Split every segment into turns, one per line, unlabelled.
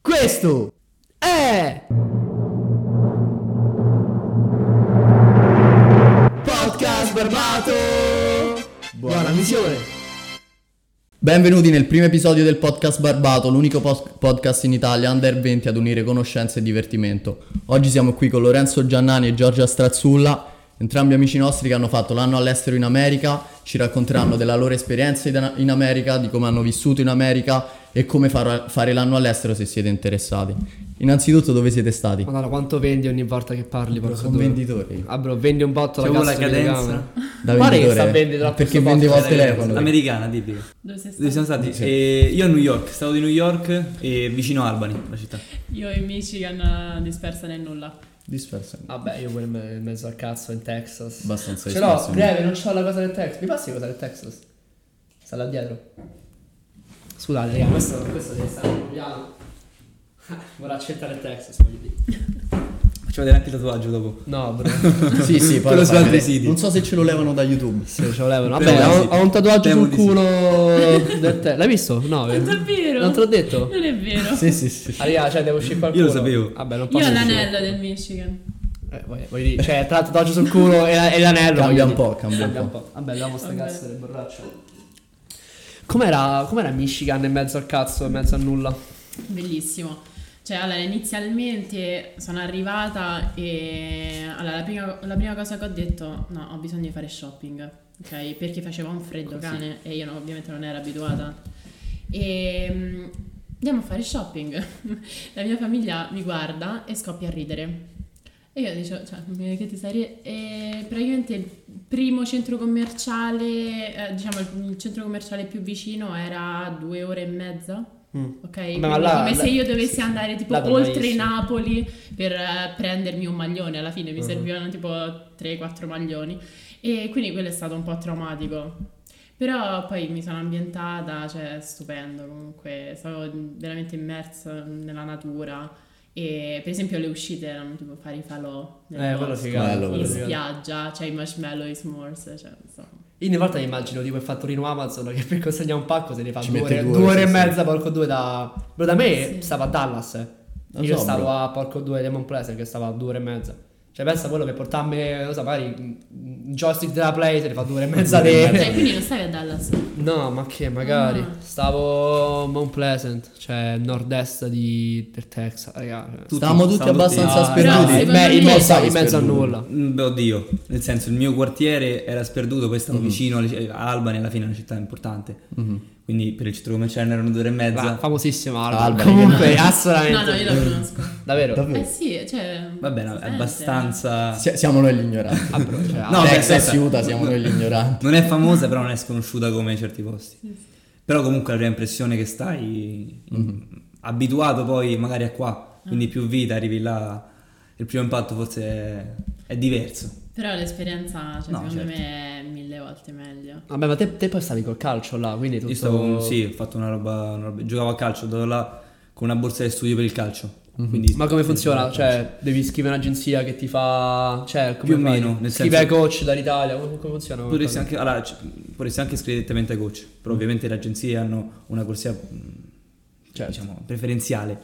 questo è Podcast Barbato. Buona missione. Benvenuti nel primo episodio del Podcast Barbato, l'unico pos- podcast in Italia under 20 ad unire conoscenza e divertimento. Oggi siamo qui con Lorenzo Giannani e Giorgia Strazzulla, entrambi amici nostri che hanno fatto l'anno all'estero in America, ci racconteranno della loro esperienza in in America, di come hanno vissuto in America e come far- fare l'anno all'estero se siete interessati. Innanzitutto dove siete stati?
Madonna, quanto vendi ogni volta che parli? porca
Sono
due.
venditori.
Ah, bro, vendi un botto
C'è
la
una
cazzo di
cadenza
legame.
Da
Pare che
venditore, eh.
sta vendendo da
perché
questo
vendevo al
podcast,
telefono.
Americana, tipica.
Dove sei stato?
Dove siamo stati? Eh, io a New York, stavo di New York e vicino a Albany, la città.
Io in Michigan eh, dispersa nel nulla.
Disperso.
Vabbè, io pure in me- in mezzo al cazzo in Texas.
Abbastanza
Ce l'ho,
disperso.
breve, non c'ho la cosa del Texas. Mi passi la cosa del Texas? Sta là dietro. Scusate, raga, questo, questo deve stare copiato. Vorrà accettare il Texas, voglio dire.
Facciamo vedere anche il tatuaggio dopo.
No, bro.
Sì, sì, poi
Quello
lo
su
fai
altri
vedere.
siti.
Non so se ce lo levano da YouTube.
Sì, ce lo levano.
Temo
Vabbè,
di
ho,
sì.
ho un tatuaggio
Temo
sul
di sì.
culo del te- L'hai visto? No, eh.
Non è vero.
Non te l'ho detto?
Non è vero.
Sì, sì, sì.
Ah, raga, cioè, devo uscire qualcuno.
Io lo sapevo.
Vabbè, non posso
Io ho
uscire.
l'anello del Michigan.
Eh, voglio, voglio dire, cioè, tra il tatuaggio sul culo e, la- e l'anello. voglio
Cambia un
dire.
po', cambia un po'.
Vabbè, la vostra
Vabbè.
cazzo del borraccio. Com'era, com'era Michigan in mezzo al cazzo, in mezzo a nulla?
Bellissimo. Cioè, allora, inizialmente sono arrivata e allora, la, prima, la prima cosa che ho detto, no, ho bisogno di fare shopping, ok? Perché faceva un freddo cane e io no- ovviamente non ero abituata. E mm, andiamo a fare shopping. la mia famiglia mi guarda e scoppia a ridere. E io dicevo, cioè, mi- che ti sei ri- E praticamente il primo centro commerciale, eh, diciamo il- il centro commerciale più vicino era a due ore e mezza. Ok,
Mm. ma
Quindi
là-
come
là-
se io dovessi
sì,
andare tipo
là ormai
oltre
sì.
Napoli per eh, prendermi un maglione, alla fine mi
Mhm.
servivano tipo 3-4 maglioni e quindi quello è stato un po' traumatico. Però poi mi sono ambientata, cioè stupendo comunque, stavo veramente immersa nella natura e per esempio le uscite erano tipo fare i falò nel
Eh, quello
bosco,
figato,
Bello,
in
quello
figato.
spiaggia, c'è i marshmallow, i s'mores, cioè insomma.
Io ogni volta mi immagino tipo il fattorino Amazon che per consegnare un pacco se ne fa
Ci
due
mette
ore,
due,
due ore
sì,
e
sì.
mezza, porco due da... Bro, da me
Sì.
stava a Dallas. eh.
Non
Io
so,
stavo
bro.
a porco due Demon Pleasure che stava a due ore e mezza. Cioè, pensa a quello che portarmi, non so, magari un joystick della Play se ne fa due ore e mezza
Due ore e
di...
mezza.
Cioè, quindi non stavi a Dallas?
No, ma che magari
Ah.
stavo a Mount Pleasant, cioè nord-est di del Texas, raga. cioè.
Tutti-
Stavamo tutti
stavamo tutti-
abbastanza
Ah,
No,
sperduti.
in,
secondo
me- in
me-
mezzo,
Stavi
in mezzo a
sperduto.
nulla.
Mm, beh, Oddio, nel senso il mio quartiere era sperduto, poi
Mm-hmm.
stavo vicino alle- eh, a Albany, alla fine è una città importante. Quindi per il centro commerciale erano due ore e mezza.
La famosissima Alba.
Alba,
Comunque,
che-
No,
assolutamente.
no, io lo conosco.
Davvero?
Davvero? Ah,
Eh sì, cioè...
Va bene,
si sente.
abbastanza...
Si- siamo noi gli ignoranti.
Ah, bro, cioè,
No,
ah,
beh,
Texas
aspetta.
Utah, siamo noi gli ignoranti.
Non è famosa, però non è sconosciuta come certi posti.
Sì, sì.
Però comunque avrei l'impressione che stai
Mm-hmm.
in- abituato poi magari a qua,
Ah.
quindi più vita, arrivi là, il primo impatto forse è, è diverso.
Però l'esperienza, cioè,
No,
secondo
certo.
me, è mille volte meglio.
Vabbè, ma te, te poi stavi col calcio là, quindi tutto...
Io stavo, sì, ho fatto una roba, una roba- giocavo a calcio, andavo là con una borsa di studio per il calcio. Quindi-
Mm-hmm. Ma come funziona?
Esatto.
Cioè, devi scrivere un'agenzia che ti fa... Cioè, come
Più o
fai?
meno, nel
Scrive
senso-
ai coach dall'Italia, come, come funziona?
Potresti anche, allora, c- potresti anche scrivere direttamente ai coach, però ovviamente le agenzie hanno una corsia mh,
Certo.
diciamo, preferenziale.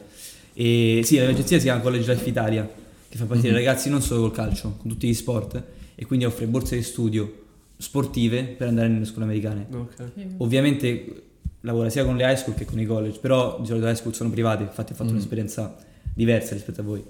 E sì, l'agenzia si chiama College Life Italia, che fa partire ragazzi non solo col calcio, con tutti gli sport, e quindi offre borse di studio sportive per andare nelle scuole americane.
Ok.
Ovviamente lavora sia con le high school che con i college, però di solito le high school sono private, infatti ho
Mm.
fatto un'esperienza diversa rispetto a voi.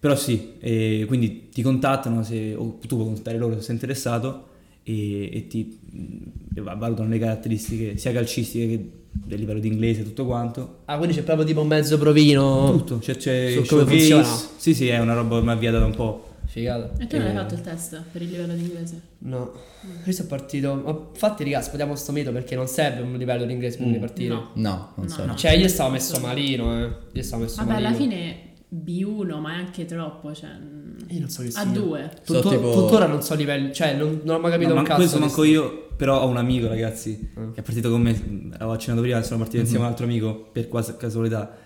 Però sì, e quindi ti contattano, se, o tu puoi contattare loro se sei interessato e, e ti mh, valutano le caratteristiche sia calcistiche che del livello di inglese e tutto quanto.
Ah, quindi c'è proprio tipo un mezzo provino...
Tutto, cioè c'è
Oh. Su
il
come
showcase.
funziona.
Sì, sì, è una roba ormai avviata da un po'.
Figata.
E tu non hai
Eh.
fatto il test per il livello di inglese?
No,
Mm.
io sono partito. Ma infatti, raga, spudiamo sto mito perché non serve un livello di inglese per
Mm.
partire.
No.
No, non so.
No, no.
Cioè, io stavo messo malino, eh. Io stavo messo
Vabbè,
malino.
alla fine B1, ma è anche troppo, cioè... mm,
Io non so che sia.
A due.
So
Tutto-
tipo-
Tuttora non so livelli. Cioè, non, non ho mai capito
No,
un
ma
cazzo.
questo
di-
manco io, però ho un amico, ragazzi,
Mm. Mm-hmm.
che è partito con me, mh, avevo accennato prima, sono partito insieme a un altro amico per quasi casualità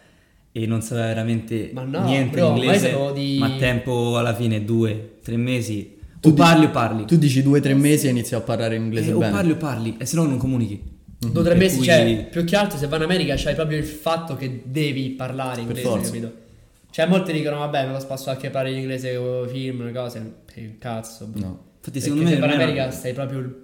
e non sapeva veramente
Ma no,
niente
bro, ma
in
io
inglese,
sapevo di-
ma a tempo alla fine due, tre mesi,
Tu
o
dici-
parli o parli,
Tu dici due o tre mesi e inizi a parlare inglese
Eh, o
bene.
parli o parli, e se no non comunichi.
Due o tre mesi,
cui-
cioè, più che altro se vai in America c'hai proprio il fatto che devi parlare inglese,
forza.
capito? Cioè, molti dicono, vabbè, me lo spasso anche a parlare in inglese con film, cose, che cazzo.
No.
Infatti,
Perché
secondo me,
se
non
vai in
è
America
una,
stai proprio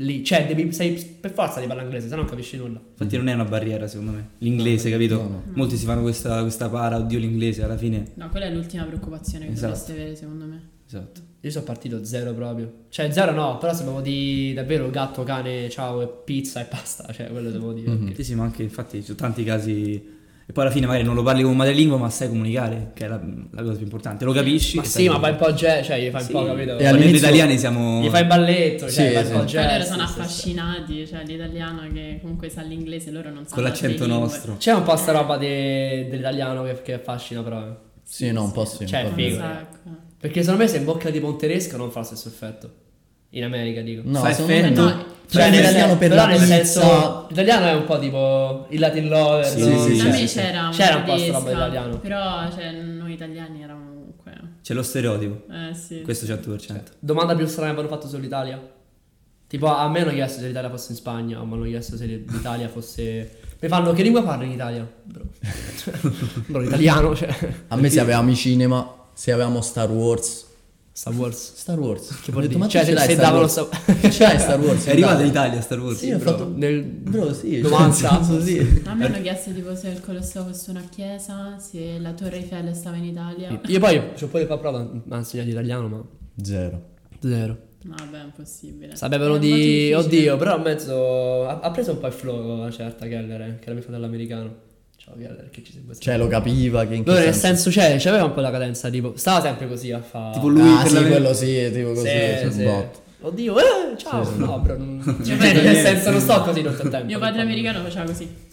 lì, cioè, devi, sei per forza di parlare inglese, se no non capisci nulla.
infatti non è una barriera, secondo me. L'inglese, capito?
no, no.
Molti si fanno questa, questa para, oddio l'inglese, alla fine.
No, quella è l'ultima preoccupazione che
Esatto.
dovreste avere, secondo me.
Esatto.
Io sono partito zero proprio. Cioè, zero no, però se proprio di davvero gatto, cane, ciao e pizza e pasta. Cioè, quello devo dire.
Mhm.
perché-
Sì, sì, ma anche infatti ci sono tanti casi. E poi alla fine magari non lo parli come madrelingua, ma sai comunicare, che è la, la cosa più importante. Lo capisci?
Ma
e
sì,
sai-
ma fai un po' ge- cioè, gli fai
Sì.
un po', capito?
E
Noi
all'inizio-
italiani siamo.
Gli fai il balletto, cioè,
Sì,
fai un po'
sì.
Cioè, loro
gesti,
sono
sì, sì, sì.
affascinati, cioè l'italiano che comunque sa l'inglese, loro non sanno
Con l'accento
altre lingue.
nostro.
C'è un po'
eh.
sta roba de- dell'italiano che, che affascina, però.
Sì, no, un po' sì. un
Cioè,
po'
Un
sì.
figo.
sacco.
Perché secondo me se in bocca tipo un tedesco non fa lo stesso effetto. In America, dico.
No,
Fa
secondo me
effetto.
no.
No,
Mm. Cioè,
nel
l'italiano
sen-
per
però
la
nel
pizza...
senso, l'italiano è un po' tipo il Latin lover.
Sì,
no?
sì, sì,
da
sì,
me
sì, sì.
c'era,
C'era un po'
po'
sta roba italiano.
Però cioè, noi italiani eravamo comunque.
C'è lo stereotipo.
Eh sì.
Questo 100%.
Domanda più strana che mi hanno fatto sull'Italia. Tipo, a me hanno chiesto se l'Italia fosse in Spagna, mi hanno chiesto se l'Italia fosse. Mi fanno che lingua parli in Italia? Bro. Bro, l'italiano, cioè.
A me se avevamo i cinema, se avevamo Star Wars...
Star Wars.
Star Wars.
Che
Ho
vuol
detto,
dire?
ma
Cioè,
tu
se-
ce l'hai
se
Star
davano
Wars?
Star-
Che c'hai Star Wars?
È arrivata in Italia Star Wars.
Sì, ho
bro.
fatto...
Nel-
Bro, sì.
90.
cioè, sì.
A me hanno chiesto tipo se il Colosseo fosse una chiesa, se la Torre Eiffel stava in Italia.
Io poi ci ho pure fa prova a insegnare l'italiano, ma.
Zero.
Zero.
No, vabbè, è impossibile.
Sapevano
È molto
di.
difficile.
Oddio, però a mezzo. Ha, ha preso un po' il flow la certa Keller, eh, che era mio fratello americano. Ciao Keller, che ci sei questo?
Cioè, lo capiva che in che
Allora, nel
senso-
senso, cioè, c'aveva un po' la cadenza, tipo. Stava sempre così a fare.
Tipo lui
ah,
per
sì,
la-
quello sì, tipo così, cioè, boh. sul bot.
Oddio, eh, ciao. No, bro, non...
Cioè,
nel
niente.
senso non sto così tutto il tempo.
Mio padre americano faceva così.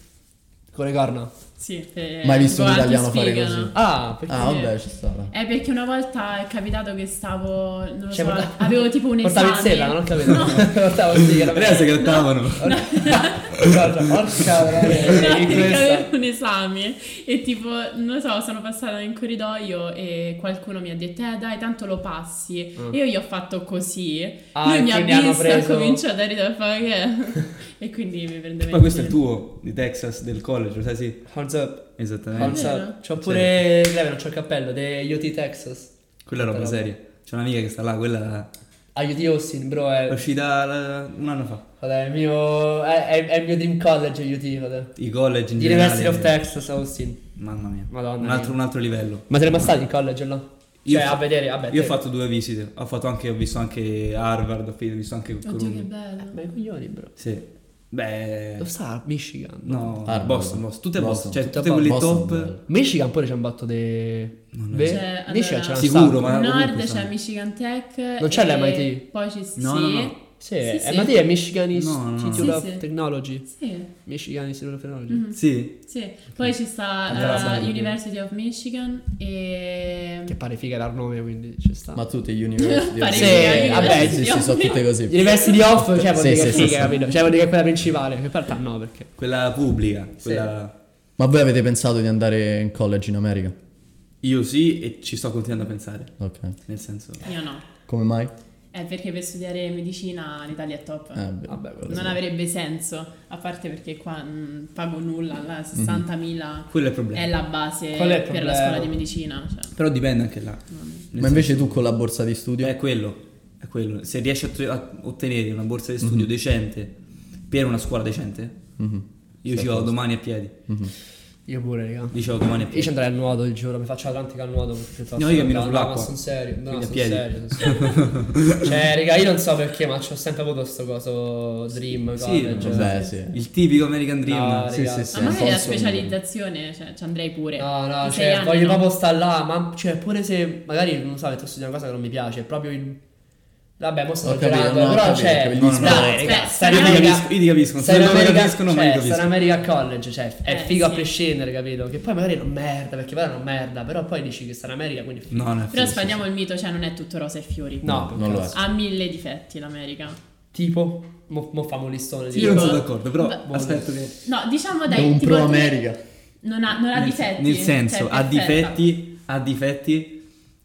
Con le corna.
Sì, eh,
Mai visto un
tipo, ah, ti
italiano fare
spiegano.
così?
Ah, perché...
Ah, vabbè, c'è stata.
Eh, perché una volta è capitato che stavo. Non lo
Cioè,
so,
porta-
avevo tipo un
Portavi il
esame.
sella, non ho capito. Portavo sì, che
Andrea si grattavano.
Guarda, porca
No,
veramente,
perché
questa.
avevo un esame e tipo, non lo so, sono passata in corridoio e qualcuno mi ha detto, eh dai, tanto lo passi.
Mm.
E io gli ho fatto così.
Ah,
Lui mi ha
quindi hanno
visto e ha
preso-
cominciato a ridere a fare che... e quindi mi prendeva
Poi
in
questo è il
giro.
tuo di Texas, del college, lo sai sì?
Hands up,
Esattamente.
hands
vero?
up. C'ho pure... Leve, non c'ho il cappello, de UT Texas.
Quella è roba seria. C'è un'amica che sta là, quella
A UT Ah, Austin, bro,
è
è...
uscita la- un anno fa.
guarda, è il mio... È, è- è il mio dream college, UT, guarda.
I college in generale.
University of Texas, Austin.
Mamma mia.
Madonna
un, altro,
mia.
un altro livello.
Ma siete mai stati in college, no?
Io
Cioè,
ho
a
fa-
vedere, vabbè.
Io ho
te-
fatto due visite. Ho fatto anche, ho visto anche Harvard, ho visto anche
Oddio, che
Columbia.
bello.
Ma i coglioni, bro.
Sì. Beh.
Dove sta Michigan?
No,
Harvard.
Boston, Boston. Tutte
Boston.
Boston. Cioè,
Tutte
tutte quelle
Boston,
top.
bello.
Michigan pure c'è un botto de... Beh,
Cioè,
Michigan
allora-
c'è
Sicuro, ma-
A nord
ovunque
c'è
sono.
Michigan Tech.
Non c'è
e
l'MIT?
Poi ci sì.
No, no, no.
Sì,
Sì,
eh,
sì.
ma te è Michigan
No, no, no.
Institute
Sì,
of
sì. Mhm.
Technology.
Sì,
Michigan Institute of Technology.
Sì.
sì. Poi ci sta
Andrà
eh,
bene.
University of Michigan e...
Che pare figa dal nome, quindi ci sta.
Ma tutti gli university...
Pare
sì,
che gli
vabbè,
university
sì, sì,
of-
sono tutte così.
University di off, cioè vuol
Sì,
dire che è
sì, sì,
figa,
sì.
capito? Cioè vuol dire che è quella principale, che in realtà no, perché...
Quella pubblica. Quella...
Ma voi avete pensato di andare in college in America?
Io sì e ci sto continuando a pensare.
Ok.
Nel senso...
Io no.
Come mai?
È perché per studiare medicina l'Italia è top.
Eh, beh.
Vabbè, Ah, quello
non avrebbe senso, a parte perché qua mh, pago nulla, là 60.000
Quello è il problema.
è la base
Mhm. Qual è il
per
problema?
la scuola di medicina. Cioè.
Però dipende anche là.
Ma invece tu con la borsa di studio?
È quello, è quello. Se riesci a, tr- a ottenere una borsa di studio decente per una scuola decente,
Mhm.
io ci vado domani a piedi.
Io pure, raga.
Io ci vado domani a
Io ci
piedi.
andrei al nuoto, il giuro, mi faccio l'Atlantica al nuoto. piuttosto
No, io cammino
che-
sull'acqua.
No, ma sono serio, no,
Quindi a
sono
piedi.
serio, sono serio. cioè, raga, io non so perché, ma c'ho sempre avuto sto coso dream,
Sì,
college.
Vabbè, sì.
Il tipico American
No,
Dream.
Sì,
raga.
sì, sì.
Ma magari la
Alfonso-
specializzazione, cioè, ci andrei pure.
No, no,
In sei
cioè,
anni,
voglio
no?
proprio stare là, ma cioè, pure se magari non so, sto studiando una cosa che non mi piace, è proprio il. Vabbè, mo sto
Ho capito,
esagerando,
no, ho
però
capito,
cioè,
capito,
no, no,
dai,
no.
raga,
Beh,
stare
io
in
ti
America-
capisco- io ti capisco,
stare in
se non me lo
America-
capiscono, me lo
cioè,
capiscono.
stare in America College, cioè, è
Eh,
figo a
sì.
prescindere, capito? Che poi magari è una merda, perché poi è una merda, però poi dici che stare in America, quindi è figo.
No, no, è
Però
figo,
spandiamo il mito, cioè non è tutto rosa e fiori.
No,
non lo è.
cazzo.
Ha mille difetti l'America.
Tipo, mo, mo famo listone
sì,
di
sì. Io non
Tipo-
sono d'accordo, però
Beh,
aspetto che...
No, diciamo dai,
Un
tipo,
pro America.
Non ha, non ha
nel,
difetti.
nel
cioè,
senso,
è
ha
perfetta.
difetti, ha difetti,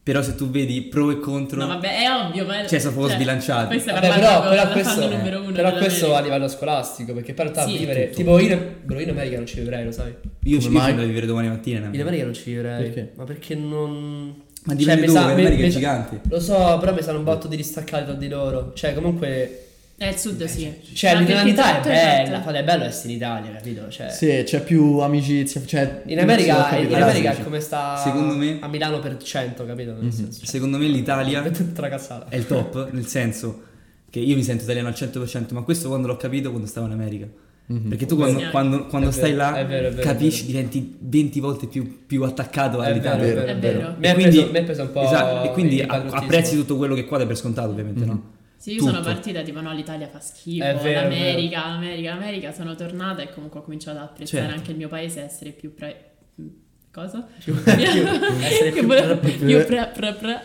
Però se tu vedi pro e contro...
No, vabbè, è ovvio, ma...
Cioè, sono proprio sbilanciati.
Questo è
Vabbè, però,
parlando
però
con
questo,
fan numero uno
però
della
questo a
America.
livello scolastico, perché per realtà
Sì,
vivere...
tutto.
Tipo io, in- bro, io in America non ci vivrei, lo sai?
Io
Come
ci
mai?
sono da vivere domani mattina.
In America non ci vivrei.
Perché?
Ma perché non... Cioè,
Ma dipende
mi
dove,
mi-
l'America è
mi sa-
gigante.
Lo so, però mi sono un botto di distaccati da di loro. Cioè, comunque...
Eh, il sud sì.
Cioè,
Ma perché
l'identità è
tutto
bella.
fatto-
Fate è bello essere in Italia, capito? Cioè...
Sì, c'è più amicizia. Cioè,
In
non si
America,
può
in
capire.
America è
dice.
come sta
Secondo me- Mhm.
a Milano per cento, capito? Nel senso, cioè,
Secondo me l'Italia...
è tutta una cazzata.
è il top, nel senso che io mi sento italiano al 100%, ma questo quando l'ho capito quando stavo in America. Perché tu quando,
Sì.
quando- quando
Mhm. È
stai
vero,
là
è vero, è vero,
capisci,
è
diventi 20 volte più, più attaccato
È
all'Italia.
vero,
È
è
vero.
vero.
E
Mi ha
quindi-
preso, mi ha preso un po'.
Esatto, e quindi
il
a-
patriottismo. Mhm.
apprezzi tutto quello che qua dai per scontato, ovviamente, no?
Sì, io sono
Tutto.
partita tipo no, l'Italia fa schifo,
È vero,
l'America, l'America, l'America, sono tornata e comunque ho cominciato ad apprezzare
Certo.
anche il mio paese, essere più pre... mm, cosa?
Più- più- essere
Che
più-
volevo-
pre-
più pre- pre- pre-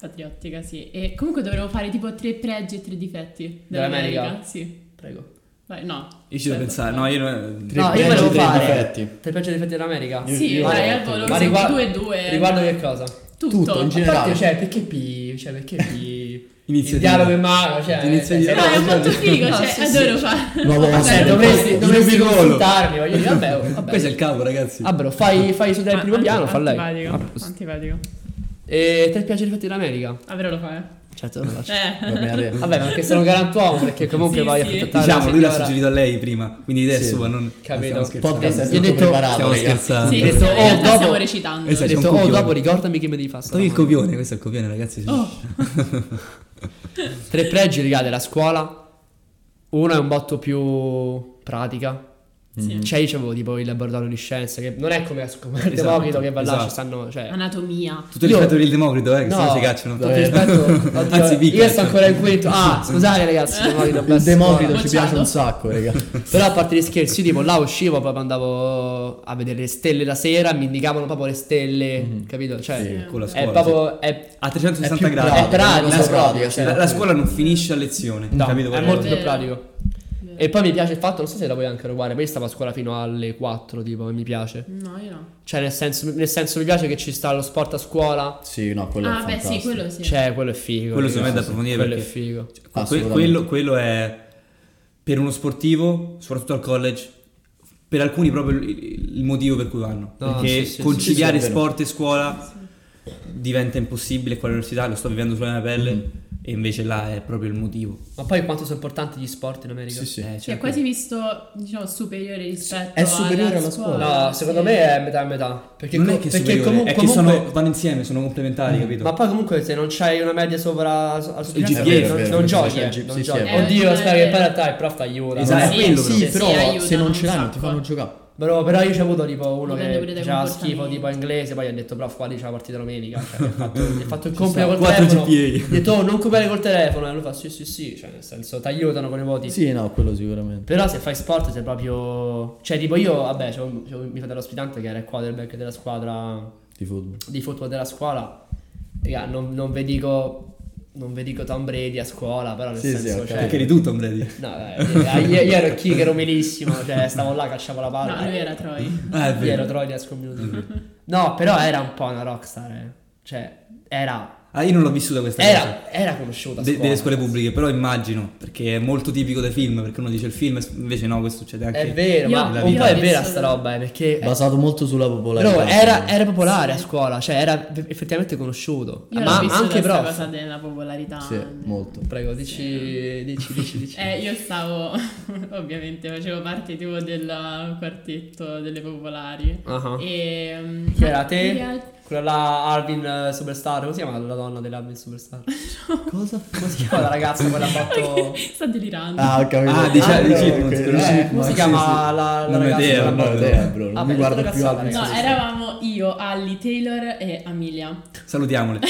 patriottica, sì. E comunque dovremmo fare tipo tre pregi e tre difetti dell'America.
Dell'America?
Sì.
Prego.
Vai, no.
Io ci devo
Aspetta.
pensare, no, io non...
Tre
No, io
pregi,
volevo
tre
fare-
difetti.
Te piace l'effetto dell'America?
Io-
Sì,
io-
vai,
io-
Albo,
ma
lo siamo
rigua-
due e due. eh.
Riguardo che cosa?
Tutto.
Tutto, in
A
generale.
parte, cioè, perché pi... Cioè, perché pi...
Inizia
il
a dire.
dialogo è mago, cioè...
Inizia a
eh,
dire.
No, è
cioè,
molto figo,
No,
cioè,
sì,
è
sì.
vero fare.
No, vabbè,
Cioè,
sempre.
dovresti, dovresti
Rubicolo.
consultarmi, voglio dire, vabbè, oh, vabbè.
Questo è il cavo, ragazzi.
Ah, bro, fai, fai su del primo piano, fa lei.
ah,
Ah,
Antipatico, antipatico.
E te piace l'effetto dell'America?
Ah, però lo fa, eh.
Cioè,
Certo, lo faccio.
Va
Eh.
bene,
Vabbè, ma anche sono garantuomo, perché comunque
Sì,
vai a
sì.
contattare
diciamo, lui l'ha
signora.
suggerito a lei prima, quindi idea è
Sì.
sua, non...
Capito.
non stiamo scherzando.
Podcast è
Gli ho
tutto
detto-
preparato,
Stiamo
ragazzi.
scherzando.
Sì,
detto,
questo, in
oh,
realtà stiamo
dopo-
recitando.
Esatto.
Ho
C'è un
detto, oh,
copione."
dopo ricordami che mi devi fare sta
Togli il
domanda."
copione, questo è il copione, ragazzi.
Oh.
Oh,
Tre pregi legati alla scuola. Uno è un botto più pratica.
Sì.
Mm.
Cioè, io avevo tipo il laboratorio di scienze, che non è come a come al
Esatto,
Democrito che va là,
esatto.
ci stanno. Cioè,
Anatomia.
Tutto il
Io-
rispetto per il Democrito, eh, che sennò si cacciano.
tutto il rispetto, oddio,
Anzi, vi
io sto
cacciano.
ancora in quinto. Ah, scusate, ragazzi. Democrito,
Il Democrito ci
Bocciato.
piace un sacco, raga.
Però a parte gli scherzi, io tipo là uscivo, poi andavo a vedere le stelle la sera, mi indicavano proprio le stelle, capito? Cioè,
Eh,
Sì,
con la
è
Mhm. scuola,
proprio. È,
A 360
È più
gradi.
bravo,
è bravo,
la,
so
scuola,
proprio,
cioè,
sì.
la- la scuola non finisce a lezione.
no,
capito
è
quello?
molto Ah, più
Vero.
pratico.
eh.
E poi mi piace il fatto, non so se la puoi anche rubare, ma io stavo a scuola fino alle 4, tipo, e mi piace.
No, io no.
Cioè, nel senso, nel senso mi piace che ci sta lo sport a scuola.
Sì, no, quello
Ah,
è
beh,
fantastico.
sì, quello sì.
Cioè, quello è figo.
Quello
capito?
secondo me è da approfondire
Quello
perché-
è figo.
Que-
Assolutamente.
quello, quello è per uno sportivo, soprattutto al college, per alcuni proprio il, il motivo per cui vanno.
No,
perché
sì, sì,
conciliare
sì, sì, è vero.
sport e scuola diventa impossibile qua all'università, lo sto vivendo sulla mia pelle
Mm.
e invece là è proprio il motivo.
Ma poi quanto sono importanti gli sport in America?
Sì, sì.
Eh,
Cioè,
cioè,
è quasi visto, diciamo, superiore rispetto
È superiore alla scuola.
No,
sì.
secondo me è metà e metà. Perché,
non
co-
è che, è
perché
superiore,
comu-
è che
comunque- Mm.
sono, vanno insieme, sono complementari, capito?
Ma poi comunque se non c'hai una media sopra al
Il
GPA,
superiore non,
è vero,
non
è
giochi,
vero,
eh,
sì,
non
sì,
giochi.
è
vero.
Oddio,
Eh,
spero che
eh.
poi in realtà il prof ti aiuta.
Esatto.
no?
Sì,
quello
sì,
proprio.
però
Sì, aiutano
se non
un
ce l'hai non ti
sacco.
fanno giocare.
Però, però io c'ho avuto tipo uno
Dipende pure
che
dai
faceva schifo tipo
comportamenti.
inglese, poi gli ha detto prof qua lì c'è la partita domenica, cioè, mi ha fatto, mi ha fatto il compito col
Quattro
telefono.
GPA.
Gli ho detto "Oh, non copiare col telefono e lui fa sì sì sì, cioè nel senso ti aiutano con i voti.
Sì, no, quello sicuramente.
Però se fai sport sei proprio... Cioè tipo io, vabbè, c'ho, c'ho mio fratello ospitante che era il quarterback della squadra
Di football.
di football della scuola. Raga, non, non vi dico. Non vi dico Tom Brady a scuola, però nel
Sì, sì,
senso.
ho
cioè,
perché eri tu, Tom Brady?
No, eh, io, io ero chi che ero umilissimo, cioè stavo là, cacciavo la palla.
No, lui era Troy.
Ah, è
Io
vero.
ero Troy a Community. No, però era un po' una rockstar. eh. Cioè, era.
Ah, io non l'ho vissuta questa cosa.
Era, era conosciuta. a
De-
scuola.
delle scuole pubbliche, però immagino, perece è molto tipico dai film, perché uno dice il film, invece no, questo succede anche.
È vero,
Io-
ma
io
un po'
ho
è
visto-
vera sta roba, eh, perché.
Basato molto sulla popolarità.
Bro, era,
secondo me.
era popolare a scuola, cioè era effettivamente conosciuto.
Io
ma
l'ho visto
anche
questa
però.
cosa della popolarità.
Sì, molto.
Prego, dici, dici, dici, dici.
Eh, io stavo, ovviamente, facevo parte tipo del quartetto delle popolari.
Ah.
E... mm,
Chi era
no, in
te?
realtà-
Quella là, Alvin eh, Superstar, come si chiama la donna dell'Alvin Superstar?
Cosa?
Come si chiama la ragazza quella ha fatto...
Sta delirando.
Ah, ho capito.
Ah, dici-
Ah,
dici-
ok,
non
ok,
quello
eh,
sì,
Come
ma
si
sì,
chiama
sì.
la, la
Non ho
ragazza?
idea,
della
non ho
morte?
idea, bro, non
Vabbè,
mi guardo
tutta
più
cazzata,
Alvin
No,
ragazzi.
eravamo io, Ali Taylor e Amelia.
Salutiamole.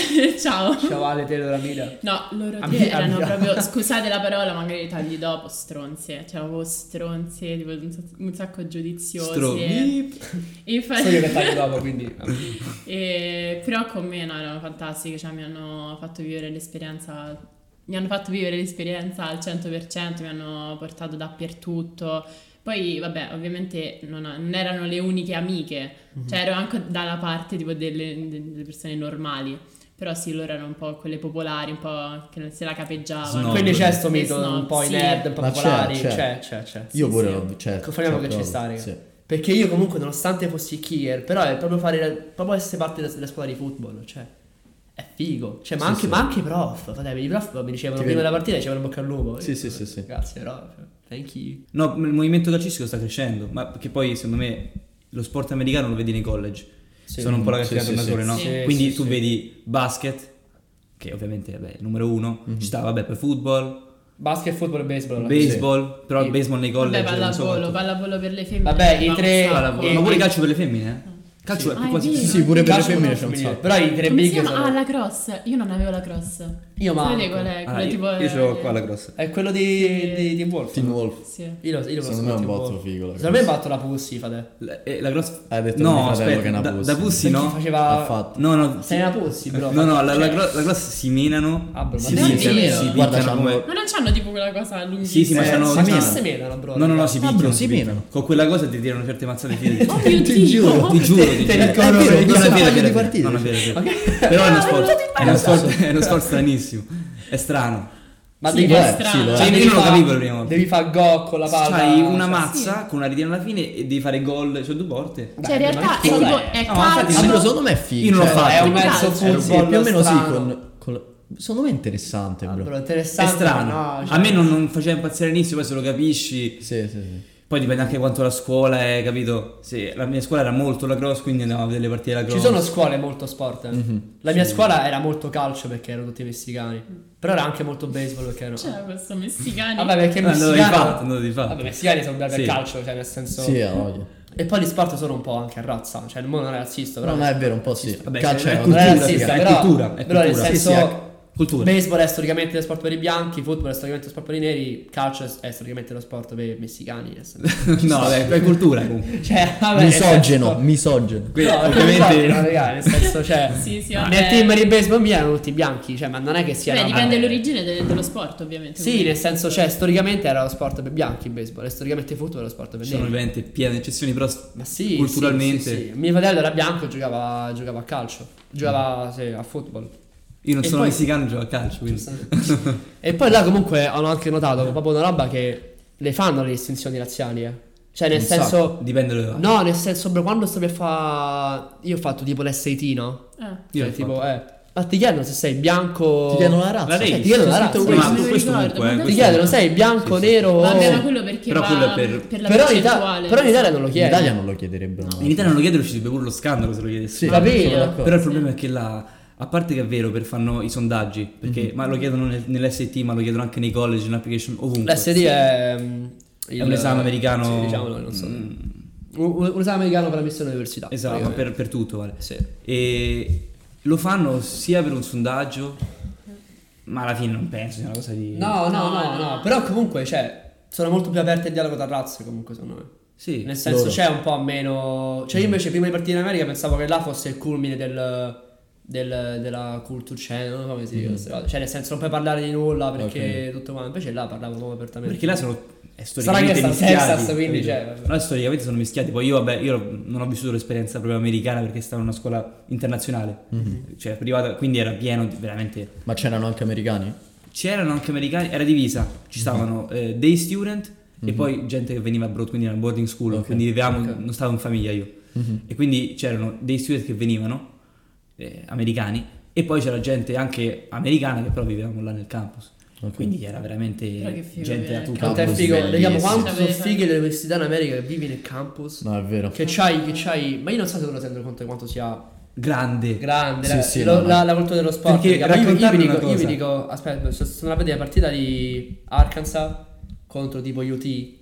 Ciao.
Ciao Ale, te della Mira.
No, loro
A
tre
me- a
erano
me-
proprio, scusate la parola, magari tagli dopo, stronze, cioè proprio stronze, tipo un, sac- un sacco giudiziose.
Stro-
E
So io
infatti,
che taglio dopo, quindi...
e- però con me no, erano fantastiche, cioè mi hanno fatto vivere l'esperienza mi hanno fatto vivere l'esperienza al 100%, mi hanno portato dappertutto. Poi, vabbè, ovviamente non, non erano le uniche amiche,
Mhm.
cioè ero anche dalla parte tipo delle, delle persone normali. Però sì, loro erano un po' quelle popolari, un po' che non se la capeggiavano.
No,
Quindi c'è
quello-
sto mito,
Sì,
un po' i
sì.
nerd, un po'
Ma c'è,
popolari,
c'è.
c'è, c'è, c'è.
Io
Sì,
pure
sì.
l'ho certo.
Confermiamo
certo,
che ci sta, raga.
sì.
Perché io comunque, nonostante fossi kicker, però è proprio, fare, proprio essere parte della, della squadra di football, cioè... È figo. Cioè, ma,
Sì,
anche,
sì.
ma anche i prof. Vabbè, i prof mi dicevano
Ti
prima
vedi-
della partita dicevano bocca al lupo.
Sì,
Io-
sì, sì, sì.
Grazie, prof. Thank you.
No, il movimento calcistico sta crescendo, ma che poi secondo me lo sport americano lo vedi nei college.
Sì.
Sono un po' la
Sì,
cattiva
sì,
tornatore,
sì.
no?
Sì,
Quindi
sì,
tu
sì.
vedi basket, che ovviamente vabbè, è il numero uno, ci sta, vabbè, poi football,
Basket, football e baseball. alla fine.
baseball, però
Sì.
il baseball nei college...
Vabbè,
non so
pallavolo,
quanto-
pallavolo per le femmine.
Vabbè, i
avevamo
tre-
un sacco.
pallavolo.
E-
Ma pure
e-
calcio per le femmine, eh? Calcio è
Ah,
più
è
quasi...
vero.
Sì, pure per le
Calcio
femmine
non
c'è un
femminile,
sacco.
Però i tre
Come si
big
chiama?
sono...
Ah, la cross. Io non avevo la cross.
Io manco.
Sapete qual è? Quello
Ah,
Ecco, tipo... eh,
io, io ce l'ho qua la grossa.
È quello di, di, di Wolf.
Team Wolf.
Sì.
Io lo, io lo
Secondo
conosco
me è un
Team
botto
Wolf.
figo. la
Secondo me è
cosa.
batto la Pussi, fate.
La, eh, la grossa...
Hai detto a mio
no,
fratello
aspetta,
che è una
da,
pussy.
da pussy
Perché
no?
Ha
faceva...
fatto.
No, no,
Sei una Pussi, bro.
no, no, la, la,
Cioè,
gro- la grossa si menano.
Ah, bro, ma
si,
non è
si, si,
vero.
si
Guarda,
picchiano come...
c'hanno-
Ma non c'hanno tipo quella cosa lunghissima?
Sì, sì, ma
eh,
c'hanno...
si menano.
si menano, bro.
No, no, no, si
Ah, bro,
picchiano.
si menano.
Con quella cosa ti tirano certe mazzate fide.
Oh mio
Ti
Dio!
giuro,
Ti giuro,
Te
ti giuro.
ricordo,
È vero,
ho visto
non è
un
vero,
paio
è
di
vero,
partite.
Non è vero, è vero.
Ok.
Però è uno
Ah, non
sport,
ti
è uno
parlo.
sport, è uno sport stranissimo. È strano.
Ma
Sì,
devi
è
fare...
strano. Cioè,
Cioè,
io
devi
non lo
fa-
capivo la prima volta.
Devi fare go con la palla.
C'hai una
cioè,
mazza con una ridiana alla fine e devi fare gol su due porte.
Cioè, in
Dai,
realtà
ma
è
che
tipo...
cavolo è?
È
No, ma infatti
Ah,
calcio.
però secondo me è figo.
Io non l'ho
cioè,
fatto.
È un
Calcio.
mezzo
Sì,
Sì,
football
più o meno sì,
strano.
con, con la- secondo me è interessante,
Ah,
bro.
bro,
È
interessante. ma
strano.
no, cioè-
A me non, non faceva impazzire all'inizio, poi se lo capisci.
Sì, sì, sì.
Poi dipende anche quanto la scuola è, capito? Sì, la mia scuola era molto la cross, quindi andavamo a vedere le partite della
Ci
cross.
sono scuole molto sport. eh.
Mhm.
La mia scuola era molto calcio perché erano tutti messicani. Però era anche molto baseball perché erano.
C'era Cioè, questo messicano.
Vabbè, perché
Eh, No, no, di
messicani.
fatto, no, di fatto.
Vabbè, messicani sono bravi
Sì.
a calcio, cioè nel senso.
Sì, ha voglia.
E poi gli sport sono un po' anche a razza. Cioè, il mondo non è razzista, però.
No, ma è vero, un po' sì.
Vabbè,
Calcio
è
è
non
una
cultura,
è
cultura,
figa,
razzista,
figa.
è
però.
cultura, è
però nel
cultura. Sì,
senso.
sì, è
cultura.
Baseball è storicamente lo sport per i bianchi, football è storicamente lo sport per i neri, calcio è storicamente lo sport per i messicani. nel senso.
no, vabbè, è cultura comunque.
Cioè, vabbè, nel
Misogeno,
senso-
misogeno.
Quindi,
No,
ovviamente-
no, raga, nel senso, cioè,
Sì, sì,
nel
vabbè.
team di baseball mia erano tutti bianchi, cioè, ma non è che sia
Beh,
una-
dipende dall'origine de- dello sport, ovviamente.
Sì, nel senso, cioè, storicamente era lo sport per bianchi il baseball, e storicamente il football era lo sport per
Ci sono
neri.
ovviamente piene eccezioni, però s-
Ma sì,
culturalmente
sì, sì, sì. Mio fratello era bianco e giocava, giocava a calcio, giocava sì, a football.
io non
E
sono
poi-
messicano, gioco a calcio, quindi
e poi là comunque hanno anche notato proprio una roba che le fanno le distinzioni razziali, eh. Cioè, nel
Un
senso
Oh, dipende da dove vai.
No, nel senso, bro, quando sto per fa io ho fatto tipo l'SAT, no?
Ah.
Io
Cioè,
l'ho
tipo, eh, ma ti chiedono se sei bianco
Ti chiedono la razza.
race.
Cioè, ti chiedono la razza.
Scritto
Sì,
Ma
me
tu
lo
questo
ricordo,
comunque,
ma
eh,
dove
Ti
questo-
chiedono, sei bianco,
Sì, sì.
nero? Oh.
Vabbè, ma quello perché
Però
va
quello è per-
la
però, in
percentuale.
Ita- però in Italia non lo
In
chiedi.
Italia non lo chiederebbero. mai.
In Italia non lo chiedono, ci sarebbe pure lo scandalo se lo chiedessero.
Sì,
Va bene.
sono d'accordo.
Però il problema è che là, a parte che è vero per fanno i sondaggi, perché
Mhm.
ma lo chiedono nel- nell'ST, ma lo chiedono anche nei college, in application ovunque.
L'SAT è, mm,
è
il-
un esame americano.
Sì, diciamolo, non so.
Mm,
Un, un esame americano per la missione all'università.
esatto, ma per, per tutto vale.
Sì.
E lo fanno sia per un sondaggio, ma alla fine non penso sia una cosa di
No, no, no,
No,
no,
no.
però comunque, cioè, sono molto più aperte al dialogo tra razze comunque, secondo me.
Sì.
Nel senso
Loro.
c'è un po' meno. Cioè, io invece prima di partire in America pensavo che là fosse il culmine del. del- della culture channel, non so come
Mm.
si dice queste cose. Cioè, nel senso, non puoi parlare di nulla perché tutto quanto. Invece là parlavo proprio apertamente.
Perché là sono
Sarà
è
che
storicamente
sta
mischiati.
Texas, quindi,
capito?
cioè, vabbè.
Là storicamente sono mischiati. Poi io, vabbè, io non ho vissuto l'esperienza proprio americana perché stavo in una scuola internazionale,
Mhm.
cioè privata, quindi era pieno di- veramente.
Ma c'erano anche americani?
C'erano anche americani, era divisa, ci
Mhm.
stavano eh, dei student e poi gente che veniva abroad, quindi era boarding school,
Ok, Mhm.
quindi vivevamo,
ok.
non stavo in famiglia io. E quindi c'erano dei student che venivano, eh, americani, e poi c'era gente anche americana che però vivevamo là nel campus.
Ok.
Quindi era veramente
Però che figo
gente da
vivere
tutto
nel
Quanto è
Campus
figo,
bellissimo.
vediamo quanto
Sì,
sono
sì.
fighe le università in America che vivi nel campus.
No, è vero.
Che c'hai, che c'hai. Ma io non so se te lo rendo conto di quanto sia
grande.
grande
Sì,
la,
sì,
lo-
no,
la-
no.
la cultura dello sport.
Perché
raga, ma io- io, vi
raccontarvi
dico,
una
io vi
cosa.
dico, aspetta, sono sono andato a vedere la partita di Arkansas contro tipo UT.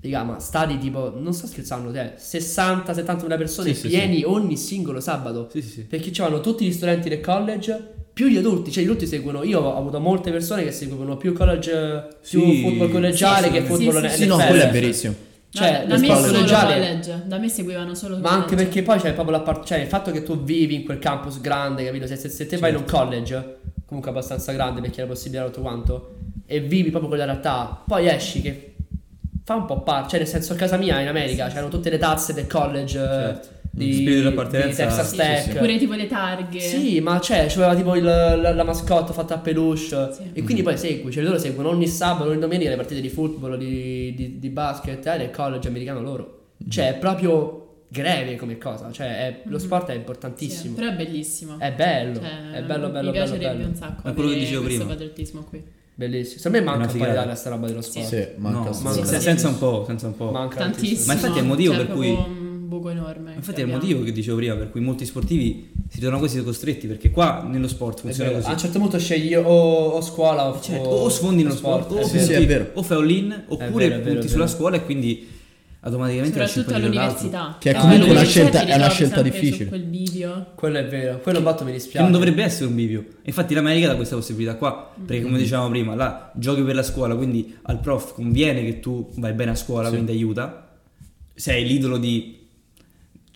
Raga, ma stadi tipo, non sto scherzando, cioè 60-70 mila persone
Sì, sì,
pieni ogni singolo sabato.
Sì, sì, sì.
Perché c'erano tutti gli studenti del college più gli adulti, cioè gli adulti seguono. Io ho avuto molte persone che seguono più college, più
Sì.
football collegiale
Sì,
che
sì,
football
sì,
NFL.
Sì, no, quello è verissimo.
Cioè,
No, da
lo
me
sport
solo
collegiale.
college. Da me seguivano solo
Ma anche
college.
perché
Certo.
poi c'è proprio la parte. Cioè, il fatto che tu vivi in quel campus grande, capito? Se, se- se te vai in un college, comunque abbastanza grande perché era possibile era tutto quanto e vivi proprio quella realtà poi esci che fa un po' parte cioè nel senso a casa mia in America c'erano tutte le tazze del college eh,
Certo.
di,
Spirito di
di
appartenenza.
Texas
Sì,
Tech
sì, sì.
Pure tipo le targhe.
sì, ma c'è, c'era tipo il- la, la mascotte fatta a peluche
Sì.
e quindi poi segui, cioè loro seguono ogni sabato, ogni domenica le partite di football, di, di- di basket, eh, del college americano loro.
Mm-hmm.
Cioè è proprio greve come cosa, cioè è- lo sport è
Mm-hmm. Sì,
importantissimo,
però è bellissimo.
è bello,
Cioè,
è bello, bello,
Mi
bello,
piacerebbe
bello.
un sacco.
È quello che
avere
dicevo
questo
prima.
patriottismo qui.
bellissimo. Secondo me
Una
manca un po'
figata.
l'Italia sta roba dello sport,
Sì, manca
no,
manca
se-
assolutamente.
senza un po', senza un po'.
manca
Tantissimo.
Ma infatti è il motivo
C'è
per cui-
proprio un buco enorme.
Ma
che
Infatti è il
abbiamo.
motivo che dicevo prima per cui molti sportivi si trovano così costretti perché qua nello sport
È
funziona
vero, certo. A un
così.
certo punto scegli o, o scuola o,
Cioè, o sfondi nello sport, o,
eh,
sì,
punti-
sì, è vero.
o fai all-in oppure
vero, è vero,
punti
è
sulla
vero.
scuola e quindi automaticamente lasci il
Soprattutto
pallino all'altro.
all'università.
Che è
Ah,
comunque una
all'università
scelta-
ti
è una
ritrovi
scelta
sempre su
difficile.
quel video.
Quello è vero, quello batto mi
Che
dispiace.
non dovrebbe essere un bivio. Infatti l'America dà questa possibilità qua, perché come dicevamo prima, là giochi per la scuola, quindi al prof conviene che tu vai bene a scuola, quindi aiuta. Sei l'idolo di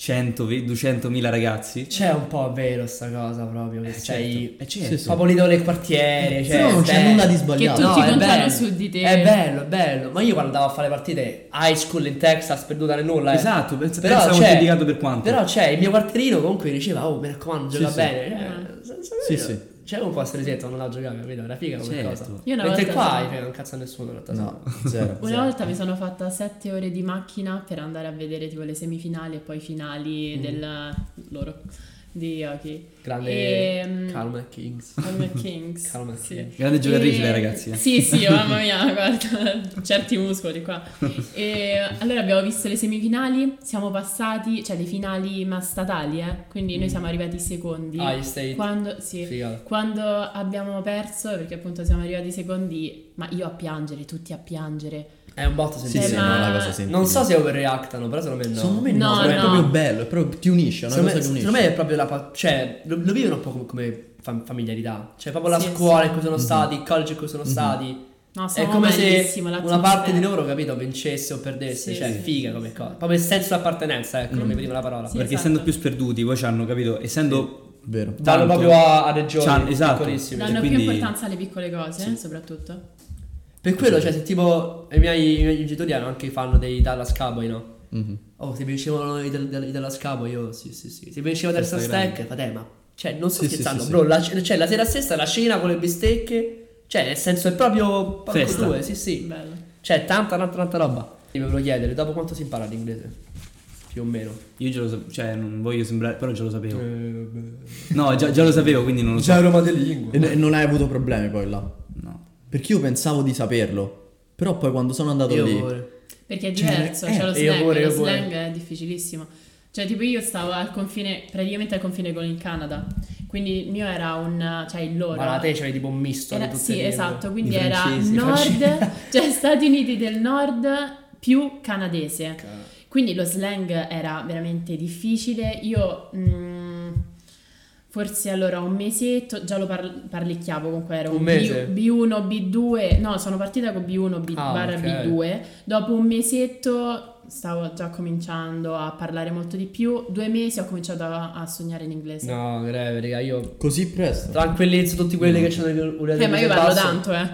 100, 200.000 ragazzi.
C'è Cioè, un po' vero sta cosa proprio, che sei
certo. Eh, certo.
Sì, sì.
proprio l'idolo del quartiere,
Se
cioè,
no non c'è
bello.
nulla di
Che
sbagliato.
tutti
No, è
contano
bello.
su di te.
È bello, è bello. Ma io quando andavo a fare le partite high school in Texas, perduta nel nulla. eh.
Esatto, pens- pensavo
c'è-
giudicato per quanto.
Però c'è il mio quartierino comunque diceva, oh mi raccomando, gioca
sì.
bene. Eh, s- s-
Sì,
vero.
sì.
C'è un po' a stresetto, non la giocava, capito? Era figa come
Certo.
cosa.
Io una
Mentre
volta-
qua eh, non cazzo a nessuno in realtà.
No, zero.
Esatto.
Una volta mi sono fatta sette ore di macchina per andare a vedere tipo le semifinali e poi i finali
Mm.
del loro di hockey.
Grande
Ehm,
Calma e Kings.
Calma Kings.
Calma
sì.
Kings.
Grande giocatrice
E-
lei ragazzi. eh.
Sì, sì, oh, mamma mia, guarda, certi muscoli qua. E allora abbiamo visto le semifinali, siamo passati, cioè le finali ma statali, eh, quindi noi siamo arrivati secondi.
High State.
Quando, sì,
Figata.
quando abbiamo perso, perché appunto siamo arrivati secondi, ma io a piangere, tutti a piangere.
È un botto
Sì,
Eh,
sì,
sentito.
no,
ma-
è una cosa semplice.
Non so se overreactano, però secondo me no.
Secondo me
No,
no, però è
no.
proprio bello, è proprio, ti unisce, è una
Secondo
cosa
me,
che unisce.
secondo me è proprio la. pa- cioè, lo, lo vivono un po' come, come fam- familiarità. Cioè, proprio la
Sì,
scuola
sì.
in cui
Mhm.
sono stati, il college in cui sono stati.
No,
È
siamo
come se
malissimo,
una
l'atmosfera.
parte di loro, capito, vincesse o perdesse.
Sì,
cioè,
sì,
figa
sì,
come
sì.
cosa. Proprio il senso di appartenenza, ecco,
Mm.
non mi veniva la parola.
Sì,
perché
esatto.
essendo più sperduti, poi ci hanno capito, essendo
Vero.
Danno
tanto-
proprio a, a regioni
Cioè, esatto.
piccolissime.
Danno
quindi-
più importanza alle piccole cose, soprattutto.
Per quello, cioè, se tipo i miei, i miei genitori erano anche fanno dei Dallas Cowboy, no?
Mhm.
Oh, se mi dicevano i, del- del- i Dallas Cowboy, io sì, sì, sì. Se mi diceva Terza Stack, fate, ma. Cioè, non sto
Sì, sì,
scherzando,
sì,
bro. La, cioè, la sera stessa la cena con le bistecche. Cioè, nel senso, è proprio. Porco
Festa.
due, sì, sì.
Bello.
Cioè, tanta, tanta, tanta roba. Ti volevo chiedere, dopo quanto si impara l'inglese? Più o meno.
Io già lo sapevo, cioè non voglio sembrare, però già lo sapevo.
Eh, Già
No, già, già lo sapevo, quindi non lo so.
Roma del lingua.
E n- e non hai avuto problemi poi là.
No.
Perché io pensavo di saperlo, però poi quando sono andato
Io
lì...
pure.
Perché è
Cioè,
diverso,
eh,
c'è lo
io
slang,
pure,
lo
io pure.
slang è difficilissimo. Cioè, tipo io stavo al confine, praticamente al confine con il Canada, quindi il mio era un, cioè il loro.
Ma la te c'avevi tipo un misto di
Era-
tutte
sì,
le-
esatto, quindi
i
era
francesi, i
nord, cioè Stati Uniti del nord più canadese.
Ca-
Quindi lo slang era veramente difficile. Io mm, forse allora un mesetto già lo par- parlicchiavo comunque ero
Un
un
mese?
B, 1 B2, no, sono partita con B1 B,
Ah,
barra
ok.
B2. Dopo un mesetto stavo già cominciando a parlare molto di più. Due mesi ho cominciato a, a sognare in inglese.
No, greve, raga, io.
Così presto?
Tranquillizzo tutti quelli che c'hanno il urletto.
Eh, ma io parlo tanto, eh.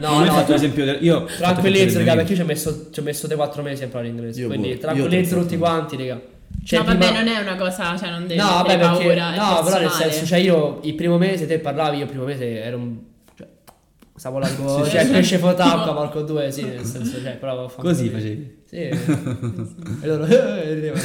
No,
Io ho
no,
fatto l'esempio del- io ho fatto
Tranquillizzo,
l'esempio
raga,
del
perché io ci ho messo, ci ho messo dei 4 mesi a imparare l'inglese.
Io
quindi
pure,
tranquillizzo
io
tutti
pure.
quanti, raga. Cioè,
no, vabbè,
prima-
non è una cosa, cioè non devi
No,
avere
vabbè, perché,
paura. è
no, però nel
personale.
senso, cioè io il primo mese te parlavi, io il primo mese ero un. Cioè, stavo la gola,
sì,
cioè
sì.
pesce fotacqua,
Tipo-
porco due, sì, nel senso, cioè, però avevo fatto.
Così facevi.
Sì. e loro. eh, ridevano.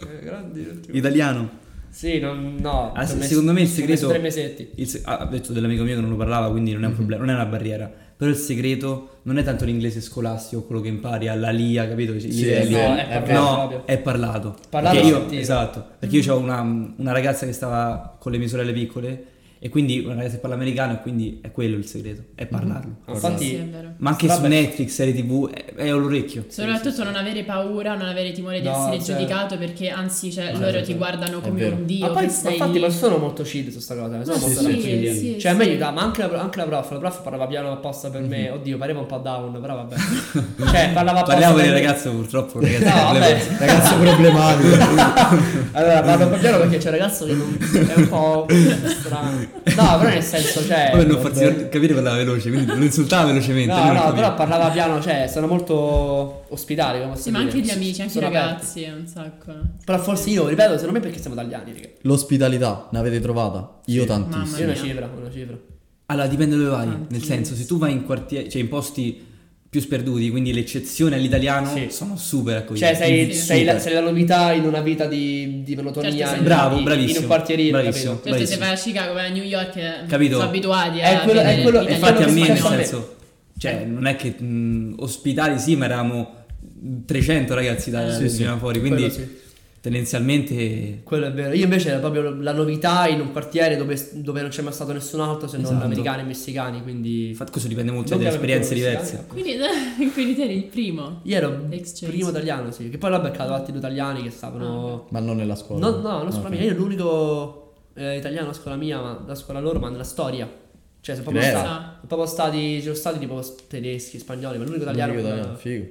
Eh, grandi tutti.
Italiano.
Sì, non, no.
Ah,
ci ho
se-
messo-
secondo me il
ci ho messo
segreto-
Tre mesetti. Mhm.
Il se- ah, ha detto dell'amico mio che non lo parlava, quindi non è un problema, non è una barriera. Però il segreto non è tanto l'inglese scolastico, quello che impari alla LIA, capito? I
Sì,
livelli.
no,
è
Eh,
parlato
no,
proprio.
è parlato.
Parlato e
Perché io,
sentito. Mhm.
esatto, perché io ho una, una ragazza che stava con le mie sorelle piccole e quindi una ragazza che parla americano e quindi è quello il segreto, è parlarlo.
Infatti,
Sì, è vero.
Ma anche
Mhm. Vabbè.
su Netflix, serie TV, è, è all'orecchio.
Soprattutto non avere paura, non avere timore di
No,
essere
cioè-
giudicato perché anzi cioè,
No,
loro
certo.
ti guardano
È
come
vero.
un dio.
ma poi,
che
ma
sei-
infatti, ma sono molto chill su sta cosa. Sono
No,
molto
sì,
tranquilli.
sì, sì,
cioè, a
sì.
me aiutava, ma anche la, anche la prof. La prof parlava piano apposta per me. Oddio, pareva un po' down, però vabbè. cioè, parlava apposta.
Mhm. Parliamo
per
del
me.
ragazzo, purtroppo, ragazzi.
No, vabbè.
Ragazzo problematico.
Allora, parlo un po' piano perché c'è un ragazzo che non, è un po' strano. No, però nel senso, cioè...
Vabbè, non farsi capire parlava veloce, quindi lo insultava velocemente.
No,
lui non
no,
capiva.
però parlava piano, cioè, sono molto ospitali, come posso
Sì, ma
dire.
anche gli amici, anche i
Sono aperti.
ragazzi, un sacco. Certo,
Però forse io, ripeto, secondo me perché siamo italiani, raga.
L'ospitalità, l'avete trovata? Io
Mamma
tantissimo.
Io una
mia.
cifra, una cifra.
Allora dipende dove vai,
Tanti.
nel senso se tu vai in quartieri, cioè in posti più sperduti, quindi l'eccezione all'italiano
Sì.
sono super accoglienti.
Cioè, sei,
Sì.
sei, la,
Super.
sei la novità in una vita di, di monotonia.
Certo, sì.
in-
Bravo,
in- In
bravissimo,
un quartierino,
bravissimo.
capito?
Certo, se
Bravissimo.
vai a Chicago, vai a New York, eh,
Capito?
sono abituati
È
a
quello- è
vedere
quello-
gli
è
Infatti a
italiani.
quello
me
che
nel
succede a me.
senso,
Eh.
cioè non è che mh, ospitali sì, ma eravamo 300 ragazzi da
Sì, sì.
fuori,
Eh, Quello
quindi
sì.
tendenzialmente
Quello è vero. Io invece era proprio la novità in un quartiere dove, dove non c'è mai stato nessun altro se non
Esatto.
americani e messicani, quindi...
infatti questo dipende molto
Non
dalle
che avevo
esperienze
quello
diverse.
messicano.
Quindi, quindi te eri il primo.
Io ero
Exchange.
primo italiano, sì. Che poi l'ho beccato altri due italiani che stavano...
Ma non nella scuola.
No, no, non scuola
Ok.
mia. Io ero l'unico eh, italiano a scuola mia, ma da scuola loro, ma nella storia. Cioè, sono proprio,
Vero.
stati, sono proprio stati... Ci sono stati tipo tedeschi, spagnoli, ma l'unico italiano...
Io
che-
italiano, figo.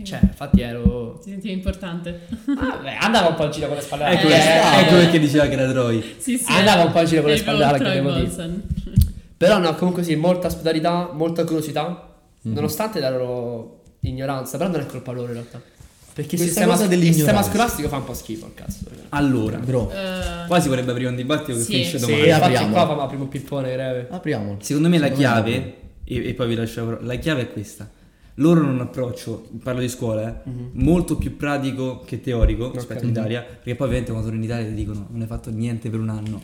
Cioè, infatti ero...
Ti sentivi importante.
Vabbè, andava un po' in giro con le spalle
Ecco,
Eh,
perché-
eh,
ecco
eh.
perché diceva che era Troy.
Sì, sì.
Andava un po' in giro con le
Eri
spalle
proprio
larghe,
Troy
devo dire.
Bolson.
Però no, comunque sì, molta ospitalità, molta curiosità,
Mhm.
nonostante la loro ignoranza, però non è colpa loro in realtà. Perché il
Questa
sistema,
cosa
il sistema
dell'ignoranza.
scolastico fa un po' schifo al cazzo. ragazzi.
Allora,
Bro,
Eh,
qua si vorrebbe aprire un dibattito che
Sì.
finisce
Sì.
domani.
E
infatti
apriamo.
qua fa ma primo pippone greve.
apriamolo.
Secondo me la
Secondo me
chiave, e, e poi vi lascio la parola, la chiave è questa. Loro hanno un approccio, parlo di scuola, eh, molto più pratico che teorico rispetto all'Italia, perché poi ovviamente quando sono in Italia ti dicono non hai fatto niente per un anno.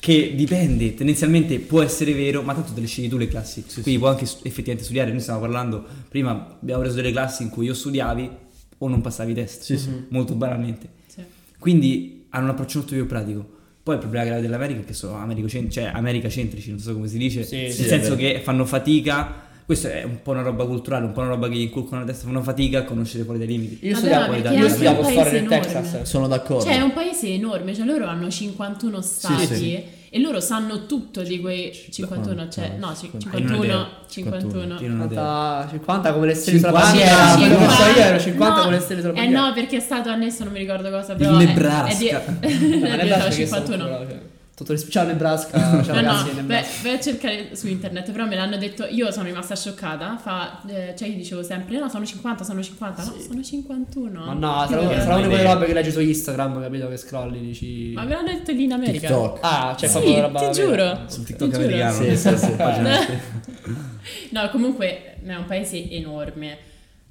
Che dipende, tendenzialmente può essere vero, ma tanto te le scegli tu le classi, quindi puoi anche s- effettivamente studiare. Noi stiamo parlando, prima abbiamo preso delle classi in cui o studiavi o non passavi i test, molto banalmente.
sì.
Quindi hanno un approccio molto più pratico. Poi il problema grave dell'America è che sono americocen- cioè, americacentrici, non so come si dice,
Sì,
nel
sì,
è
senso
vero.
che fanno fatica. Questa è un po' una roba culturale, un po' una roba che gli inculcano adesso, fanno fatica a conoscere fuori dai limiti.
Io
Madonna,
studiavo,
perché
è
io
anche
studiavo
un
storia
paese
del
enorme.
Texas.
Sono d'accordo.
Cioè, è un paese enorme, cioè loro hanno 51 stati
sì.
e loro sanno tutto di quei 51, cioè no, ci-
Ah,
51,
Io
51.
non ho
50,
idea.
50 come le stelle sulla
50,
bandiera.
sì,
quello che so io ero
no,
50 come le stelle sulla
Eh
bandiera.
no, perché è stato annesso, non mi ricordo cosa,
Il
però è-
Nebraska.
È, di-
Ma
è
Nebraska
diventato
che stavo
51.
ancora, cioè, Tutto rispetto, ciao Nebraska, ciao
No,
ragazzi,
no, beh,
Nebraska.
vai a cercare su internet, però me l'hanno detto, io sono rimasta scioccata, fa, eh, cioè io dicevo sempre, no, sono 50, sono 50, no, sono 51.
Ma no,
Sì,
sarà
perché-
sarà una di
idea.
quelle robe che leggi su Instagram, capito? Che scrolli, dici...
Ma me l'hanno detto lì in America.
TikTok.
Ah, cioè
Sì,
proprio una roba
ti
vera.
giuro.
Sul
ti
TikTok
giuro.
americano,
Sì, sì,
non so,
sì.
pagina-
Eh, No, comunque è un paese enorme.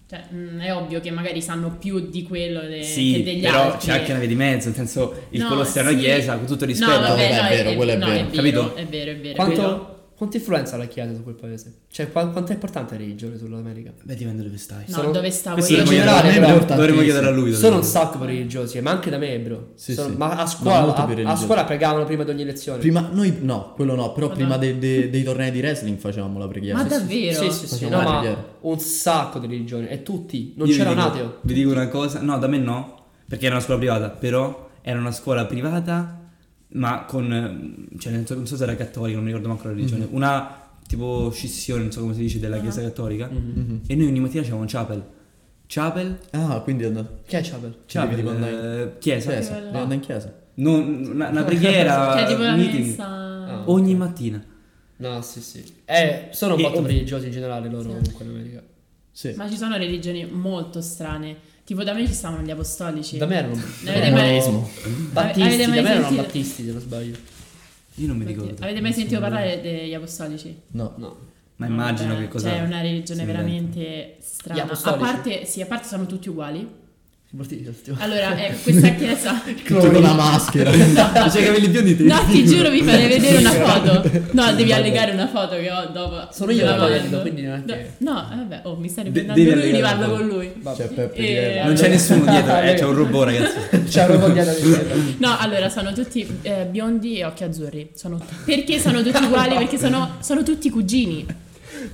Cioè, mh, è ovvio che magari sanno più di quello de- che
Sì,
degli
però
altri.
c'è anche una via di mezzo, nel senso il
No,
Colosseo è una
sì.
chiesa, con tutto rispetto.
No, vabbè,
Quello
no,
è vero, quello è
no,
vero.
Capito?
È vero, è vero. Quello-
Quanto, quanta influenza ha la Chiesa su quel paese? Cioè, qua- quanto è importante la religione sull'America?
Beh, dipende dove stai.
No,
sono-
dove stavo
Questo
io?
dovremmo
in
chiedere a
generale,
lui,
però,
dovremmo- dovremmo chiedere a lui.
Sono
dovremmo.
un sacco per religiosi, eh, ma anche da me, bro.
Sì,
Sono-
sì.
Ma a
No,
scuola,
molto
a-
più
a,
religiosi.
scuola pregavano prima di ogni lezione.
Prima, noi no, quello no, però
Ma
prima
no.
de- de- dei tornei di wrestling facevamo la preghiera.
Ma
Sì, sì,
davvero?
Sì, sì, sì.
Facciamo
No,
la
ma
preghiera.
un sacco di religioni. E tutti. Non
Io
c'era
vi
un
dico-
ateo.
Vi dico una cosa, no, da me no, perché era una scuola privata, però era una scuola privata, ma con, ehm, cioè, non so, non so se era cattolica, non mi ricordo manco la religione,
Mhm.
una tipo scissione, non so come si dice,
Ah.
della chiesa cattolica,
Mhm.
e noi ogni mattina c'avevamo un chapel, chapel,
Ah, quindi and-
Che è Chapel?
devi
chapel,
andare
eh, chiesa,
chiesa, devi andare in chiesa.
Non- una, una preghiera,
Cioè, tipo la
meeting,
messa...
Ah.
ogni mattina.
No, sì, sì. Eh, sono un
E-
po'
ov-
religiosi in generale loro comunque in America.
Sì.
Ma ci sono religioni molto strane. Tipo da me ci stavano gli apostolici.
Da me erano...
Ne avete mai-
Monoteismo.
Battisti,
Avete
da
mai
me erano
sentito-
battisti, se non sbaglio.
Io non mi
Oddio,
ricordo.
Avete mai sentito parlare degli apostolici?
No.
No.
Ma immagino
Vabbè,
che cosa...
Cioè, è una religione
si inventa.
veramente strana.
Gli
A
apostolici?
parte, sì, a parte sono tutti uguali.
Battisti, ottimo.
Allora, ecco, questa chiesa...
Tutto con la maschera.
Cioè, i capelli biondi te li
No, ti
dico.
giuro, vi farei vedere una foto. No, devi allegare una foto che ho dopo.
Sono io
Te la
che la
mando.
vedo, quindi non è che-
Ah, No, no, eh, vabbè, oh, mi stai
De-
riprendendo
devi
lui,
allegare
riparlo
la
con lui.
C'è Peppe
E-
Guerra.
Non c'è nessuno dietro, eh, c'è un robot, ragazzi.
C'è proprio dietro di sé.
No, allora sono tutti eh, biondi e occhi azzurri. Sono- Perché sono tutti uguali? Perché sono, sono tutti cugini.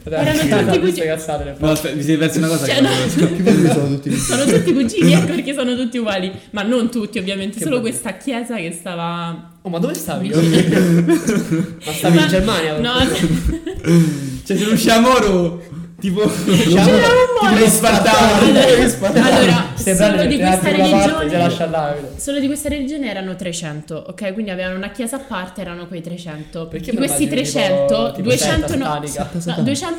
Erano
Dai, queste
tutti cugi-
cazzate le fa.
No, aspetta, mi siete persi una cosa
Cioè,
che non
no.
conosco.
Che belli sono tutti
Sono tutti cugini, ecco perché sono tutti uguali. Ma non tutti, ovviamente,
Che
solo
bello.
questa chiesa che stava.
Oh, ma dove stavi? ma stavi
Ma-
in Germania?
No,
Cioè, se non usciamo oro, tipo...
C'era un
Tipo
modo.
gli spartani. gli spartani.
Allora,
Ste braccia
solo di
te la
questa
apri una parte, te la
religione.
lascia là. capito?
Solo di questa religione erano 300, ok? Quindi avevano una chiesa a parte, erano quei 300.
Perché
di
me lo
questi
immagino tipo-
300,
tipo
200 no-
setta satanica.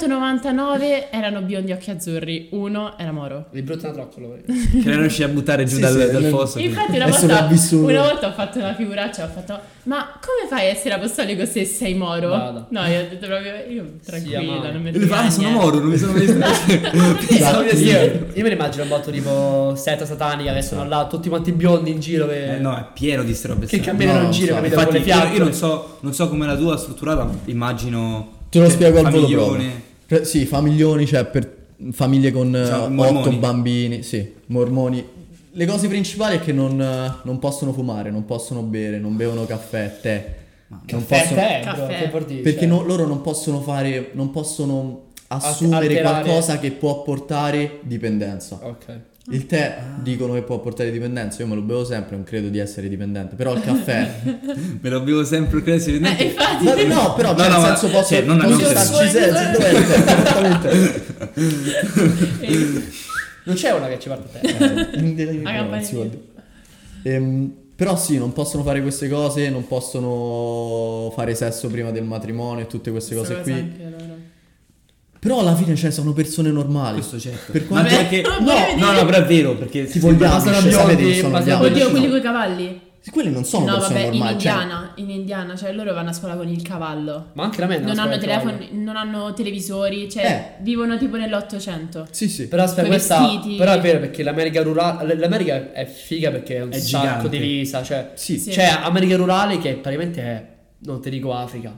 no, 299 erano biondi occhi azzurri, uno era moro.
Il brutto è una trottola.
che non riuscì a buttare giù
Sì,
dal,
sì,
dal
non-
fosso.
Infatti una
Adesso
volta,
l'ho vissuto.
una volta ho fatto una figuraccia, ho fatto ma come fai a essere apostolico se sei moro?
Vada.
No, io ho detto proprio io
ma-
tranquilla, non mi
E lui fa, ah, sono moro, non mi sono mai
Io,
Esatto.
io- io me ne immagino un botto tipo setta satanica che sono là tutti quanti biondi in giro che,
Eh, no, è pieno di ste robe
che
strane.
camminano
no,
in giro,
so.
capito?
Infatti,
con le
io,
fiamme.
io non, so, non so come la tua è strutturata, ma immagino.
Te lo
cioè,
spiego al volo
famiglione.
proprio. Cioè, sì, famiglioni, cioè per famiglie con eh,
Cioè,
otto
mormoni.
bambini, sì, mormoni. Le cose principali è che non, eh, non possono fumare, non possono bere, non bevono caffè, tè. Non possono-
Caffè, bro,
Caffè.
che vuol dire?
Perché
Cioè,
no- loro non possono fare, non possono assumere
alterare. Oh.
qualcosa che può portare dipendenza.
Ok.
Il tè dicono che può portare dipendenza, io me lo bevo sempre, non credo di essere dipendente, però il caffè...
Me lo bevo sempre cresci.
Eh, infatti,
no, no, però
No,
cioè,
no,
nel
ma-
senso posso,
cioè, non
posso
abbiamo
starci
senso.
senza, dov'è il tè? Esattamente.
Non c'è una che ci parte a te.
Indelebilmente,
A campanellina.
si può dire. Ehm, però sì, non possono fare queste cose, non possono fare sesso prima del matrimonio e tutte queste cose qui. Però alla fine, cioè, sono persone normali.
Questo certo.
Per
Ma
quanto-
perché-
Vabbè,
no, no, però è vero perché
Tipo gli
Basano
Amish, sapete
biondi,
che sono gli
Basano
Amish?
Oddio,
no.
quelli coi cavalli?
Quelli non sono
no,
persone
vabbè, in
normali. cioè-
Indiana, in Indiana, cioè loro vanno a scuola con il cavallo.
Ma anche la me è una
Non
scuola
hanno
di
telefoni, non hanno televisori, cioè
Eh.
vivono tipo nell'Ottocento.
Sì, sì.
Però aspetta,
Coi
questa
vestiti.
però è vero perché l'America rurale l'America è figa perché è un
È
sacco
gigante.
divisa, cioè
Sì.
Sì.
cioè America rurale che praticamente è non ti dico Africa.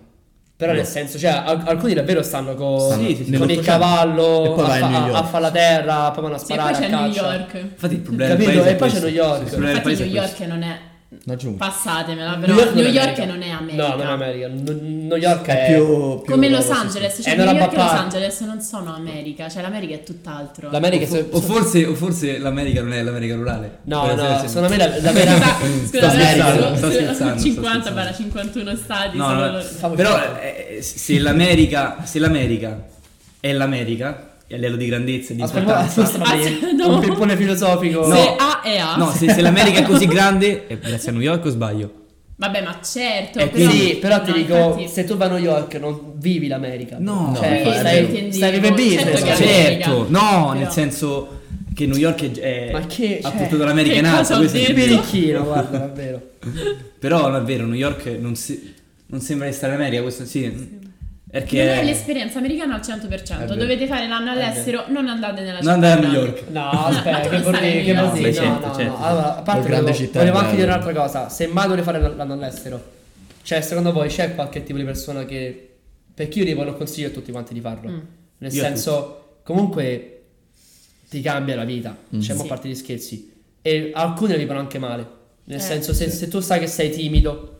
Però
No.
nel senso, cioè al- alcuni davvero stanno co-
Stanno
con, il
nell'Ottocento. E
cavallo
poi
a,
vai a New
fa-
York.
a fare la terra, poi vanno a
Sì, e poi
sparare
c'è
a
New
caccia.
York.
Infatti il problema
Capito?
del paese
E
è
poi c'è
questo.
New York.
Il problema del
Infatti
paese
New
è questo.
York non è
No, giù.
passatemela,
New
però
York non
New
è
York
America.
non è America.
No, non è America. N- New York è,
È cioè, più, più
Come
una
Los
cosa, sì,
Angeles,
sì.
cioè
È una
New York e
roba
Los
par-
Angeles non sono America, cioè l'America è tutt'altro.
L'America
O, fo- o cioè, forse, o forse l'America non è l'America rurale.
No,
Potrebbe
no,
essere-
secondo me la, la
Scusa,
vera
scherzando,
scusa, adesso-
sto scherzando, sto
50
scherzando.
para 51 stati
No,
sono
no,
loro.
Stavo
però
scherzando.
eh, se l'America, se l'America è l'america e a livello di grandezza e di
Aspetta,
importanza
aspetta,
Aspetta, no.
un pippone filosofico.
No.
Se A è A.
No, se, se l'America è così grande, è grazie a New York o sbaglio?
Vabbè, ma certo,
Eh,
però,
sì, però ti
no,
dico,
infatti-
se tu vai a New York non vivi l'America.
No,
cioè,
no, è
stai,
vero.
stai per
Certo
business.
che è
cioè.
vero.
certo, no, nel
Però-
senso che New York è, è
Ma che-
ha
cioè,
portato l'America
che
in alto,
cosa ho
questo è il
detto?
vero.
Birichino, guarda, davvero.
Però non è vero, New York non, si- non sembra di stare in America, questo sì. Perché
Non è l'esperienza americana al 100%,
vero.
dovete fare l'anno all'estero, non andate nella città.
non andare a New
grande.
York.
No,
Ma
aspetta,
tu
che
non
vorrei
stai
che
in
vorrei-
Beh,
no,
certo,
no,
certo.
no. Allora, a parte
Col grande
volevo-
città
volevo
è
anche dire
bello.
un'altra cosa, se mai dovrei fare l'anno all'estero, cioè secondo voi c'è qualche tipo di persona che perché io devo non consiglio a tutti quanti di farlo.
Mm.
Nel
Io a
senso comunque ti cambia la vita,
Mm.
cioè mo
Sì.
a parte gli scherzi e alcuni la vivono anche male. Nel
Eh.
senso se, se tu sai che sei timido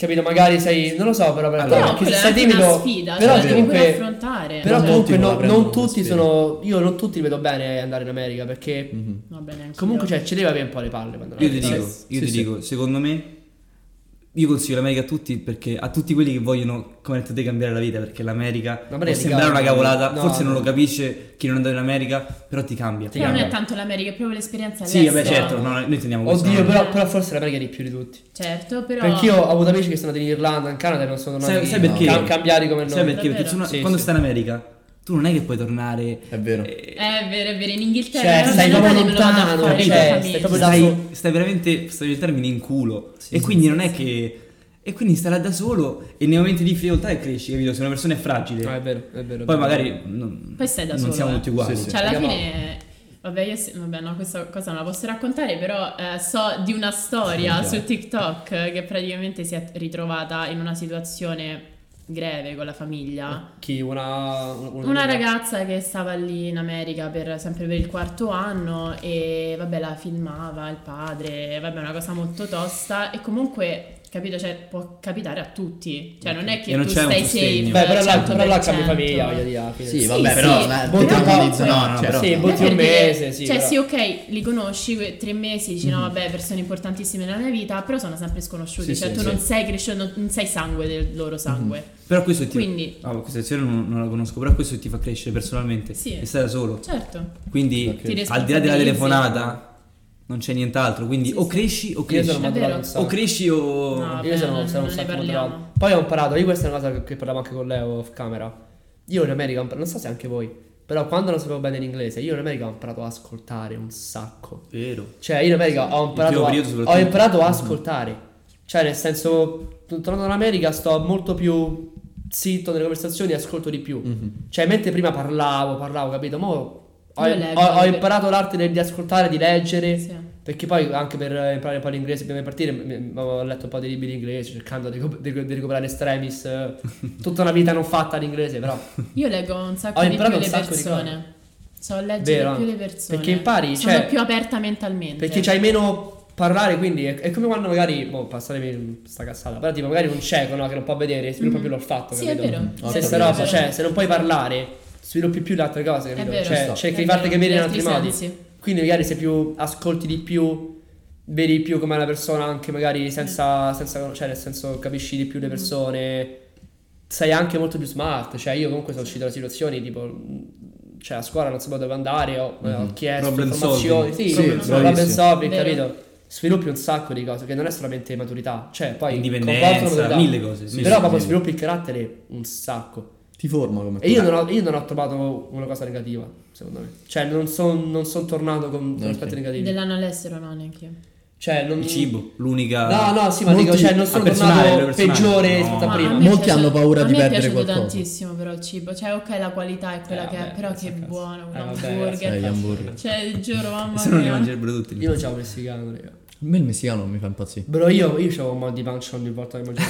Capito, magari sei, non lo so, però per
Allora,
però
quella
che se
è
sei
anche una
timido,
sfida,
però
cioè,
comunque
devi affrontare.
Però
Non
comunque
tutti
no-
la prendono
non
come
tutti
sfida.
sono. Io non tutti li vedo bene andare in America perché.
Mhm,
Vabbè, neanche
Comunque,
io.
cioè, ci deve avere un po' le palle quando
Mhm. Io ti
vai.
dico, io
Sì,
ti
sì.
dico, secondo me io consiglio l'America a tutti perché a tutti quelli che vogliono come hai detto te cambiare la vita perché l'America
Ma
può
perché ti
sembrare una
cambia?
cavolata,
No,
forse non
no.
lo capisce chi non è andato in America, però ti cambia.
Però non è tanto l'America, è proprio l'esperienza
Sì, vabbè,
all'estero.
certo, no, no, noi teniamo questo.
Oddio,
no?
però, però forse l'America è di più di tutti.
Certo, però
Perché io ho avuto amici che sono andati in Irlanda, in Canada e non sono tornati
Sai, sai perché?
cam- cambiati come noi.
Sai perché? Perché
Davvero?
tu no-
Sì,
quando
sì.
stai in America tu non è che puoi tornare
È vero.
eh,
è vero, è vero, in Inghilterra
Cioè,
Vabbè,
stai
Natale
proprio
me lo vado a
lontano,
fare
cioè,
con la
stai
famiglia.
proprio da solo.
stai, stai veramente, passami il termine, in culo. e quindi non è che... E quindi stai là da solo e nei momenti di difficoltà e cresci, capito? Se una persona è fragile.
Ah, è vero, è vero. è
Poi
vero.
magari non,
Poi stai da
non
solo,
siamo
eh.
tutti uguali.
Sì, sì.
Cioè, alla
Raga, ma-
fine, vabbè, io se- vabbè, no, questa cosa non la posso raccontare, però eh, so di una storia
Sì,
su TikTok eh, che praticamente si è ritrovata in una situazione greve con la famiglia.
Ah, Chi? Una.
Una ragazza che stava lì in America per, sempre per il quarto anno e vabbè la filmava il padre, vabbè una cosa molto tosta e comunque capito? Cioè, può capitare a tutti. Cioè, non è che
E non
tu
c'è un
stai safe.
sostegno.
Beh, però là,
al
però là cambi
100%.
famiglia, voglio dire, alla fine.
Sì,
Sì,
vabbè,
sì.
però la-
Botti un po'.
totalizzo, no,
No,
cioè,
no,
sì,
no.
Non è
botti un
per dire-
mese, sì. Mhm.
Cioè,
però-
sì, ok, li conosci que- tre mesi, dici no, vabbè, persone importantissime nella mia vita, però sono sempre sconosciuti.
Sì,
cioè,
sì,
tu
sì.
non sei cresciuto, non- non sei sangue del loro sangue.
Però questo ti...
Quindi,
Ah, questa azione non, non la conosco, però questo ti fa crescere personalmente
Sì.
e stai da
Mhm.
solo.
certo.
Quindi al di là
Ti
della
responsabilizzi.
telefonata non c'è nient'altro, quindi
Sì,
o
sì.
cresci o
Io
cresci.
sono
È
maturato un
vero.
O
sacco.
cresci o...
No.
Io sono,
Vabbè,
sono un
non ne
sacco
parliamo.
moderato. Poi ho imparato, io questa è una cosa che, che parlavo anche con Leo off camera. Io in America, ho impar- non so se anche voi, però quando non sapevo bene l'inglese, io in America ho imparato ad ascoltare un sacco.
Vero.
Cioè, io in America ho imparato,
primo
a,
periodo
ho
soprattutto. Mm.
imparato a ascoltare. Cioè, nel senso, tornando dall'America sto molto più zitto nelle conversazioni e ascolto di più.
Mhm.
Cioè, mentre prima parlavo, parlavo, capito? Mo ho,
Io leggo,
ho- ho
perché-
imparato l'arte del- di ascoltare, di leggere.
Sì.
Perché poi anche per eh, imparare un po' l'inglese prima di partire mi- mi- ho letto un po' di libri in inglese cercando di, co- di- di recuperare Estremis, eh, tutta una vita non fatta all'inglese però
Io leggo un sacco
Ho
di più
imparato
le
un sacco di
persone. So leggere
Vero,
più le persone.
perché impari,
Sono
cioè-
più aperta mentalmente.
perché c'hai meno parlare quindi è, è come quando magari, boh passatemi sta cazzata, però tipo magari un cieco no, che non può vedere sviluppa
Mhm.
più l'olfatto
Sì,
capito?
è vero.
Ho
Stessa
capito.
roba, cioè se non puoi parlare sviluppi più le altre cose
È
capito?
vero.
cioè
È
cerchi di
vero,
farti capire in
gli
altri modi
sensi.
Quindi magari sei più ascolti di più, vedi di più com'è la persona, anche magari senza, senza cioè nel senso capisci di più le persone, sei anche molto più smart, cioè io comunque sono uscito da situazioni tipo mh, cioè a scuola non sapevo dove andare, ho, eh, ho chiesto
Mm-hmm. Problem
informazioni,
solving.
sì,
Sì,
problem solving,
bravissimo.
solving,
Vero.
capito? Sviluppi un sacco di cose che non è solamente maturità, cioè poi comportano
Indipendenza,
maturità,
mille cose. sì,
però
sì,
proprio
sì.
sviluppi il carattere un sacco.
Ti forma come
E io non, ho, io non ho trovato una cosa negativa, secondo me. Cioè, non sono tornato con, con
Ok.
aspetti negativi.
Dell'anno all'estero, no, neanche io.
Cioè, non...
Il cibo, l'unica...
No, no, sì, ma
Molti-
dico, cioè, non sono
al personale,
tornato
al personale.
peggiore
No.
rispetto a
Ma a
prima.
me è
Molti
piaciuto-
hanno paura di
A me è
perdere
piaciuto
qualcosa.
tantissimo però il cibo, cioè ok la qualità è quella
Eh,
che è,
vabbè,
però
cazzo,
che
cazzo.
buono, un
Eh, vabbè,
hamburger.
Eh, gli hamburger.
Cioè, giuro, mamma
Se non li
mia.
mangerebbero tutti.
Io non c'avevo messicano, raga.
A me il messicano non mi fa impazzire.
Però io, io c'avevo un mal di pancia ogni volta che mangiavo.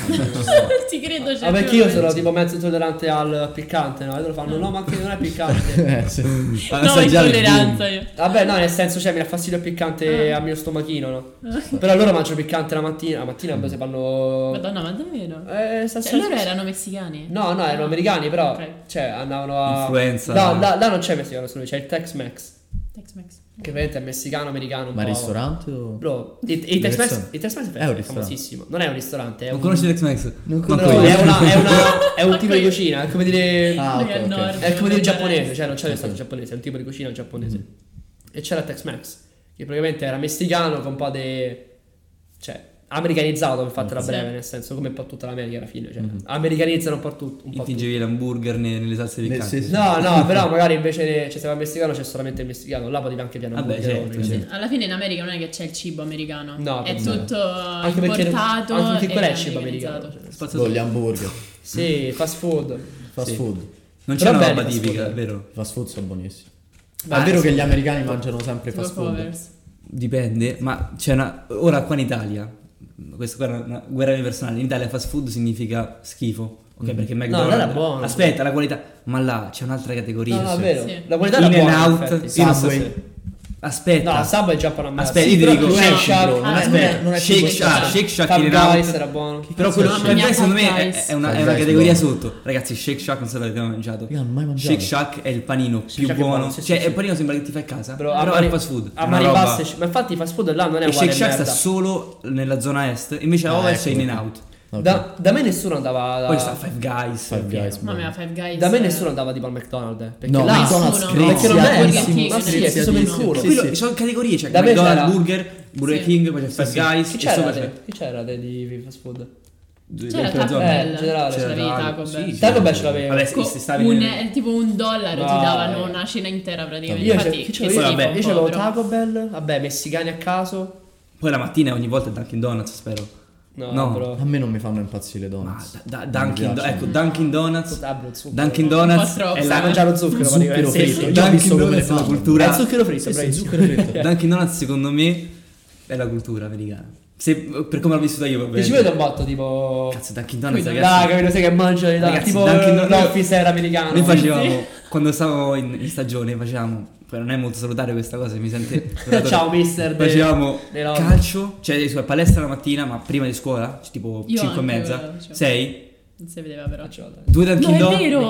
Ti credo, cioè.
Ah, perché
giuro,
io sono tipo mezzo intollerante al piccante, no? E loro
Ah.
fanno, no, ma anche non è piccante.
Eh, sì.
No, intolleranza io.
Vabbè, no, nel senso, cioè, mi dà fastidio il
Ah.
piccante al mio stomachino, no? Però loro mangiano piccante la mattina, la mattina poi se fanno...
Madonna, ma davvero?
Eh, sta
Cioè, loro erano messicani?
No, no, erano americani, però.
Ok.
Cioè, andavano a.
Influenza.
No, là, là non c'è messicano solo, c'è il Tex Mex.
Tex-Mex.
Che veramente è messicano americano. Un
Ma
po'.
ristorante o...
Bro, il, il Tex Mex
Diverso.
il Tex Mex
È
è,
un ristorante.
famosissimo. Non è un ristorante, è
Non
un.
conosci Tex Mex?
Non
Manco
No,
conosco.
io.
è, una- è una- è un tipo di cucina, è come dire.
Ah,
Lui è
ok,
al
ok.
nord.
È come dire giapponese,
Sì.
cioè non c'è stato giapponese, è un tipo di cucina giapponese.
Mm-hmm.
E c'era Tex Mex, che praticamente era messicano con un po' di. cioè, americanizzato per fartela
Mm-hmm.
Sì.
breve, nel senso, come un po' tutta l'America alla fine. Cioè, americanizzano un po' tutto. Un po tutto.
Intingevi l'hamburger ne- nelle salse
Nel
piccanti.
senso-
No, no, però magari invece cioè, se va il messicano c'è solamente il messicano, là potevi anche piano
Vabbè,
hamburgerone,
certo,
cioè.
certo.
Alla fine in America non è che c'è il cibo americano.
No,
è
per
tutto
Anche perché
importato.
anche perché
e
quello è il cibo
americanizzato.
americano. cioè.
Spazzatura.
Boh, gli hamburger.
Sì, fast food.
Fast
Sì.
food.
Non c'è
Però
una
belli
roba
fast
tipica,
food.
vero?
Fast food sono buonissimi. Ma
Ma
è vero che gli americani mangiano sempre
Tipo
fast food.
covers.
Dipende, ma c'è una... Ora qua in Italia, questa qua è una- una guerra mia personale, in Italia fast food significa schifo, ok? Perché McDonald's...
là Mm. era buono.
Aspetta, la qualità... Ma là c'è un'altra categoria.
No, no, è
sì.
vero.
Sì.
La qualità era
In and
buona. in
out,
effetti.
sì, non so
Subway.
se- Aspetta.
No, Subway è già buona merda.
Aspetta,
Sì,
io ti
però
dico,
Shake
esci,
Shack,
bro, non
Ah,
è-
sì.
non è- non è
Shake
tipo-
Shack,
Shack.
Shake Shack in
Five
and
Guys
out.
era buono.
Però
cazzo è
quello
Shake
per me
Shack?
secondo me è,
Guys.
è una, è
Five
una
Esatto.
Guys,
categoria
buono.
sotto. Ragazzi, Shake Shack non so se l'avete mai mangiato.
Io non ho mai mangiato.
Shake Shack è il panino più
Shack è
buono.
buono, sì,
cioè,
sì,
il
sì.
panino sembra che ti fai a casa.
Bro,
però
mani-
è fast food.
A
è una
mani
roba-
basse. Ma infatti il fast food là non è
E
uguale
Shake
a
Shack sta
merda.
solo nella zona est, invece a
Ah,
ovest c'è
ecco.
in and out.
Ok.
Da, da me nessuno andava.
Poi sta Five Guys.
Five Guys.
Mamma mia, Five Guys.
Da me nessuno andava tipo al McDonald's. eh, Perché
No,
là
McDonald's
Perché
nessuno.
non è
Grazie, grazie,
McDonald's, ma sì, è
grazie,
preso per il
grazie.
culo.
Sì,
Quello-
sì.
ci sono categorie, c'è
Da me
McDonald's,
c'era-
Burger, Burger
Sì.
King, poi c'è Five Guys
Chi
e
c'era
sopra c'è
te? Chi c'era te di fast food?
C'era
della
Taco
zona.
Eh,
Bell.
in generale.
c'era
C'era
Taco
Taco,
Bell.
sì.
Taco Bell ce l'avevo.
Vabbè, sì,
Co-
si stavi
un,
nel-
eh, tipo un dollaro
No,
ti davano
eh.
una cena intera praticamente.
Io,
Infatti,
c'avevo-
esatto. che
chi c'avevo-
schifo,
io c'avevo
però.
Taco Bell, vabbè, messicani a caso.
Poi la mattina ogni volta è Dunkin' Donuts, spero.
No,
No.
bro.
A me non mi fanno impazzire le
Ma
donuts. Non
da- da-
mi
Dunkin', Do-
piacciono.
ecco, Dunkin' Donuts.
Ah, bro, zucchero.
Dunkin'
Un po'
Donuts
troppo.
è
Stai
la
mangiando zucchero, ma dico,
Zucchero
eh, sì,
fritto.
sì.
Io ho visto
Dunkin'
come le
Donuts è la
fanno.
cultura.
È zucchero fritto,
Sì, sì,
bravissimo.
zucchero fritto.
Dunkin' Donuts secondo me è la cultura americana. Se- per come l'ho vissuta io, va bene.
Dici, vedo botto tipo.
Cazzo, Dunkin' Donuts,
Quindi,
ragazzi.
Dai, capito, sai che mangia di là.
Ragazzi,
tipo
Dunkin' Donuts-
l'office era americano.
Noi
Sì.
facevamo, quando stavamo in, in stagione, facevamo, poi non è molto salutare questa cosa, mi sente...
Ciao, mister. de-
Facevamo
de roba.
calcio, cioè su- palestra la mattina, ma prima di scuola, cioè, tipo
Io
5 e
anche,
mezza,
diciamo.
guarda, cioè.
6,
Non si vedeva però.
Faccio la testa.
due Dunkin'
No, è
Donuts,
vero!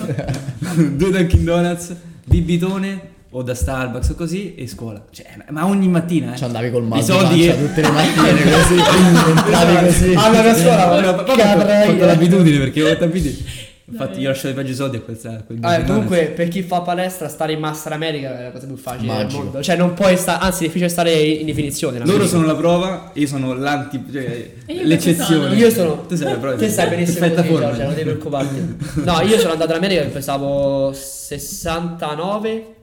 Incazzata.
due Dunkin' Donuts, bibitone o da Starbucks o così e scuola. Cioè, ma- ma ogni mattina, eh.
Ci andavi col mal
I
di
soldi
pancia
che-
tutte le mattine così, entravi così.
Allora, a scuola,
Eh,
allora,
Ho fatto
Carraia.
l'abitudine perché ho capito. Infatti io ho lasciato i peggio soldi a questa a quel
Vabbè,
Dunkin' Donuts.
comunque, per chi fa palestra, stare in Master America è la cosa più facile
Magico.
del mondo. Cioè, non puoi stare. Anzi, è difficile stare in definizione. la
Loro
verità.
sono la prova, io sono l'anti. Cioè,
E io
l'eccezione.
cosa sono?
Io sono.
Tu sei la prova.
Te stai benissimo
Perfetta
così,
forma.
Giorgia, non devi preoccuparti. No, io sono andato in America che pesavo 69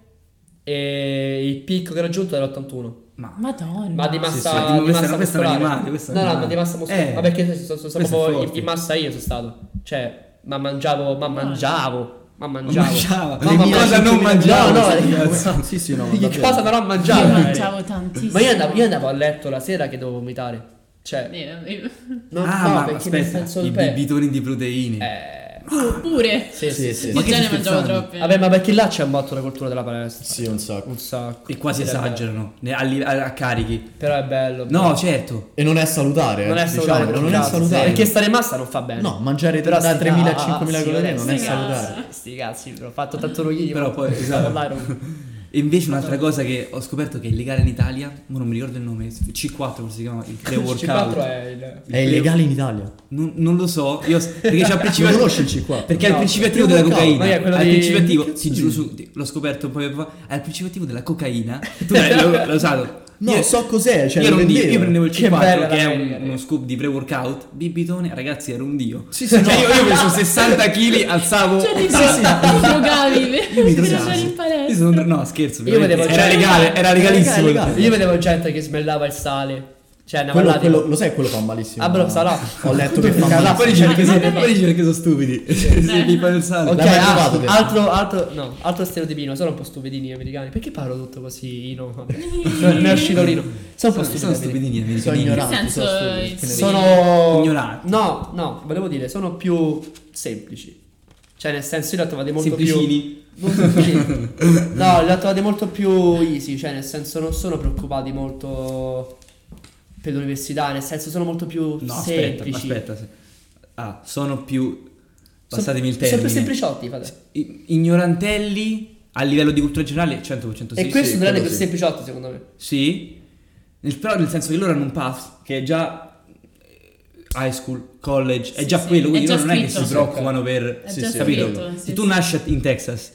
e il picco che ho raggiunto era 81.
Ma
Madonna.
Ma di
sì,
massa,
sì,
di
questa-
massa
questa è un
muscolare.
animale, questa è
no,
un
no, ma
animale.
di massa muscolare.
Eh,
ma perché sono, sono, sono
questo è
proprio in,
forte. Ah.
in massa io sono stato. Cioè, ma mangiavo, ma mangiavo, ma mangiavo.
mangiava.
Mamma mia,
cosa non
sentimi-
mangiavo?
No, eh, no,
Sì, sì, no,
che
vabbè.
cosa però
Io
mangiavo?
mangiavo tantissimo.
Ma io andavo, io andavo a letto la sera che dovevo vomitare. Cioè,
Eh, eh,
non
ah,
no,
ma
perché mi
aspetta,
senso
i
il pe-
bibitoni di proteine.
Eh,
pu- Pure.
sì, sì,
Sì,
sì.
sì.
Io
Ma che
già ne
stai
mangiavo
scherzando?
troppe.
Vabbè, ma perché là c'è molto la cultura della palestra?
Sì, un sacco.
Un sacco.
E quasi
Eh. Sì, è bello.
esagerano ne- a, li- a- a carichi.
Però è bello.
No, certo.
E non è salutare, eh,
non è
cioè, diciamo,
salutare. per
non
un
è
cazzo,
salutare.
Perché stare in massa non fa bene.
No, mangiare
Però
da
sti
3.000
cazzi,
5.000 calorie non è
ah, sì,
salutare.
Sti cazzi, però ho fatto tanto roghini.
Però
ma-
poi, esatto. E invece un'altra cosa che ho scoperto che è legale in Italia, ma non mi ricordo il nome, C4 come si chiama, il
Il
pre-workout.
C4 è il...
È illegale in Italia.
Non, non lo so, io perché c'è il
Non
principio
conosci il C4?
Perché
No,
al principio attivo
no,
della
no,
cocaina,
ma è quello
al
di-
principio
che
attivo,
cazzo
sì, giuro su, l'ho scoperto un po' di tempo fa, al principio attivo della cocaina, tu l'hai l'ho- l'ho usato.
No,
io,
so cos'è, cioè
io,
lo
ero un dio,
vendevano.
io prendevo il
Che bella
C4 che è
la
un-
America.
uno scoop di pre-workout, bibitone, ragazzi era un dio.
Sì, sì,
Cioè
no.
io, io peso 60 kg, alzavo
Cioè, ti
Sì, sì.
ti drogavi.
Io mi
ti
drogavo.
in
Io
palestra.
sono no, scherzo,
Io
veramente.
vedevo-
era legale, era legalissimo.
Era legale.
Io vedevo gente che smellava il sale. Cioè, andava
Quello,
là,
quello-
tipo-
lo sai che quello fa malissimo.
Ah, bro,
ma-
sarà.
Ho letto che fa
Sarà.
malissimo.
Poi dici perché
Ma-
so-
ma-
poi dici perché sono stupidi. Se ti fai il sale.
Ok,
L'hai mai
ah,
provato te?
altro, altro, no, altro stereotipino, sono un po' stupidini gli americani. Perché parlo tutto così? No, vabbè.
Mm.
Mi è uscito l'ino. Sono un po'
Sono, sono
stupidini.
stupidini americani.
Sono ignoranti.
Nel senso,
sono stupidi.
eh,
Che ne
sì.
dici?
Sono
Ignoranti.
No, no, volevo dire, sono più semplici. Cioè, nel senso, io li ho trovati molto più.
Semplicini.
Non semplicini. no, li ho trovati molto più easy. Cioè, nel senso, non sono preoccupati molto per l'università. Nel senso, sono molto più
No, aspetta,
semplici.
aspetta. se- Ah, sono più
Sono-
passatemi il
Sono
termine.
più sempliciotti, frate.
I- Ignorantelli a livello di cultura generale 100% sì.
e questo
sì,
non è
quello
più
sì.
sempliciotti, secondo me.
Sì. Nel- però nel senso che loro hanno un path che è già eh, high school, college, è
Sì,
già
sì,
quello,
è
quindi
già
loro non è che
scritto.
si preoccupano per
È
Sì,
già
sì,
capito?
scritto, sì,
se tu
sì.
nasci in Texas,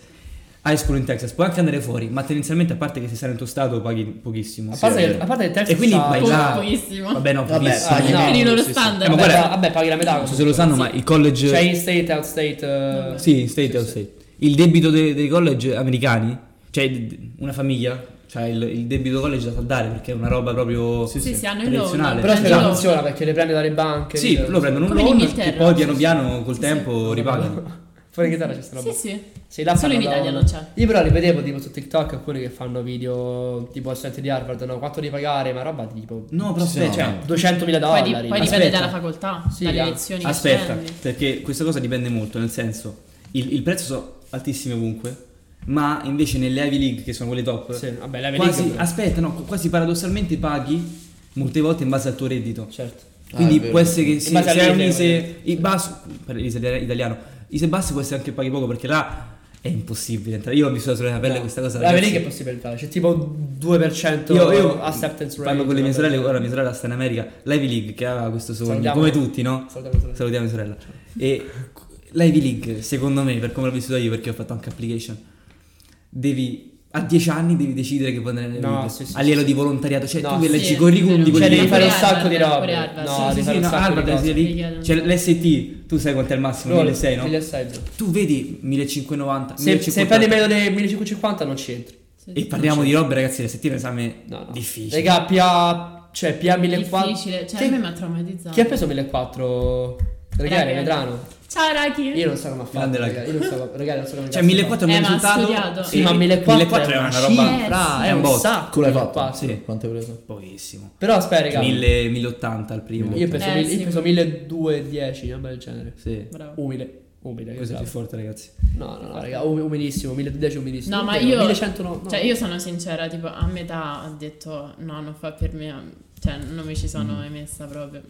high school in Texas, puoi anche andare fuori, ma tendenzialmente a parte che se sei nel tuo stato paghi pochissimo.
A parte,
è
che,
vero.
a parte che il terzo
E quindi
c'ha-
vai
Po-
là.
pochissimo.
Vabbè, no,
Vabbè,
pochissimo.
paghi
no,
meno,
per i loro
sì, sì.
standard.
Eh, ma
vabbè,
guarda-
pa- vabbè, paghi la metà.
Non so se lo sanno, ma il college.
Cioè, in state, out state. eh,
Vabbè.
Sì, state o state. Il debito de- dei college americani, cioè d- una famiglia, cioè il, il debito college da saldare perché è una roba proprio
Sì,
Sì, sì, hanno il
tradizionale.
loan.
Però aspetta,
Esatto.
funziona perché le prende dalle banche.
Sì,
dice-
loro prendono un
Come
loan
l'Inghilterra,
e poi piano
sì, sì.
piano col
Sì,
tempo
sì.
ripagano.
Fuori chitarra c'è sta roba.
Sì, sì.
Sì, là
Solo in
fanno-
Italia non c'è.
Io però li vedevo tipo su TikTok alcuni che fanno video tipo al studente di Harvard, no, quanto devi pagare, ma roba di tipo
No, però
Sì,
aspetta,
no,
cioè,
no.
200.000
Poi,
dollari.
di- poi dipende
Aspetta.
dalla facoltà,
Sì,
dalle
ah.
lezioni che
cioè, aspetta,
prendi.
perché questa cosa dipende molto, nel senso il, il prezzo sono altissimi ovunque, ma invece nelle Ivy League che sono quelle top,
Sì, vabbè, la
quasi,
League-
aspetta, no, quasi paradossalmente paghi molte volte in base al tuo reddito.
certo.
Ah,
Quindi
è vero.
può essere che se,
base
se
all'idea,
hai un ISE,
ovviamente.
i basso, per l'ISE itali- italiano, ISE basso può essere anche paghi poco perché là è impossibile entrare. Io ho vissuto sulla mia pelle
No.
questa cosa.
La
ragazzi.
Ah. vedi che possibilità? C'è tipo 2%
Io, io
acceptance rate.
parlo con le mie
vabbè.
sorelle, ora mia sorella sta in America, l'Ivy League che aveva questo sogno,
Salutiamo.
come tutti, no?
Salutiamo le sorelle.
Salutiamo mia sorella. E l'Ivy League, secondo me, per come l'ho vissuta io, perché ho fatto anche application, devi... A 10 anni devi decidere che puoi andare nell'Ivy
No,
League,
sì, sì,
a livello
sì.
di volontariato, cioè
No,
tu che
sì,
leggi i
è
curriculum
vero.
di quelli
Cioè,
Pure
devi fare un
Harvard,
sacco di
pure
robe.
Harvard,
No,
sì,
devi fare
sì, sì,
un
no,
sacco
Harvard,
di
sì,
cose.
lì-
Richiedono.
c'è l'ST, tu sai quanto è il massimo, 1600, no?
1600.
Tu vedi 1590,
Se,
1050,
se prendi meno dei 1550 non c'entri.
Sì,
e
sì.
parliamo di robe ragazzi, la settimana è un esame
No, no.
difficile.
Raga, PA. Cioè, PA 1400.
Difficile, cioè
Chi-
a me mi ha traumatizzato.
Chi ha preso 1400? Regà,
Raga,
è vetrano.
Ciao Raki.
Io non so come ha fatto.
Grande la-
Raga. Io non so, raga, non so come
Cioè,
cazzo
1400 è
Eh,
un
ma ha
risultato.
studiato.
fa. Sì, ma
1400 è una roba.
Eh,
Fra,
sì.
è
È un
un
botto.
sacco.
Tu l'hai
di
fatto?
roba, sì.
Quanto hai preso?
Pochissimo.
Però aspetta, raga.
1000 1080 al primo.
Io penso,
Eh,
mille-
sì.
io penso 1210, una roba del genere.
Sì.
Bravo.
Umile. Umile. che
Questo è
bravo.
più forte, ragazzi.
No, no, no, raga, um- umilissimo, 1010 umilissimo.
No,
Non
ma
vero,
io,
1109, no.
cioè, io sono sincera, tipo a metà ho detto no, non fa per me, cioè non mi ci
Mm.
sono mai messa proprio.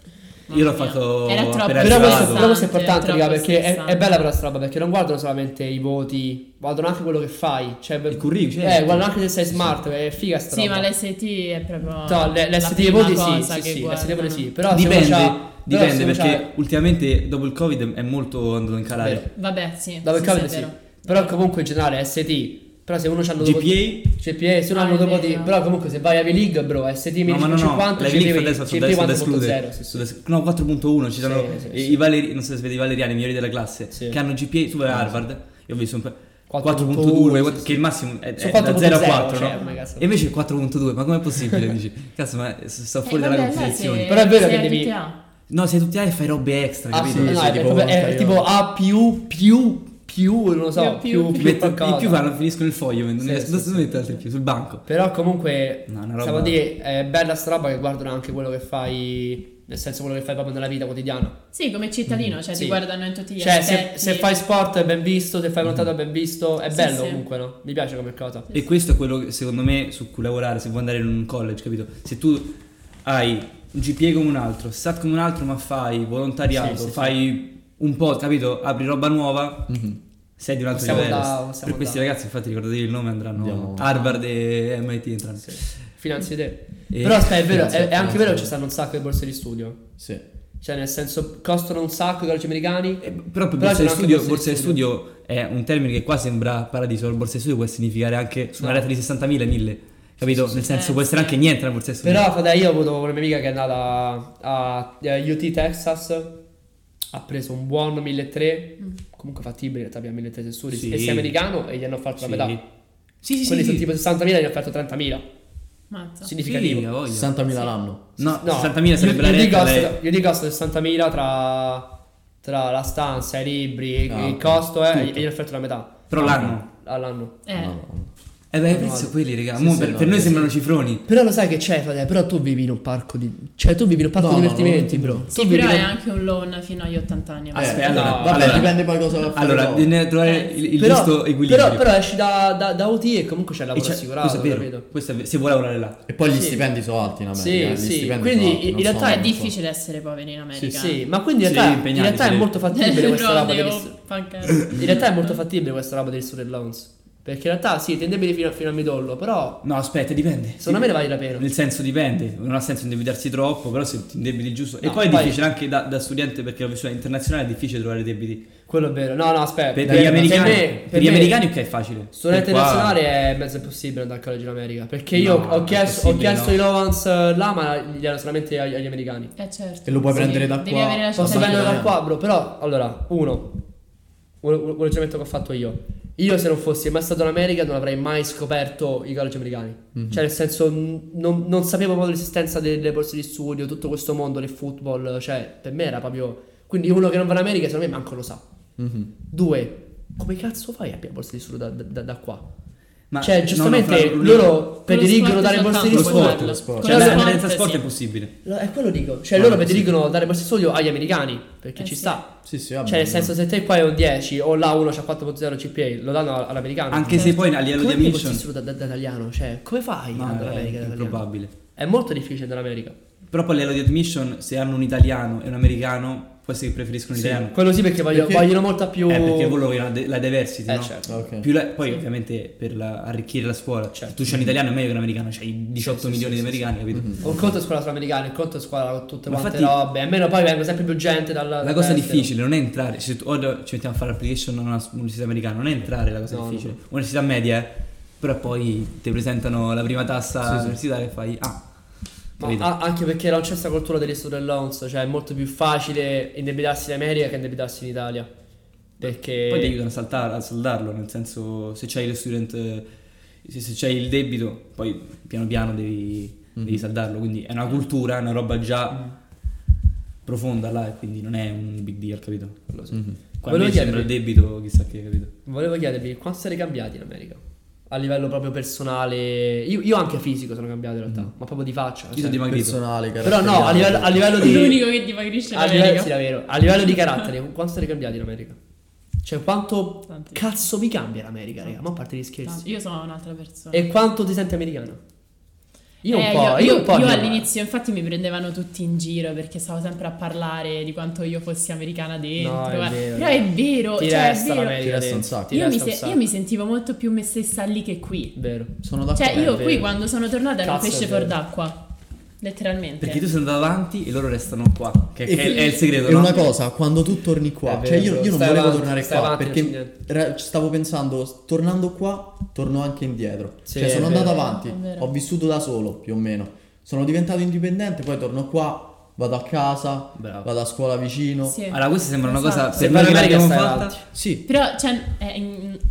Mamma
Io l'ho
mia.
fatto
Era troppo
appena
Però questo,
arrivato.
però questo è
stressante,
importante, raga,
troppo
perché è, è
stressante.
bella però sta roba, perché non guardano solamente i voti, guardano anche quello che fai. Cioè,
Il curriculum,
Eh,
certo.
guardano anche se sei smart, è figa sta
Sì,
roba.
ma l'ST è proprio
No, le, le
la
ST dei
prima
voti sì,
cosa
sì,
che
sì, le
guardano.
ST dei voti sì, però
dipende,
se uno c'ha-
dipende
però se uno
perché ultimamente dopo il Covid è molto andato in calare.
Vabbè, sì.
c'ha- Dopo il
sì,
Covid
sì, è
sì.
vero.
Però comunque in generale ST, però se uno c'ha dopo-
GPA?
GPA, se uno
Ah,
hanno
è
dopo di
vero.
però comunque se vai a V-League, bro, ST
No, ma no, no,
50,
la
GPA
Viliff adesso sono da, sono da escludere.
4.0, sì, sì.
Sono da esc- No, 4.1, ci sono
sì,
i-
sì.
i valeri- non so se vede i valeriani, i migliori della classe,
Sì.
che hanno GPA, tu vai a Harvard, io ho visto un po'...
4.1
4.2,
sì,
quatt-
sì.
che il massimo è,
Sono
è da 0 a 4,
cioè,
no?
ma cazzo.
E invece il 4.2, ma com'è possibile? Dici, cazzo, ma s- sto fuori
Eh,
dalla
vabbè, là
competizione.
se-
Però è vero
se
che
a
devi-
tutti ha.
No, sei tutti A e fai robe extra,
Ah,
capito?
sì, no,
Sei
è,
tipo-
proprio- è tipo A più più più, non lo so,
Più, più,
più più,
ti metto-
qualcosa.
I più fanno, finiscono il foglio, non
Sì,
ne
sì,
non
sì,
si mette altri più, sul banco.
Però comunque
No, una roba-
stavo a dire è bella sta roba che guardano anche quello che fai, nel senso quello che fai proprio nella vita quotidiana.
Sì, come cittadino, cioè
Sì.
ti guardano in tutti gli
Cioè, se,
aspetti.
se fai sport è ben visto, se fai
Mm-hmm.
nuotato è ben visto, è
Sì,
bello
sì.
comunque, no? Mi piace come cosa.
E questo è quello che secondo me su cui lavorare se vuoi andare in un college, capito? Se tu hai un GPA come un altro, SAT come un altro, ma fai volontariato,
Sì, sì,
fai un po', capito? Apri roba nuova,
Mhm.
sei di un altro
Possiamo
livello.
da- possiamo
per questi
da-
ragazzi, infatti, ricordatevi il nome, andranno
Andiamo.
a Harvard e MIT entrano. Eh,
Finanzi te.
E-
Però aspetta, è vero, è,
Finanzi-
è anche vero che ci
finanzi-
stanno un sacco di borse di studio.
Sì.
Cioè, nel senso, costano un sacco i collegi americani.
Eh, Però per
Però
borsa
c'erano
di
anche
studio,
borse di
borsa di studio è un termine che qua sembra paradiso, la borsa di studio può significare anche su una
No.
rata di 60.000 e 1000, capito? Nel senso
Eh,
può essere
sì.
anche niente la borsa di studio.
Però, frate, io ho avuto una mia amica che è andata a, a UT Texas, ha preso un buon 1.300, comunque fattibile in realtà abbiamo 1.300 se studi,
Sì.
e sei americano e gli hanno fatto la
Sì.
metà.
Sì, sì,
Quelli
sì,
sono
sì.
tipo 60.000 e gli hanno offerto 30.000,
Mazza.
significativo.
Sì, ha voglia.
60.000 l'anno.
No,
No,
60.000 sarebbe la
io, io dico
retta.
costa-
lei-
io dico costa 60.000 tra, tra la stanza, i libri,
Ah,
il
ok.
costo è, e
Tutto.
gli hanno offerto la metà
Però l'anno.
all'anno.
Eh.
No.
Eh beh,
No,
penso
no.
quelli, raga.
Sì,
Mo
sì,
per,
no,
per noi
sì.
sembrano cifroni.
Però lo sai che c'è, frate, però tu vivi in un parco di... Cioè, tu vivi in un parco
No,
di
no,
divertimenti,
no, no.
bro.
Sì,
tu
però
vivi
è
in-
anche un loan fino agli 80 anni. ma-
Aspetta,
Eh,
allora,
vabbè,
allora-
dipende poi cosa fai
Allora,
dopo.
bisogna trovare
Eh,
il, il
però,
giusto equilibrio.
Però, però esci da, da, da OT e comunque c'è il
E
lavoro
c'è-
assicurato,
questo è vero,
capito?
questo è vero, se vuoi lavorare là.
E poi gli
Sì.
stipendi sono alti in America.
Sì,
eh, gli
sì,
stipendi
quindi
sono alti,
in
non
realtà
so,
È
non so.
difficile essere poveri in America. eh.
Sì, ma quindi in
Sì,
realtà, in
impegnati,
realtà è
sì.
molto fattibile questa roba degli stu-
In
In realtà è molto fattibile questa roba degli student loans. Perché in realtà sì, ti indebiti fino, fino a midollo, però
No, aspetta, dipende.
secondo me ne vale la pena.
Nel senso dipende, non ha senso indebitarsi troppo, però se ti indebiti il giusto. e
No,
poi è
poi-
difficile anche da, da studente, perché la versione internazionale è difficile trovare debiti.
Quello è vero. No, no, aspetta.
Per, per gli americani,
Eh, me-
per
per
gli
me
americani ok, è facile.
Studente
Per qua-
internazionale è mezzo impossibile andare al college in America. Perché io
No,
ho
è
chiesto, ho
possibile,
chiesto
no.
i loans eh, là, ma gli hanno solamente agli, agli americani.
Eh certo.
E lo puoi
Sì,
prendere da
devi
qua.
avere la
Posso
Posso
Esatto.
prendere
cittadinanza.
dal qua, bro. Però, allora, uno, un, un- un ragionamento che ho fatto io. Io, se non fossi mai stato in America, non avrei mai scoperto i college americani.
Mhm.
Cioè, nel senso, n- non, non sapevo proprio l'esistenza delle borse di studio, tutto questo mondo del football. Cioè, per me era proprio. Quindi, uno che non va in America, secondo me, manco lo sa.
Mhm.
Due, come cazzo fai a pigliare borse di studio da, da- da qua?
Ma- no,
cioè,
no,
giustamente
fra-
loro
Con lo
prediligono
sport
dare borse di
soltanto
lo sport,
puoi farlo.
lo
lo
sport.
sport.
Con
Cioè,
lo
la-
andare
sport,
andare senza sport
sì.
è possibile.
Lo- È quello dico. Cioè,
Guarda,
loro
sì.
prediligono dare borse di studio agli americani. Perché
Eh
ci
sì.
sta.
Sì, sì, vabbè.
Cioè, nel senso, se te qua è un 10 o là uno c'ha 4.0 CPA, lo danno all- all'americano. Cioè,
Anche se poi a livello di
come fai questo
admission...
studio da, da- da italiano? Cioè, come fai
No,
ad andare
è
all'America da italiano?
Ah, eh, improbabile.
È molto difficile dall'America.
Però poi a livello di admission, se hanno un italiano e un americano, può essere che preferiscono l'italiano.
Quello sì, perché, voglio-
Perché-
vogliono molta più.
Eh, perché voi vogliono la, de- la diversity,
Eh,
no?
certo.
Ok.
Più la- poi ovviamente per la- arricchire la scuola, cioè, tu c'hai un italiano è meglio che un americano, c'hai 18 milioni di americani, capito?
Un conto è scuola sudamericana, un conto è scuola con tutte
Ma
quante
infatti-
robe. Almeno poi vengono sempre più gente dalla.
La cosa
dall'estero.
difficile non è entrare, se tu- ora ci mettiamo a fare application a una s- università americana, non è entrare la cosa
No, no,
difficile. Università media, eh, però poi ti presentano la prima tassa universitaria e fai ah.
Ma
capito?
a- anche perché non c'è questa cultura degli student loans, cioè è molto più facile indebitarsi in America che indebitarsi in Italia. Perché
Poi ti aiutano a, saltar- a saldarlo, nel senso se c'hai lo student, eh, se, se c'hai il debito, poi piano piano devi,
Mm.
devi saldarlo, quindi è una cultura, è
Mm.
una roba già profonda là e quindi non è un big deal, capito?
Mm-hmm.
Quello sì.
Quando
Volevo
mi sembra
chiedervi-
debito, chissà che, capito?
Volevo chiedervi quanto siete cambiati in America? A livello proprio personale, io, io anche fisico sono cambiato in realtà, ma proprio di faccia.
Io sono
cioè.
dimagrito.
personale,
Però no, a livello, a livello di...
L'unico che dimagrisce
a
la
livello, sì,
America.
davvero. A livello di carattere, quanto siete cambiati in America? Cioè, quanto
Tanti.
cazzo vi cambia l'America, raga? Ma a parte gli scherzi.
Io sono un'altra persona.
E quanto ti senti americano? Io un
Eh,
po', io, un po'.
io
no.
all'inizio infatti mi prendevano tutti in giro perché stavo sempre a parlare di quanto io fossi americana dentro.
No, è
eh.
vero.
Però è vero,
Ti
cioè è
resta
vero.
l'America
Ti resta un
dentro,
sacco.
ti
Io mi,
resta un
se-
sacco.
io mi sentivo molto più me stessa lì che qui.
Vero.
Sono d'accordo.
Cioè io
è
qui
vero.
quando sono tornata ero un
Cazzo, è
pesce
vero.
fuor d'acqua. Letteralmente.
Perché tu sei andato avanti e loro restano qua. Che, che è, è il segreto,
È
no?
una cosa, quando tu torni qua,
È
cioè io,
vero,
io non
stai
volevo
avanti,
tornare
stai
qua
avanti, non c'è
perché ra- stavo pensando, s- tornando qua, torno anche indietro.
Sì,
cioè
è
sono
vero.
andato
È
avanti,
vero.
ho vissuto da solo più o meno, sono diventato indipendente, poi torno qua, vado a casa,
Bravo.
vado a scuola vicino.
Sì.
Allora, questa sembra una cosa
Esatto.
per
Sembra
noi che
l'America
l'abbiamo
stai
fatta.
avanti.
Sì.
Però cioè, è,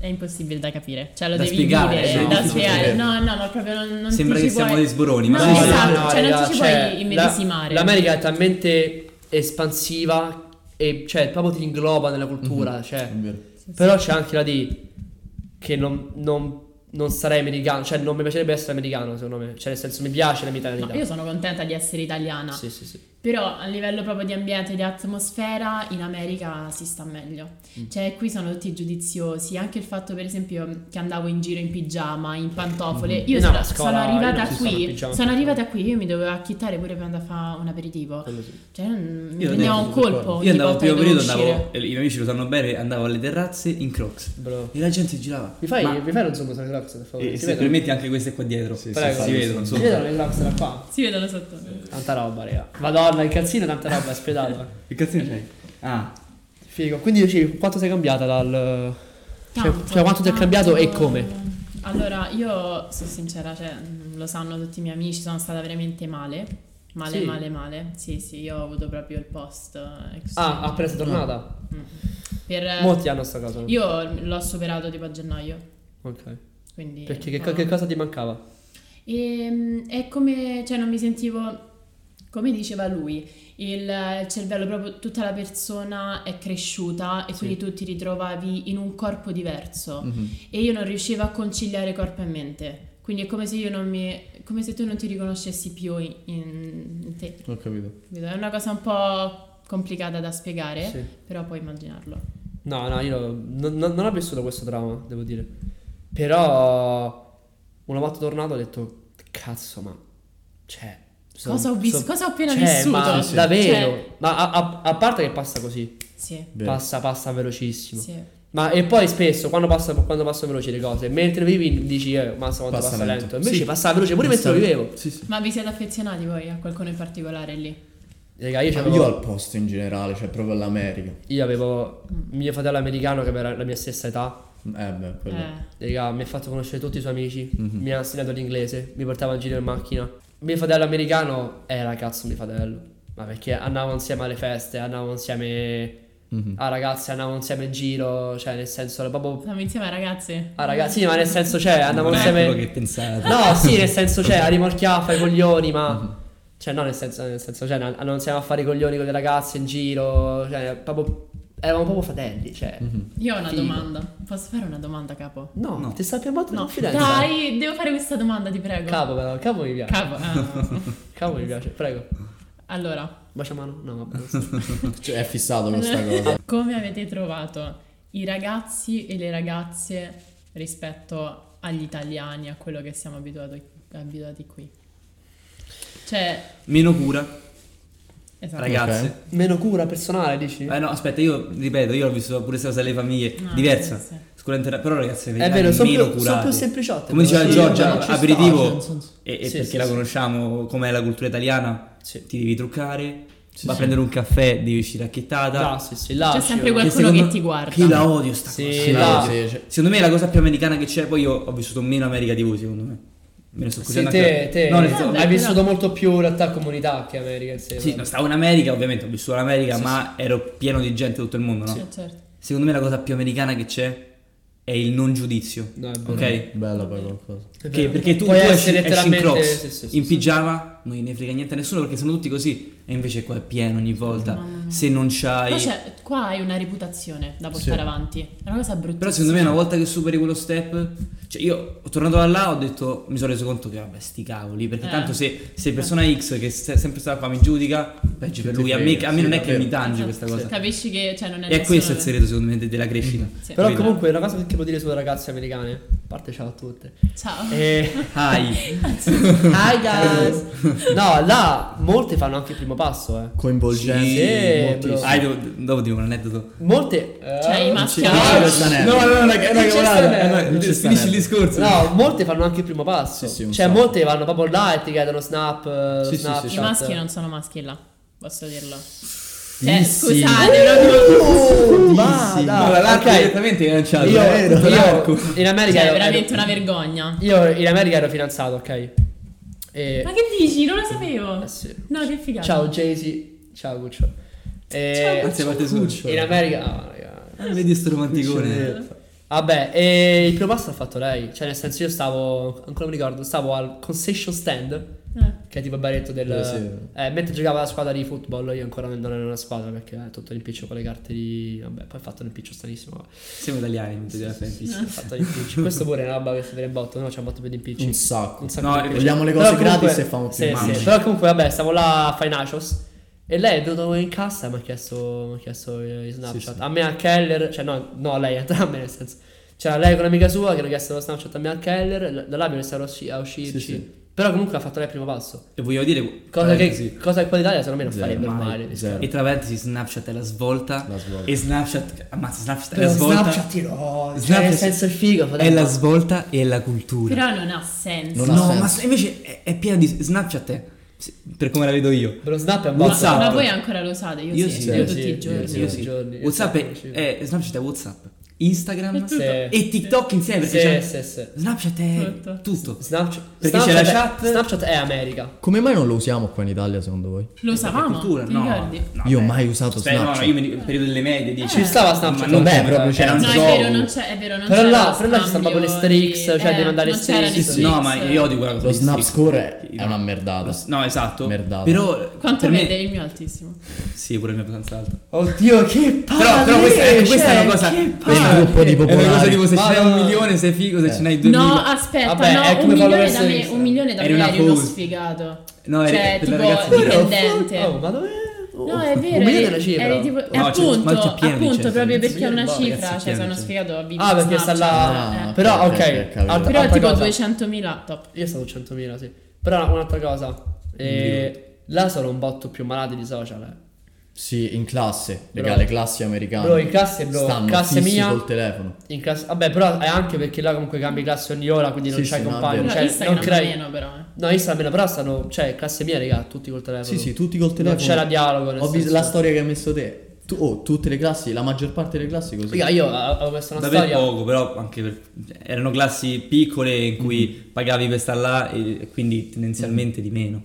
è impossibile da capire, cioè lo
Da
devi
spiegare,
vivere,
no,
da
sì,
spiegare.
sì.
No, no, ma proprio non, non
Sembra
ti
che
ci
siamo
puoi...
dei sboroni,
No,
ma
no,
sì.
esatto, cioè non
raga,
ti ci
cioè,
puoi immedesimare.
la- L'America è talmente espansiva e cioè proprio ti ingloba nella cultura,
Mhm.
cioè.
È vero.
Però c'è anche la D che non, non- non sarei americano, cioè non mi piacerebbe essere americano, secondo me. Cioè, nel senso mi piace la mia
No,
italianità.
io sono contenta di essere italiana,
Sì, sì, sì.
però a livello proprio di ambiente, di atmosfera, in America si sta meglio.
Mm.
Cioè qui sono tutti giudiziosi, anche il fatto per esempio che andavo in giro in pigiama, in pantofole. Io
Mhm. No,
sono,
a scuola
sono arrivata
io non ci sono in
qui,
pigiama.
sono arrivata qui, io mi dovevo acchittare pure per andare a fare un aperitivo.
Quello sì.
Cioè mm, mi
Io
prendeva
andavo
un
tutto
colpo. ogni
Io andavo al
volta che
primo
dovevo
periodo,
uscire.
andavo, e i miei amici lo sanno bene, andavo alle terrazze in crocs.
Bro.
E la gente girava.
Mi fai,
Ma-
mi fai lo zoom sulle Crocs, per favore?
e
Oh, Si
Eh, se
vedono?
permetti anche queste qua dietro.
Sì, sì,
Prego.
si
sì,
vedono,
sì.
Si
insomma.
vedono le Crocs da qua?
Si vedono sotto.
Tanta roba, raga. Madonna, il calzino è tanta roba, è spiedato.
Che cazzino c'hai? Ah,
Figo. Quindi dici, quanto sei cambiata dal... Cioè, cioè, quanto ti è cambiato e come?
Allora, io sono sincera, cioè, mh, lo sanno tutti i miei amici, sono stata veramente male. Male,
Sì.
male, male. Sì, sì, io ho avuto proprio il post. eh, ex-
Ah, appena sei tornata?
Mm. Per, eh,
Molti hanno sta cosa.
io l'ho superato tipo a gennaio.
Ok.
Quindi,
Perché che,
no,
co-
no.
che cosa ti mancava?
Ehm, è come, cioè non mi sentivo, come diceva lui, il cervello, proprio tutta la persona è cresciuta e quindi tu ti ritrovavi in un corpo diverso
Mm-hmm.
Mhm.
e io non riuscivo a conciliare corpo e mente. Quindi è come se, io non mi, come se tu non ti riconoscessi più in, in te.
Ho capito.
capito? È una cosa un po' complicata da spiegare,
Sì.
però puoi immaginarlo.
No, no, io non, non- non ho vissuto questo trauma, devo dire. Però una volta tornato ho detto, cazzo, ma... Cioè... son-
Cosa ho, vis-
son-
cosa ho appena
cioè,
vissuto?
Ma,
Cioè,
Davvero. Ma a, a- a parte che passa così.
sì,
Vero.
Passa, passa velocissimo.
sì.
Ma e poi spesso quando passa, quando passano veloci le cose, mentre vivi dici, eh, massa quanto
Passa
passa,
lento.
lento. Invece
Sì.
passava veloce pure mentre lo vivevo.
Sì, sì.
Ma vi siete affezionati voi a qualcuno in particolare lì?
Raga, io c'avevo...
Io al posto in generale, cioè proprio all'America.
Io avevo mio fratello americano che aveva la mia stessa età.
Eh beh, quello.
Eh.
Raga, mi ha fatto conoscere tutti i suoi amici.
Mhm.
Mi ha insegnato l'inglese. Mi portava in giro in macchina. Mio fratello americano era cazzo mio fratello. Ma perché andavamo insieme alle feste, andavamo insieme
Mhm.
a ragazze, andavamo insieme in giro. Cioè, nel senso, era proprio.
Siamo insieme ragazzi?
Ah, ragazzi, sì, ma nel senso, cioè, andavamo
non è quello
insieme.
che pensate.
No, sì, nel senso, cioè, a rimorchiare, a fare i coglioni,
Mhm.
ma. Cioè, no, nel senso, nel senso, cioè, no, non siamo a fare i coglioni con le ragazze in giro. Cioè, proprio. Eravamo proprio fratelli, cioè.
Mhm.
Io ho una
Figo.
domanda. Posso fare una domanda, capo?
No,
No.
ti sta chiamando in
No,
confidenza.
dai, devo fare questa domanda, ti prego.
Capo, però, capo mi piace.
Capo, ah.
Capo mi piace, prego.
allora,
Bacia mano? No, vabbè.
Cioè, è fissato
Eh.
questa cosa.
come avete trovato i ragazzi e le ragazze rispetto agli italiani, a quello che siamo abituati, abituati qui? Cioè,
Meno cura,
esatto.
ragazze.
Meno cura personale, dici?
Eh no, aspetta, io ripeto, io ho visto pure questa cosa alle famiglie,
No,
diversa.
Ah, sì, sì.
Scuola interna- però ragazzi,
è vero, sono
meno
più, sono
curate.
più sempliciotte.
Come
però,
diceva
sì,
Giorgia,
ma ci sta, cioè,
aperitivo,
nel senso-
e, e
Sì,
perché
sì,
la
sì.
conosciamo com'è la cultura italiana,
Sì.
ti devi truccare,
Sì,
va a
sì.
prendere un caffè, devi uscire acchettata.
Là, sì, sì, là.
C'è
ci
sempre
vuole.
Che
qualcuno
secondo-
che ti guarda.
Che io la odio sta
Sì,
cosa.
Sì,
là.
sì, cioè-
Secondo me è la cosa più americana che c'è, poi io ho vissuto meno America di voi, secondo me. Me ne sto
Sì,
accorgendo
te,
anche-
te
No, nel
Eh,
senso-
beh,
hai
però-
vissuto molto più in realtà comunità che America insieme.
sì, no, stavo in America, ovviamente ho vissuto l'America, ma ero pieno di gente da tutto il mondo, no?
Eh, certo.
Secondo me la cosa più americana che c'è è il non giudizio.
No, è vero.
ok?
Bella poi qualcosa.
È
Che-
vero.
perché tu, tu
Puoi
esci,
essere
esci in
letteralmente-
crocs,
sì, sì, sì,
in
sì.
pigiama, non ne frega niente a nessuno perché sono tutti così. E invece qua è pieno ogni volta.
Mamma mia.
Se non c'hai.
Poi c'è- qua hai una reputazione da portare
Sì.
avanti. È una cosa bruttissima.
Però secondo me una volta che superi quello step, cioè io tornato da là ho detto, mi sono reso conto che vabbè sti cavoli, perché
Eh.
tanto se, se persona X che se- sempre stata qua mi giudica, peggio per
ti
lui, a me,
frega,
a me
sì,
non è che
davvero.
mi tange questa cosa.
Capisci che cioè, non è
E
Esatto, nessuno
questo è il
che-
segreto secondo me de- della crescita.
Sì.
Però
Capito?
comunque una cosa che ti devo dire sulle ragazze americane, a parte ciao a tutte.
Ciao.
Eh,
Hai.
hi guys! No, là molte fanno anche il primo passo, eh.
Coinvolgente.
Sì,
moltissimo.
bro.
Hai, devo, dopo dico un aneddoto.
Molte... eh,
Cioè, i maschi
Ah,
hanno-
no, Stanelli.
No, no, no, è
Non
una
c'è
cavolata.
Stanelli.
Eh, no,
Non c'è
Finisci il
Stanelli.
discorso.
No, molte fanno anche il primo passo.
Sì, sì, un
cioè,
sacco.
molte vanno proprio là e ti chiedono snap. eh,
Sì, sì,
snap,
sì,
I
Chat.
maschi non sono maschi là, posso dirlo.
Sì,
Cioè,
sì.
scusate, proprio-
Oh, ma
Sì,
dai,
No, l'arco
ok.
direttamente è lanciato.
Io,
vero,
io
l'arco.
in America
cioè, è
ero,
veramente
ero-
una vergogna.
io in America ero fidanzato, ok? E-
Ma che dici? Non lo sapevo.
eh sì.
No, che figata.
Ciao Jay-Z, ciao Guccio. E-
Anzi, a parte sua.
in America, ah, raga.
Eh, Vedi sto romanticone.
Vabbè, e il primo passo l'ha fatto lei. Cioè, nel senso, io stavo, ancora mi ricordo, stavo al concession stand.
Eh.
Che è tipo il baretto del.
Eh, sì.
eh, mentre giocavo la squadra di football, io ancora non ero una squadra perché eh, tutto l'impiccio con le carte di. Vabbè, poi ho fatto l'impiccio stranissimo. vabbè.
Siamo italiani, non ti devi fare impicci.
Ho fatto l'impiccio. Questo pure è una roba che si vede in botto, no? C'è un botto per gli impicci.
Un sacco.
Un sacco
No,
di impicci.
vogliamo le cose
Però comunque-
gratis e famo più
Sì,
male.
sì. Però comunque, vabbè, stavo là a Financials. E lei è venuta in cassa e mi ha chiesto, mi ha chiesto i Snapchat.
Sì, sì.
A me a Keller, cioè no, no a lei, a entrambe nel senso. C'era lei con un'amica sua che le ha chiesto lo Snapchat a me a Keller. l- Da là mi iniziato a usci- a uscirci.
Sì, sì.
Però comunque ha fatto lei il primo passo.
E voglio dire...
Cosa che,
parentesi,
cosa che qua in Italia secondo me non
Zero,
farebbe
mai,
male.
zero.
E tra parentesi Snapchat è la svolta.
La svolta.
E Snapchat... Ammazza, Snapchat è la
Però
svolta.
Snapchat no, cioè
Snapchat
nel senso è figo.
È
fratello.
la svolta e la cultura.
Però non ha senso.
Non ha
no,
senso.
ma s- invece è, è piena di... Snapchat è... se- Per come la vedo io.
Però Snap è un
Ma-
WhatsApp.
Ma voi ancora lo usate? Io,
Io
sì,
sì,
io
sì,
tutti
sì,
i giorni.
io
Io sì.
giorni,
Whatsapp è,
Whatsapp,
è- Snapchat è Whatsapp. Instagram
Sì.
e TikTok insieme perché
Sì,
c'è-
sì, sì.
Snapchat è
Tutto.
tutto.
Snapchat,
Perché c'è
Snapchat
la
è-
chat.
Snapchat è America.
Come mai non lo usiamo qua in Italia secondo voi?
Lo usavamo,
cultura,
ti
no.
ricordi?
No,
Io ho
beh.
mai usato
Beh, no, no,
Snapchat.
io mi ricordo il periodo delle medie dici.
Ci
stava Snapchat,
Ma non
Beh,
c'era-
proprio
era
c'era.
un
No, è
so.
vero, non c'è, è vero, non
Però
c'era
là-
lo
però là ci stanno
scambio
proprio le streaks, cioè
di- eh,
devi mandare
non c'erano
streaks.
i
Sì, sì.
streaks.
No, ma io odio quella cosa.
Lo
di
snap
streaks.
score è-
Sì,
è una merdata.
Lo s- No, esatto.
Merdata.
Però
Quanto
per
vede
me
il mio altissimo?
Sì, pure il mio è abbastanza alto.
Oddio, che palle!
Però, però questa, ecco, questa è una
Cioè,
cosa
palle! È un gruppo di
È una cosa
popolari.
tipo se ce
Ma-
n'hai un milione sei figo, se
Eh.
ce n'hai due
No,
ah,
milioni.
aspetta,
Vabbè, è
no, un
come
milione,
valore
da me,
essere-
un milione da me
Eri una
eri uno
pose.
sfigato.
No, eri-
cioè,
per la
tipo
ragazza-
dipendente.
Oh, ma dove?
No, è
Un
vero,
milione è una
eri,
cifra.
eri tipo,
c'è- ma
appunto,
c'è pieno di
appunto
gente.
proprio perché è
Milione
una
di boh,
cifra,
ragazzi,
cioè
pieno
sono
di
sfigato a vivere
Ah, perché sta
Snapchat.
là.
Ah,
Eh.
però,
ok,
ok.
ok, capito.
altra-
Però
altra
tipo
cosa.
200.000 top.
Io stavo 100.000, sì. Però un'altra cosa. Eh, là sono un botto più malati di social. Eh.
Sì, in classe, raga,
Bro.
le classi americane.
Bro, in classe, bro,
Stanno
classe
fissi
mia.
col telefono.
In classe- vabbè, però è anche perché là comunque cambi classe ogni ora, quindi non
Sì,
c'hai
sì, no, è
compagni.
vero.
No,
cioè,
Instagram
non crei.
meno però, eh.
No, Instagram meno, però stanno. Cioè, classe mia, raga, tutti col telefono.
Sì, sì, tutti col telefono.
Non c'era dialogo. nel
Ho visto
senso-
la storia che hai messo te. Tu, oh, tutte le classi, la maggior parte delle classi così.
Raga, io avevo questa una
Davvero
storia.
poco, però anche per- erano classi piccole in cui
Mm.
pagavi per star là e quindi tendenzialmente di meno.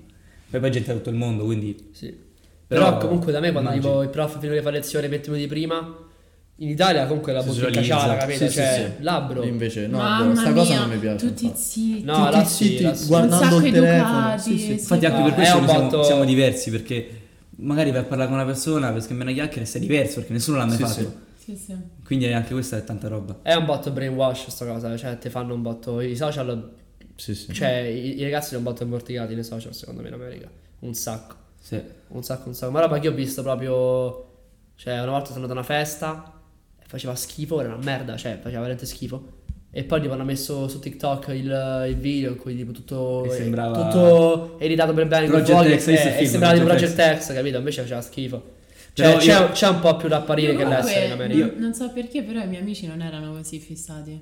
Poi poi gente da tutto il mondo, quindi
Sì. Però,
Però,
comunque da me quando
immagino.
arrivo i prof fino a fare lezione 20 minuti prima, in Italia comunque la
Si
bottiglia
socializza.
cacciata, capito?
Sì, sì,
cioè,
sì.
labbro.
Invece, Cioè, no,
Mamma
bro, sta
mia,
cosa non mi piace.
Tutti
infatti.
zitti.
No,
tutti
là sì,
zitti,
là sì.
guardando
Un sacco
il telefono.
educati,
Sì, sì.
sì.
infatti anche
no,
per
è
questo
un
noi siamo,
botto-
siamo diversi perché magari vai a parlare con una persona per scambiare una chiacchiera e sei diverso perché nessuno l'ha mai
Sì,
fatto.
sì.
Sì, sì.
Quindi anche questa è tanta roba.
È un botto brainwash sta cosa, cioè ti fanno un botto i social,
Sì, sì.
cioè i, i ragazzi sono un botto morticati nei social secondo me in America, un sacco,
Sì.
un sacco, un sacco. Ma roba che ho visto proprio cioè una volta sono andato a una festa e faceva schifo, era una merda, cioè faceva veramente schifo. E poi tipo hanno messo su TikTok il, il video in cui tipo tutto
E sembrava-
tutto editato per bene con
Project
fuoco e,
X, hai visto il
e
film,
sembrava tipo
Project
Project X, capito? Invece faceva schifo. Cioè
Però
c'è,
io-
c'è un po' più da apparire
Io
che
comunque
l'essere in America.
non- Non so perché, però i miei amici non erano così fissati.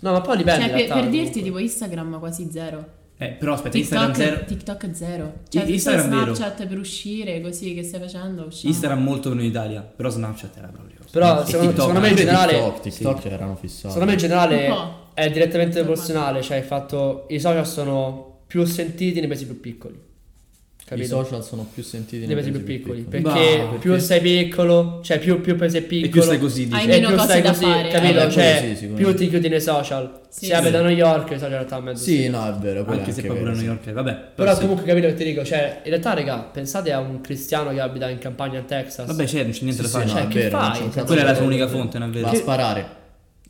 No, ma poi dipende
cioè,
in
per,
realtà,
per dirti,
comunque.
tipo Instagram quasi zero.
Eh, però aspetta, Instagram
TikTok,
zero.
TikTok zero. Cioè,
I- Instagram
tutto
vero.
Snapchat per uscire, così che stai facendo? Usciamo.
Instagram molto meno in Italia, però Snapchat era proprio.
Però
E
secondo,
TikTok
secondo me in
anche.
generale,
TikTok, TikTok erano fissati.
secondo me in generale
Un po'.
è direttamente
Un po'.
proporzionale, cioè il fatto i social sono più sentiti nei paesi più piccoli.
I
capito?
social sono più sentiti
Nei paesi più
paesi
piccoli,
Ma
perché
perché?
più sei piccolo, cioè più, più paese piccolo,
E più stai così,
Hai
dici.
e
meno
più
cose
stai
da
così,
fare.
capito?
Eh, beh,
cioè,
quello sì, sicuramente.
più ti chiudi nei social.
Sì,
Se abita
sì.
a New York, i social in realtà a mezzo.
Sì, no, è vero. quello è
Anche se poi
vero,
pure a New
sì.
York, vabbè. Però,
Però
sì.
comunque capito che ti dico, cioè, in realtà, raga, pensate a un cristiano che abita in campagna in Texas.
Vabbè, c'è, non c'è niente da
Sì,
fare.
sì,
Cioè,
no, è
che
vero,
fai?
non c'è un cazzo
Quella è la
da
sua
fare.
unica fonte, non è
Va
vero?
a sparare.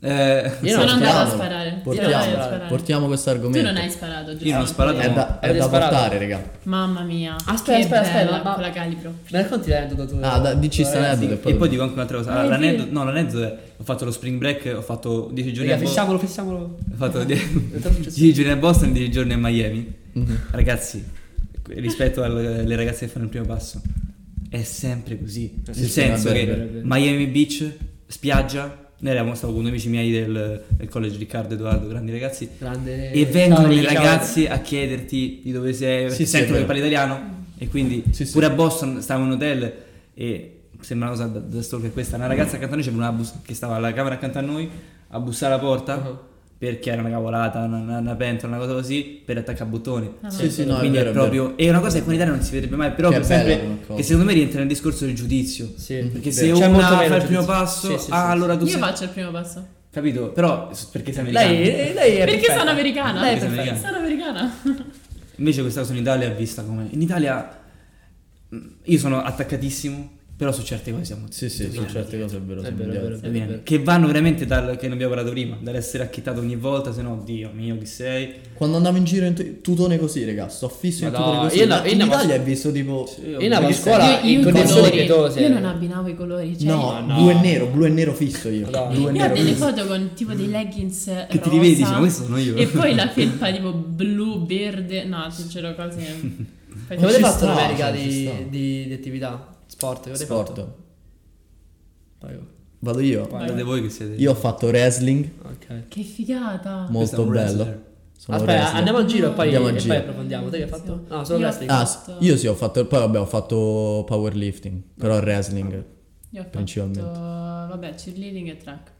Eh,
Io
Sono
non
andata
Portiamolo.
a sparare. Io
Portiamolo.
non voglio sparare.
Portiamo questo argomento.
Tu non hai sparato, giusto?
Io non ho sparato.
È da, è
Avete
da
sparato?
portare, raga.
Mamma mia.
Aspetta,
che
aspetta,
bella,
aspetta, ma-
Con la calibro.
Mi racconti l'aneddoto tu?
Ah, da- dici sta
Ragazzi,
aneddoto
e poi dico anche un'altra cosa.
Eh, sì.
l'aneddoto, no, l'aneddoto è: ho fatto lo spring break, ho fatto 10 giorni
Raga,
a Bo-
fissiamolo, fissiamolo.
Ho fatto die-
Intanto c'è-
10 giorni a Boston e 10 giorni a Miami. Ragazzi, rispetto al- alle ragazze che fanno il primo passo, è sempre così.
Eh
Nel
sì, sì,
senso
vabbè,
che
è vero,
è vero.
Miami Beach, spiaggia. Noi eravamo stavo con due amici miei del, del college Riccardo Edoardo, grandi ragazzi.
Grande.
E vengono
Ciao,
le
ciao.
ragazze a chiederti di dove sei, perché
Sì, sì,
sentono
è vero.
che parli italiano. E quindi
Sì, sì.
pure a Boston stavo in un hotel e sembra una cosa da, da stalker questa. Una ragazza accanto a noi c'era una bus- che stava alla camera accanto a noi a bussare alla porta
Uh-huh.
perché era una cavolata, una, una- una pentola, una cosa così per attaccabottoni.
Ah,
Sì, sì, no, è
quindi
vero,
è
è vero.
proprio. E una cosa che con l'Italia non si vedrebbe mai, però
Che
per
è bella
sempre-
come cosa.
che secondo me rientra nel discorso del giudizio.
Sì.
Perché
Vero.
se
C'è
una
molto
fa
meno
il primo
giudizio.
passo,
Sì, sì,
ah,
sì.
allora tu
Io
sei-
faccio il primo passo.
Capito? Però perché sei americano.
Lei, lei è.
Perché
perfetta.
sono americana?
Lei è
Perché sei
perfetta.
americana.
Sono americana.
Invece questa cosa in Italia è vista come... In Italia mh, io sono attaccatissimo, però su certe cose siamo...
Sì, sì, su
dominanti.
certe cose è vero.
È
siamo
vero, è
indiani.
vero.
Dominanti. Che vanno veramente dal... che ne abbiamo parlato prima, dall'essere acchittato ogni volta, se no, Dio mio, chi sei?
Quando andavo in giro in tu- tutone così, raga, sto fisso in
Ma
tutone
no,
così.
io
Ma
la- io
in
la-
Italia è visto tipo...
Io andavo a
perché
scuola
sei-
in
io, i
condizioni
colori-
pietose.
io non abbinavo i colori. Cioè,
No,
no.
blu e nero, blu e nero fisso io.
Madonna.
Blu e
Io ho
nero
delle
fisso.
foto con tipo dei leggings
Che
rosa,
ti rivedi, dici, ma questo sono io.
E poi la felpa tipo blu, verde. No, sincero, cose. Fai-
Che avete
Ci
fatto in
sta,
America
ci sta.
di, di, di attività? Sport? Che avete
Sport.
fatto? Prego.
Vado io.
Vai.
Guardate voi che siete...
Io ho fatto wrestling,
Ok.
Che figata.
Ah, Questo è
molto
un
bello.
wrestler.
Sono
Aspetta,
wrestler.
andiamo al giro e poi,
Andiamo al
e
giro.
poi approfondiamo. Te che hai fatto? No, solo
Io-
wrestling.
Ah, s- io sì, ho fatto... Poi vabbè, ho fatto powerlifting, però wrestling.
Io ho fatto.
principalmente.
Vabbè, cheerleading e track.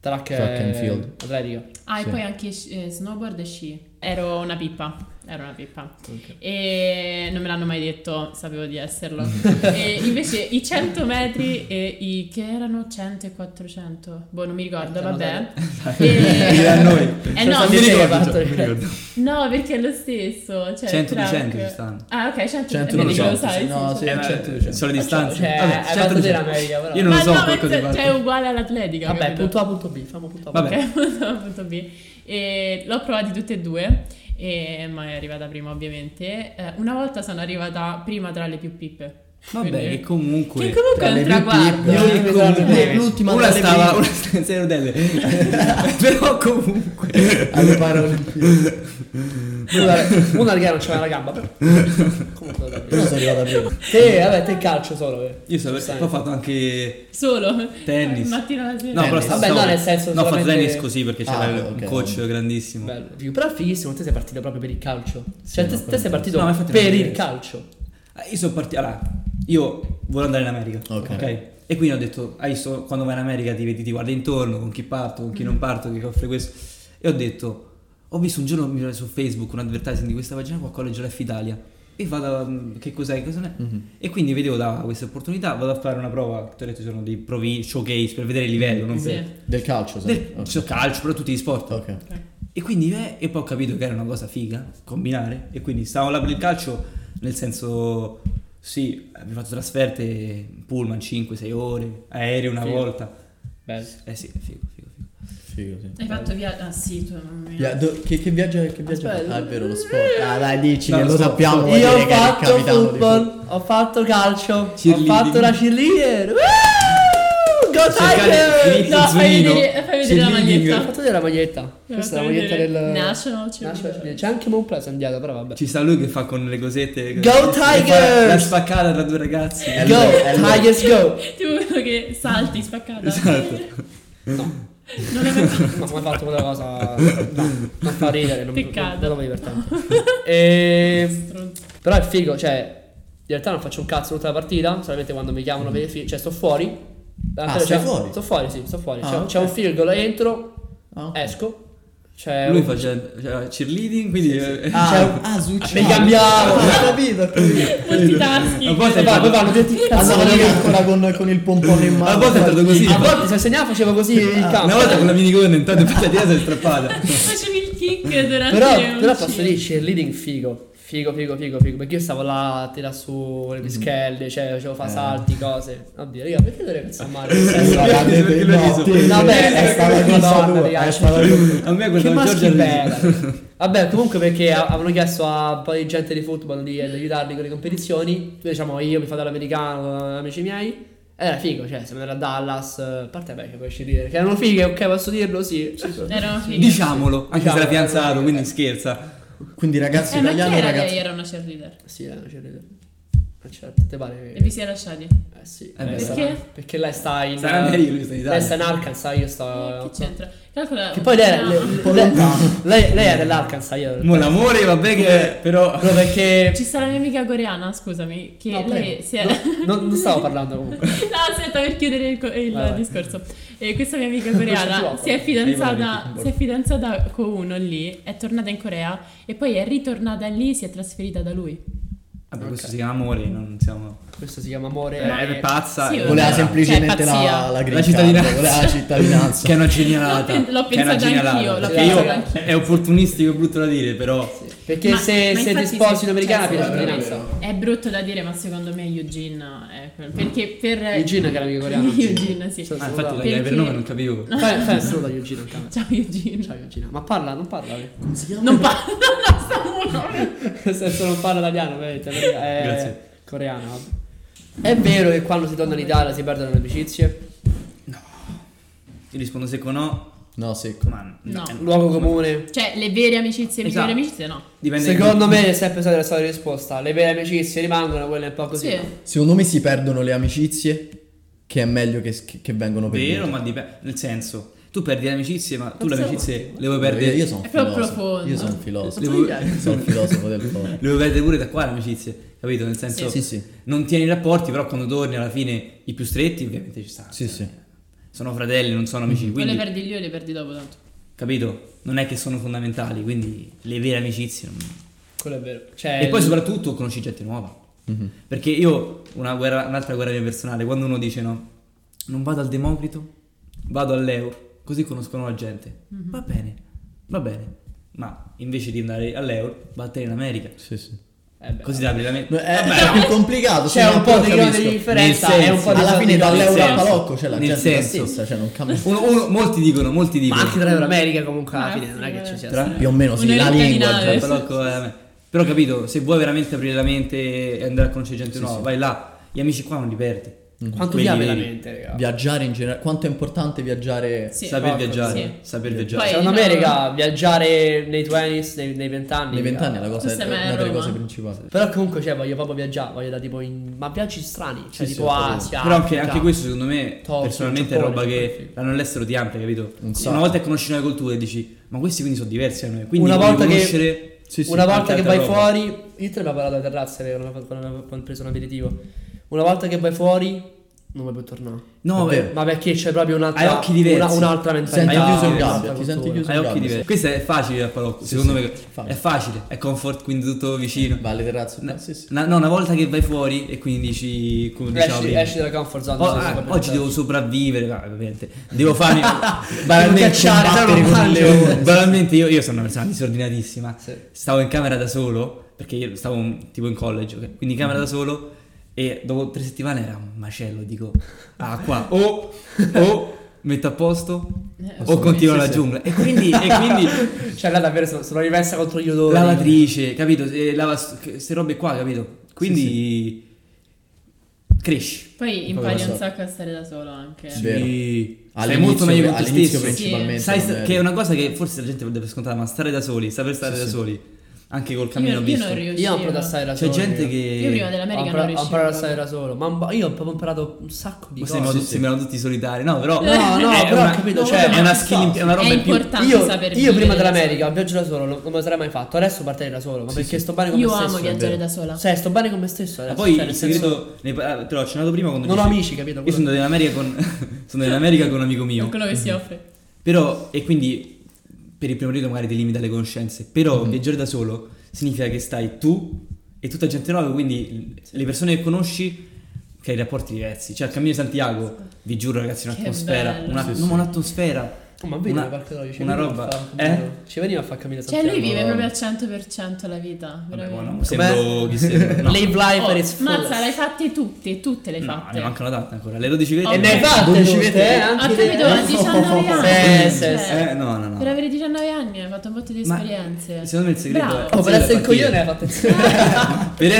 Track,
Track and field.
Atletica.
Ah,
Sì.
e poi anche sci- eh, snowboard e sci. Ero una pippa. Ero una pippa.
Ok.
E non me l'hanno mai detto, sapevo di esserlo. e invece i 100 metri e i che erano 100 e 400. Boh, non mi ricordo,
Eh,
vabbè.
Dire a noi.
Eh no,
Non
Mi
mi
perché-
ricordo,
ricordo.
Gio, mi ricordo.
No, perché è lo stesso. Cioè,
100
track-
200 ci stanno.
Ah, ok, 100,
100,
100
non
lo
lo so.
sai.
No,
sì,
sì,
sì.
Eh,
Eh,
certo,
beh,
certo.
Sono le distanze.
Cioè,
Vabbè,
hai
100,
fatto te la
200.
media, però.
Io non lo
Ma
so
no,
quel
perché
cosa di
cioè, è
fatto.
uguale all'atletica.
Vabbè,
capito?
punto A, punto B. Famo punto A.
Vabbè.
Ok, punto, punto B. E l'ho provati tutte e due, e, ma è arrivata prima ovviamente. Eh, una volta sono arrivata prima tra le più pippe.
Vabbè,
Quindi-
che comunque...
che comunque
tra
è
le
un
più
traguardo.
pippe.
Eh,
Io-
comunque-
l'ultima
una
delle
stava
prime.
una stava zero delle però comunque
Alle parole.
Una- Una raga non c'aveva la gamba. Comunque, vabbè.
Però sono arrivato prima.
Te, vabbè, te calcio solo. eh.
io so poi ho fatto anche
Solo.
Tennis.
Mattina alla sera.
no però
Tennis.
stavo-
Vabbè, no,
stavo-
nel senso,
no ho fatto
solamente-
tennis così perché
Ah,
c'era
ok,
un coach
vabbè.
grandissimo
Bello. Dico, Però è fighissimo, te sei partito proprio per il calcio. Cioè,
Sì,
te,
no,
te
per-
sei partito
No, ma infatti non
per
mi
il
interessa.
calcio.
Ah, io sono partito allora io volevo andare in America
Ok.
ok, e quindi ho detto hai visto quando vai in America ti vedi ti guardi intorno con chi parto con chi non parto chi offre questo e ho detto ho visto un giorno mi- su Facebook un advertising di questa pagina qua College Life Italia e vado a- mm, che cos'è che cosa non è e quindi vedevo da questa opportunità vado a fare una prova ti ho detto sono dei provi showcase per vedere il livello non
Sì.
per
Del calcio, sai?
del
Ok.
cioè, calcio però tutti gli sport
Ok.
Ok.
e quindi eh, e poi ho capito che era una cosa figa combinare e quindi stavo là per il calcio nel senso sì abbiamo fatto trasferte pullman 5-6 ore aereo una
Figo.
volta
Bello.
eh sì figo figo figo
Figo, sì.
Eh,
Hai fatto via... Ah sì, tu mamma mia.
Via- do- che, che viaggio che viaggio
Aspetta.
ah, è vero lo sport ah dai dici
No,
che
lo
lo
sport.
sappiamo vuol
Io ho
dire che eri il
fatto
capitano di
football, ho fatto calcio, ho
Cheerleading.
fatto la cheerleader. Woo! Go Tiger!
Cercare di finire
No, fai
Zunino,
vedere, fai vedere la
cheerleading.
Ho
maglietta.
fatto vedere la maglietta. Questa è la maglietta del
Eh, National
National
Cheerleader.
Cheerleader. C'è anche Monplus indietro, però vabbè.
ci sta lui che fa con le cosette
Go Tigers! Eh,
la spaccata tra due ragazzi
È lui,
Go,
è lui.
Tigers go!
Tipo quello che salti spaccata.
Esatto.
No,
Non l'hai mai fatto.
no, mi ha fatto quella cosa. No, non fa ridere, non
Peccato.
Non, non mi divertente. E...
stronzo.
Ehm, Però è figo, cioè, in realtà non faccio un cazzo tutta la partita, solamente quando mi chiamano per il field, cioè sto fuori.
Ah, sei fuori?
Sto fuori, sì, sto fuori.
Ah,
C'è,
ok.
c'è un field goal, entro,
Ah, ok.
esco. Cioè,
Lui
un-
faceva faceva cheerleading, quindi... eh,
Ah,
Cioè,
ah, Zucci.
li cambiavo, ho capito.
Multitasking.
A volte-
Poi vanno, poi vanno tutti
Andavo
cazzavano
lì
via.
ancora con, con il pompone in mano.
A volte è stato così.
A volte se segnava facevo così il campo.
Una volta con la minigonna è entrato in faccia di e si è strappata.
Facevi il kick durante
Però, però posso
uscite.
dire cheerleading figo. Figo, figo, figo, figo. Perché io stavo là a tirare su
Mhm.
le pischelle, cioè facevo fa salti, cose. Oddio, raga, perché dovrei pensare male?
Eh,
Cioè,
raga,
Perché
te-
l'ho
no,
riso?
te-
Vabbè,
è stata
Madonna,
cosa tua,
raga,
è
cioè-
stata tua.
A me
Che
quando
maschi
Giorgia
bella. Vabbè, comunque perché a- avevano chiesto a un po' di gente di football di, di aiutarli con le competizioni. Quindi, Diciamo, io mi fatto l'americano, amici miei. Era figo, cioè, se me a Dallas, eh, a parte beh, che puoi dire. Che erano fighe, ok, posso dirlo, sì.
Era una figa.
Diciamolo, anche se era
Diciamolo,
fidanzato,
eh.
quindi scherza.
Quindi ragazzi
Eh, ma chi
italiani,
era
ragazzi.
lei? Era una cheerleader.
Sì, eh, era cheerleader. Ma Certo, te pare
E vi
che...
si è lasciati?
Eh sì.
Eh, beh,
Lei
perché?
sta- Perché lei sta in... eh,
Sarà meglio lui sta in
Lei sta
Italia.
in Arkansas, io sto...
Eh, che c'entra? Calcola.
Che poi lei era...
no.
le-
Un po'
lei-
lontano.
lei, lei era dell'Arkansas, io...
Mo l'amore, vabbè che... Però...
No, perché...
Ci sta la mia amica coreana, scusami, che
No,
lei
prego.
si è...
No, non, non stavo parlando comunque.
No, aspetta per chiudere il, co- il
Vai, vai.
discorso. Eh, questa mia amica
Non ci
coreana
gioco. eh,
si è,
Arriva
fidanzata,
lì.
si è fidanzata con uno lì, è tornata in Corea e poi è ritornata lì, si è trasferita da lui.
Vabbè, questo si chiama amore, non siamo...
Questo si chiama amore.
Eh, è pazza. eh.
Sì, vabbè.
Voleva
Cioè,
semplicemente la,
pazzia.
la, green
La cittadinanza.
card, voleva la cittadinanza.
Che è una genialata.
L'ho pen- l'ho
che è una
pensata
genialata.
anch'io, l'ho
Che
pensata
io-
anch'io.
È opportunistico e brutto da dire, però...
Perché
Ma-
se,
ma
se ti
infatti
sposi
se-
in americana
cioè,
per la
secondo me-
cittadinanza.
È brutto da dire, ma secondo me Eugene è quel- Perché per...
Eugene che era amico coreano.
Eugene, sì.
Sì,
Ah,
sì.
infatti lo
Perché-
chiami per nome, non capivo.
Fai, fai solo da Eugene in camera.
Ciao Eugene.
Ciao Eugene. Ma parla, non parla. eh.
Non parlo,
Nel senso non parla italiano, ovviamente. perché È
Grazie.
coreano. vabbè. È vero che quando si torna in Italia si perdono le amicizie?
Ti rispondo secco no,
No, secco.
ma...
No.
eh,
Luogo comune?
Cioè, le vere amicizie, le
Esatto.
migliori amicizie no.
Dipende
Secondo me è sempre stata la solita risposta. Le vere amicizie rimangono, quelle un po' così.
Sì.
no?
Secondo me si perdono le amicizie, che è meglio che, che vengono perdute.
Vero, ma dipende... Nel senso, tu perdi le amicizie, ma tu le
Forse-
amicizie le vuoi
Io,
perdere...
io sono un
È proprio
filosofo.
profondo.
Io sono un filosofo.
Le vuoi-
sono un filosofo del cuore.
Le vuoi perdere pure da qua le amicizie, capito? Nel senso...
Sì, sì.
non tieni i rapporti, però quando torni alla fine i più stretti ovviamente ci stanno. cioè,
Sì, Mm-hmm. sì.
Sono fratelli, non sono amici,
Quelle
quindi
perdi lì o le perdi dopo tanto.
capito? Non è che sono fondamentali, quindi le vere amicizie. non-
Quello è vero. Cioè,
Eh,
E poi soprattutto conosci gente nuova.
Mm-hmm.
Perché io una guerra- un'altra guerra mia personale, quando uno dice no, non vado al Democrito, vado all'Eur, così conoscono la gente.
Mm-hmm.
Va bene, va bene. Ma invece di andare all'Eur, vattene in America.
Sì, sì.
eh beh,
Così ti apri la mente.
No, È, è più complicato.
C'è
sì,
un po'
però
di
capisco.
grande differenza.
Nel
È un
senso.
po' di
Alla fine
grande
dall'euro a
senso.
Palocco c'è la
Nel
gente la
senso.
stessa, cioè non cambia.
Uno- uno- molti dicono, molti dicono.
Ma anche tra l'Euro e l'America comunque alla fine non è che ci sia.
Tra-
Più o meno sì,
Un'oretta
la
di
lingua.
nave.
cioè,
Cioè,
però-
però, eh, però capito, se vuoi veramente aprire la mente e andare a conoscere gente nuova, vai là. Gli amici qua non li perdi.
Quanto
Quelli
vi ha
veri.
veramente, raga?
Viaggiare in generale, quanto è importante viaggiare
Sì.
saper
Porco,
viaggiare,
sì.
saper
Poi-
viaggiare.
Cioè, in
no.
America viaggiare nei 20s, nei, nei 20 anni.
nei vent'anni è la cosa,
Tu
è
stai mai a
una delle
Roma?
cose principali.
Però comunque, cioè, voglio proprio viaggiare, voglio da tipo in... Ma viaggi strani, cioè
Sì,
tipo
sì, ho capito.
Asia.
Però anche,
Africa.
anche questo secondo me
Tokyo,
personalmente è
Giappone,
roba che
Giappone.
l'hanno all'estero ti amplia, capito?
Un
Sì,
sacco.
Una volta che conosci nuove culture dici, ma questi quindi sono diversi da noi. Quindi
Una
devi
volta che-
conoscere...
Sì, sì.
Una volta
tanta
che vai
roba.
fuori... Io te ne avevo parlato a terrazza quando avevo- quando avevo preso un aperitivo. Una volta che vai fuori... Non vuoi più tornare.
No,
È vero.
eh,
Ma perché c'è proprio un'altra...
Hai occhi diversi.
una- un'altra mentalità.
Senti
chiuso in
un'altra
gabbia, ti senti
cultura.
chiuso.
hai occhi
Bravo,
diversi. Questo è facile a Palocco, secondo me
Facile.
è facile, è comfort, quindi tutto vicino.
Va alle terrazze.
No,
sì, sì.
no, una volta che vai fuori e quindi dici, come diciamo
Esci,
prima,
esci dalla comfort zone.
Oh,
sì,
ah,
sì, proprio
oggi
bello.
devo sopravvivere, va, ovviamente. Devo fare.
Banalmente
cacciare,
combattere
sono-
con il leone.
Banalmente, io, io sono una persona disordinatissima.
Sì.
Stavo in camera da solo, perché io stavo in- tipo in college, ok? quindi in camera
Mm-hmm.
da solo. E dopo tre settimane era un macello, dico, ah qua, o, o metto a posto,
Eh,
o continuo la giungla. E quindi, e quindi
Cioè, là davvero sono, sono rimessa contro gli odori.
lavatrice, capito? Eh, lava queste robe qua, capito? Quindi cresci.
Poi
lo
impari
so.
un sacco a stare da solo anche.
Sì. Vero.
Sei
All'inizio-
molto meglio con te
all'inizio
stesso.
principalmente.
Sai
non
sta-
eri.
che è una cosa che forse la gente deve scontare, ma stare da soli, saper stare da soli, anche col
Io,
cammino
io
visto.
non riuscivo.
Io ho imparato a stare da
C'è
solo.
gente
io.
che
Io prima
Ho
dell'America non
imparato, ho
riuscivo.
imparato a stare da solo, ma un po- io ho proprio imparato un sacco di
Poi
cose.
sembrano,
sì,
tutti-
sì.
sembrano tutti solitari, no,
Eh,
però
No, no,
è
però
una,
ho capito,
è
cioè,
una skill, in più, è una roba
È
in più.
importante
Io,
saper
io prima
vivere da
dell'America viaggio da solo, non non me lo sarei mai fatto. Adesso partirei da solo, ma perché sto bene con
Io
me stesso.
amo viaggiare da sola.
Cioè, sto bene con me stesso
Ma
adesso.
poi
cioè,
il
nel senso,
segreto, ne par- te l'ho accennato prima quando
non ho
dici-
amici, capito?
Io sono andato in America con, sono andato in America con un amico mio.
Con quello che si offre.
Però, e quindi per il primo periodo magari ti limita le conoscenze, però viaggiare da solo significa che stai tu e tutta gente nuova, quindi le persone che conosci che hai rapporti diversi. Cioè, al Cammino di Santiago, vi giuro ragazzi, un'atmosfera,
bello.
una,
Sì,
no,
sì.
un'atmosfera.
Oh, ma vedi
Una-
che Parco Lodi ci
una
veniva
roba,
a fa-
eh?
Ci veniva a far camminare
Cioè lui vive
Santiago.
proprio al 100% la vita,
Vabbè,
veramente.
buono, sembro chi sembra. No,
Lave life
Oh,
at its
mazza, l'hai
fullest.
fatte tutte, tutte le hai
no,
fatte.
ne mancano tante ancora. Le 12
E ne hai
Oh, fatte
12
tutte,
vette?
eh,
Ho
anche le-
capito, a 19 anni.
Sì, sì,
cioè,
sì.
Eh, no, no, no.
Per avere 19 anni hai fatto un botto di
Ma eh,
esperienze.
secondo me il segreto
Bravo.
è-
Oh, per essere il
Partire.
coglione hai fatto
Per essere,
Non me
per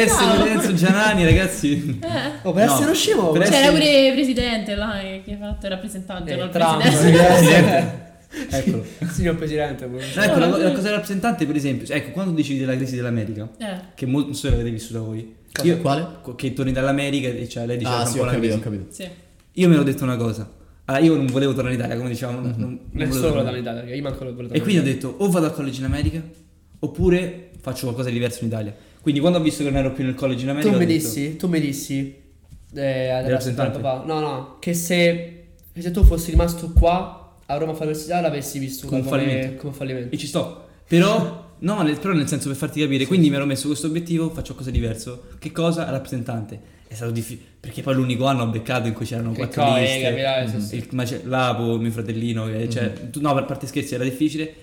essere
l'aspettavo.
Lorenzo Gianani, ragazzi.
Oh, per
No.
essere uno scemo.
Per
eh,
C'era
sì.
Cioè, pure il presidente là eh, che ha fatto il rappresentante, no? Il
Trump.
presidente.
Eccolo.
Signor presidente, volevo-
No, ecco, la, la cosa del rappresentante, per esempio, cioè, ecco, quando dici della crisi dell'America,
Eh,
che molto, non so se l'avete vissuta voi,
Cosa? Quale?
co- che torni dall'America e cioè, lei diceva
Ah,
tra un
sì,
po'
ho
la
capito, ho
crisi.
capito.
sì.
Io me l'ho detto una cosa. Allora, io non volevo tornare in Italia, come dicevamo. non- non- non
Non
volevo
solo
tornare.
dall'Italia, perché io manco l'ho voluto
E quindi ho detto, o vado al college in America, oppure faccio qualcosa di diverso in Italia. Quindi quando ho visto che non ero più nel college in America...
Tu
ho
mi
detto-
dissi, tu mi dissi, eh, ad-
Del rappresentante?
papà, no, no, che se, che se tu fossi rimasto qua a Roma a fare l'università l'avessi vissuta
Come
come,
un
come fallimento.
fallimento. E ci sto. Però, no, nel, però nel senso per farti capire, quindi mi ero messo questo obiettivo, faccio qualcosa di diverso. Che cosa? Rappresentante. È stato difficile, perché poi l'unico anno ho beccato in cui c'erano
Che
quattro
coi,
liste.
capirai, sì,
Mhm.
sì.
Il mace- Lapo, mio fratellino, che- cioè,
Mhm.
tu- no, per parte scherzi era difficile.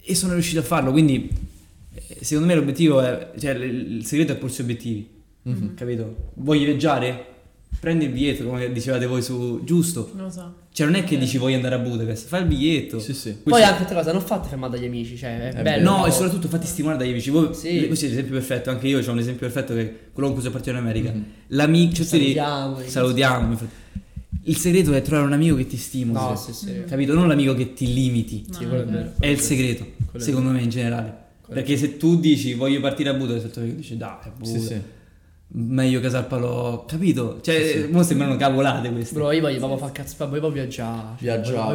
E sono riuscito a farlo, quindi eh, secondo me l'obiettivo è, cioè l- il segreto è porsi obiettivi,
Mhm.
Mhm.
capito? Vuoi viaggiare? Prendi il biglietto, come dicevate voi su... giusto.
Non lo so.
Cioè non è che dici voglio andare a Budapest, fai il biglietto.
Sì, sì.
Poi
Questo-
anche altra cosa, non fate fermata agli amici, cioè, è,
vero.
bello.
No, e soprattutto fatti stimolare dagli amici. Voi,
Sì.
le- Questo è l'esempio perfetto. Anche io ho un esempio perfetto che quello con cui sono partito in America.
Mhm.
L'amico. Cioè, se li-
Salutiamo, eh.
salutiamo, mio fratello. Il segreto è trovare un amico che ti Cioè, stimola.
No, sì, sì.
Capito? Non l'amico che ti limiti.
No,
Sì, quello è
no,
vero.
È il segreto,
Quello è
secondo me, in generale.
Quello è
Perché se tu dici voglio partire a Budapest, il tuo amico dice dai, a
Sì,
Budapest.
sì.
Meglio Casalpalò, capito? Cioè, mo sembrano cavolate queste.
Bro, io voglio proprio far cazzare, voglio proprio viaggiare.
Viaggiare,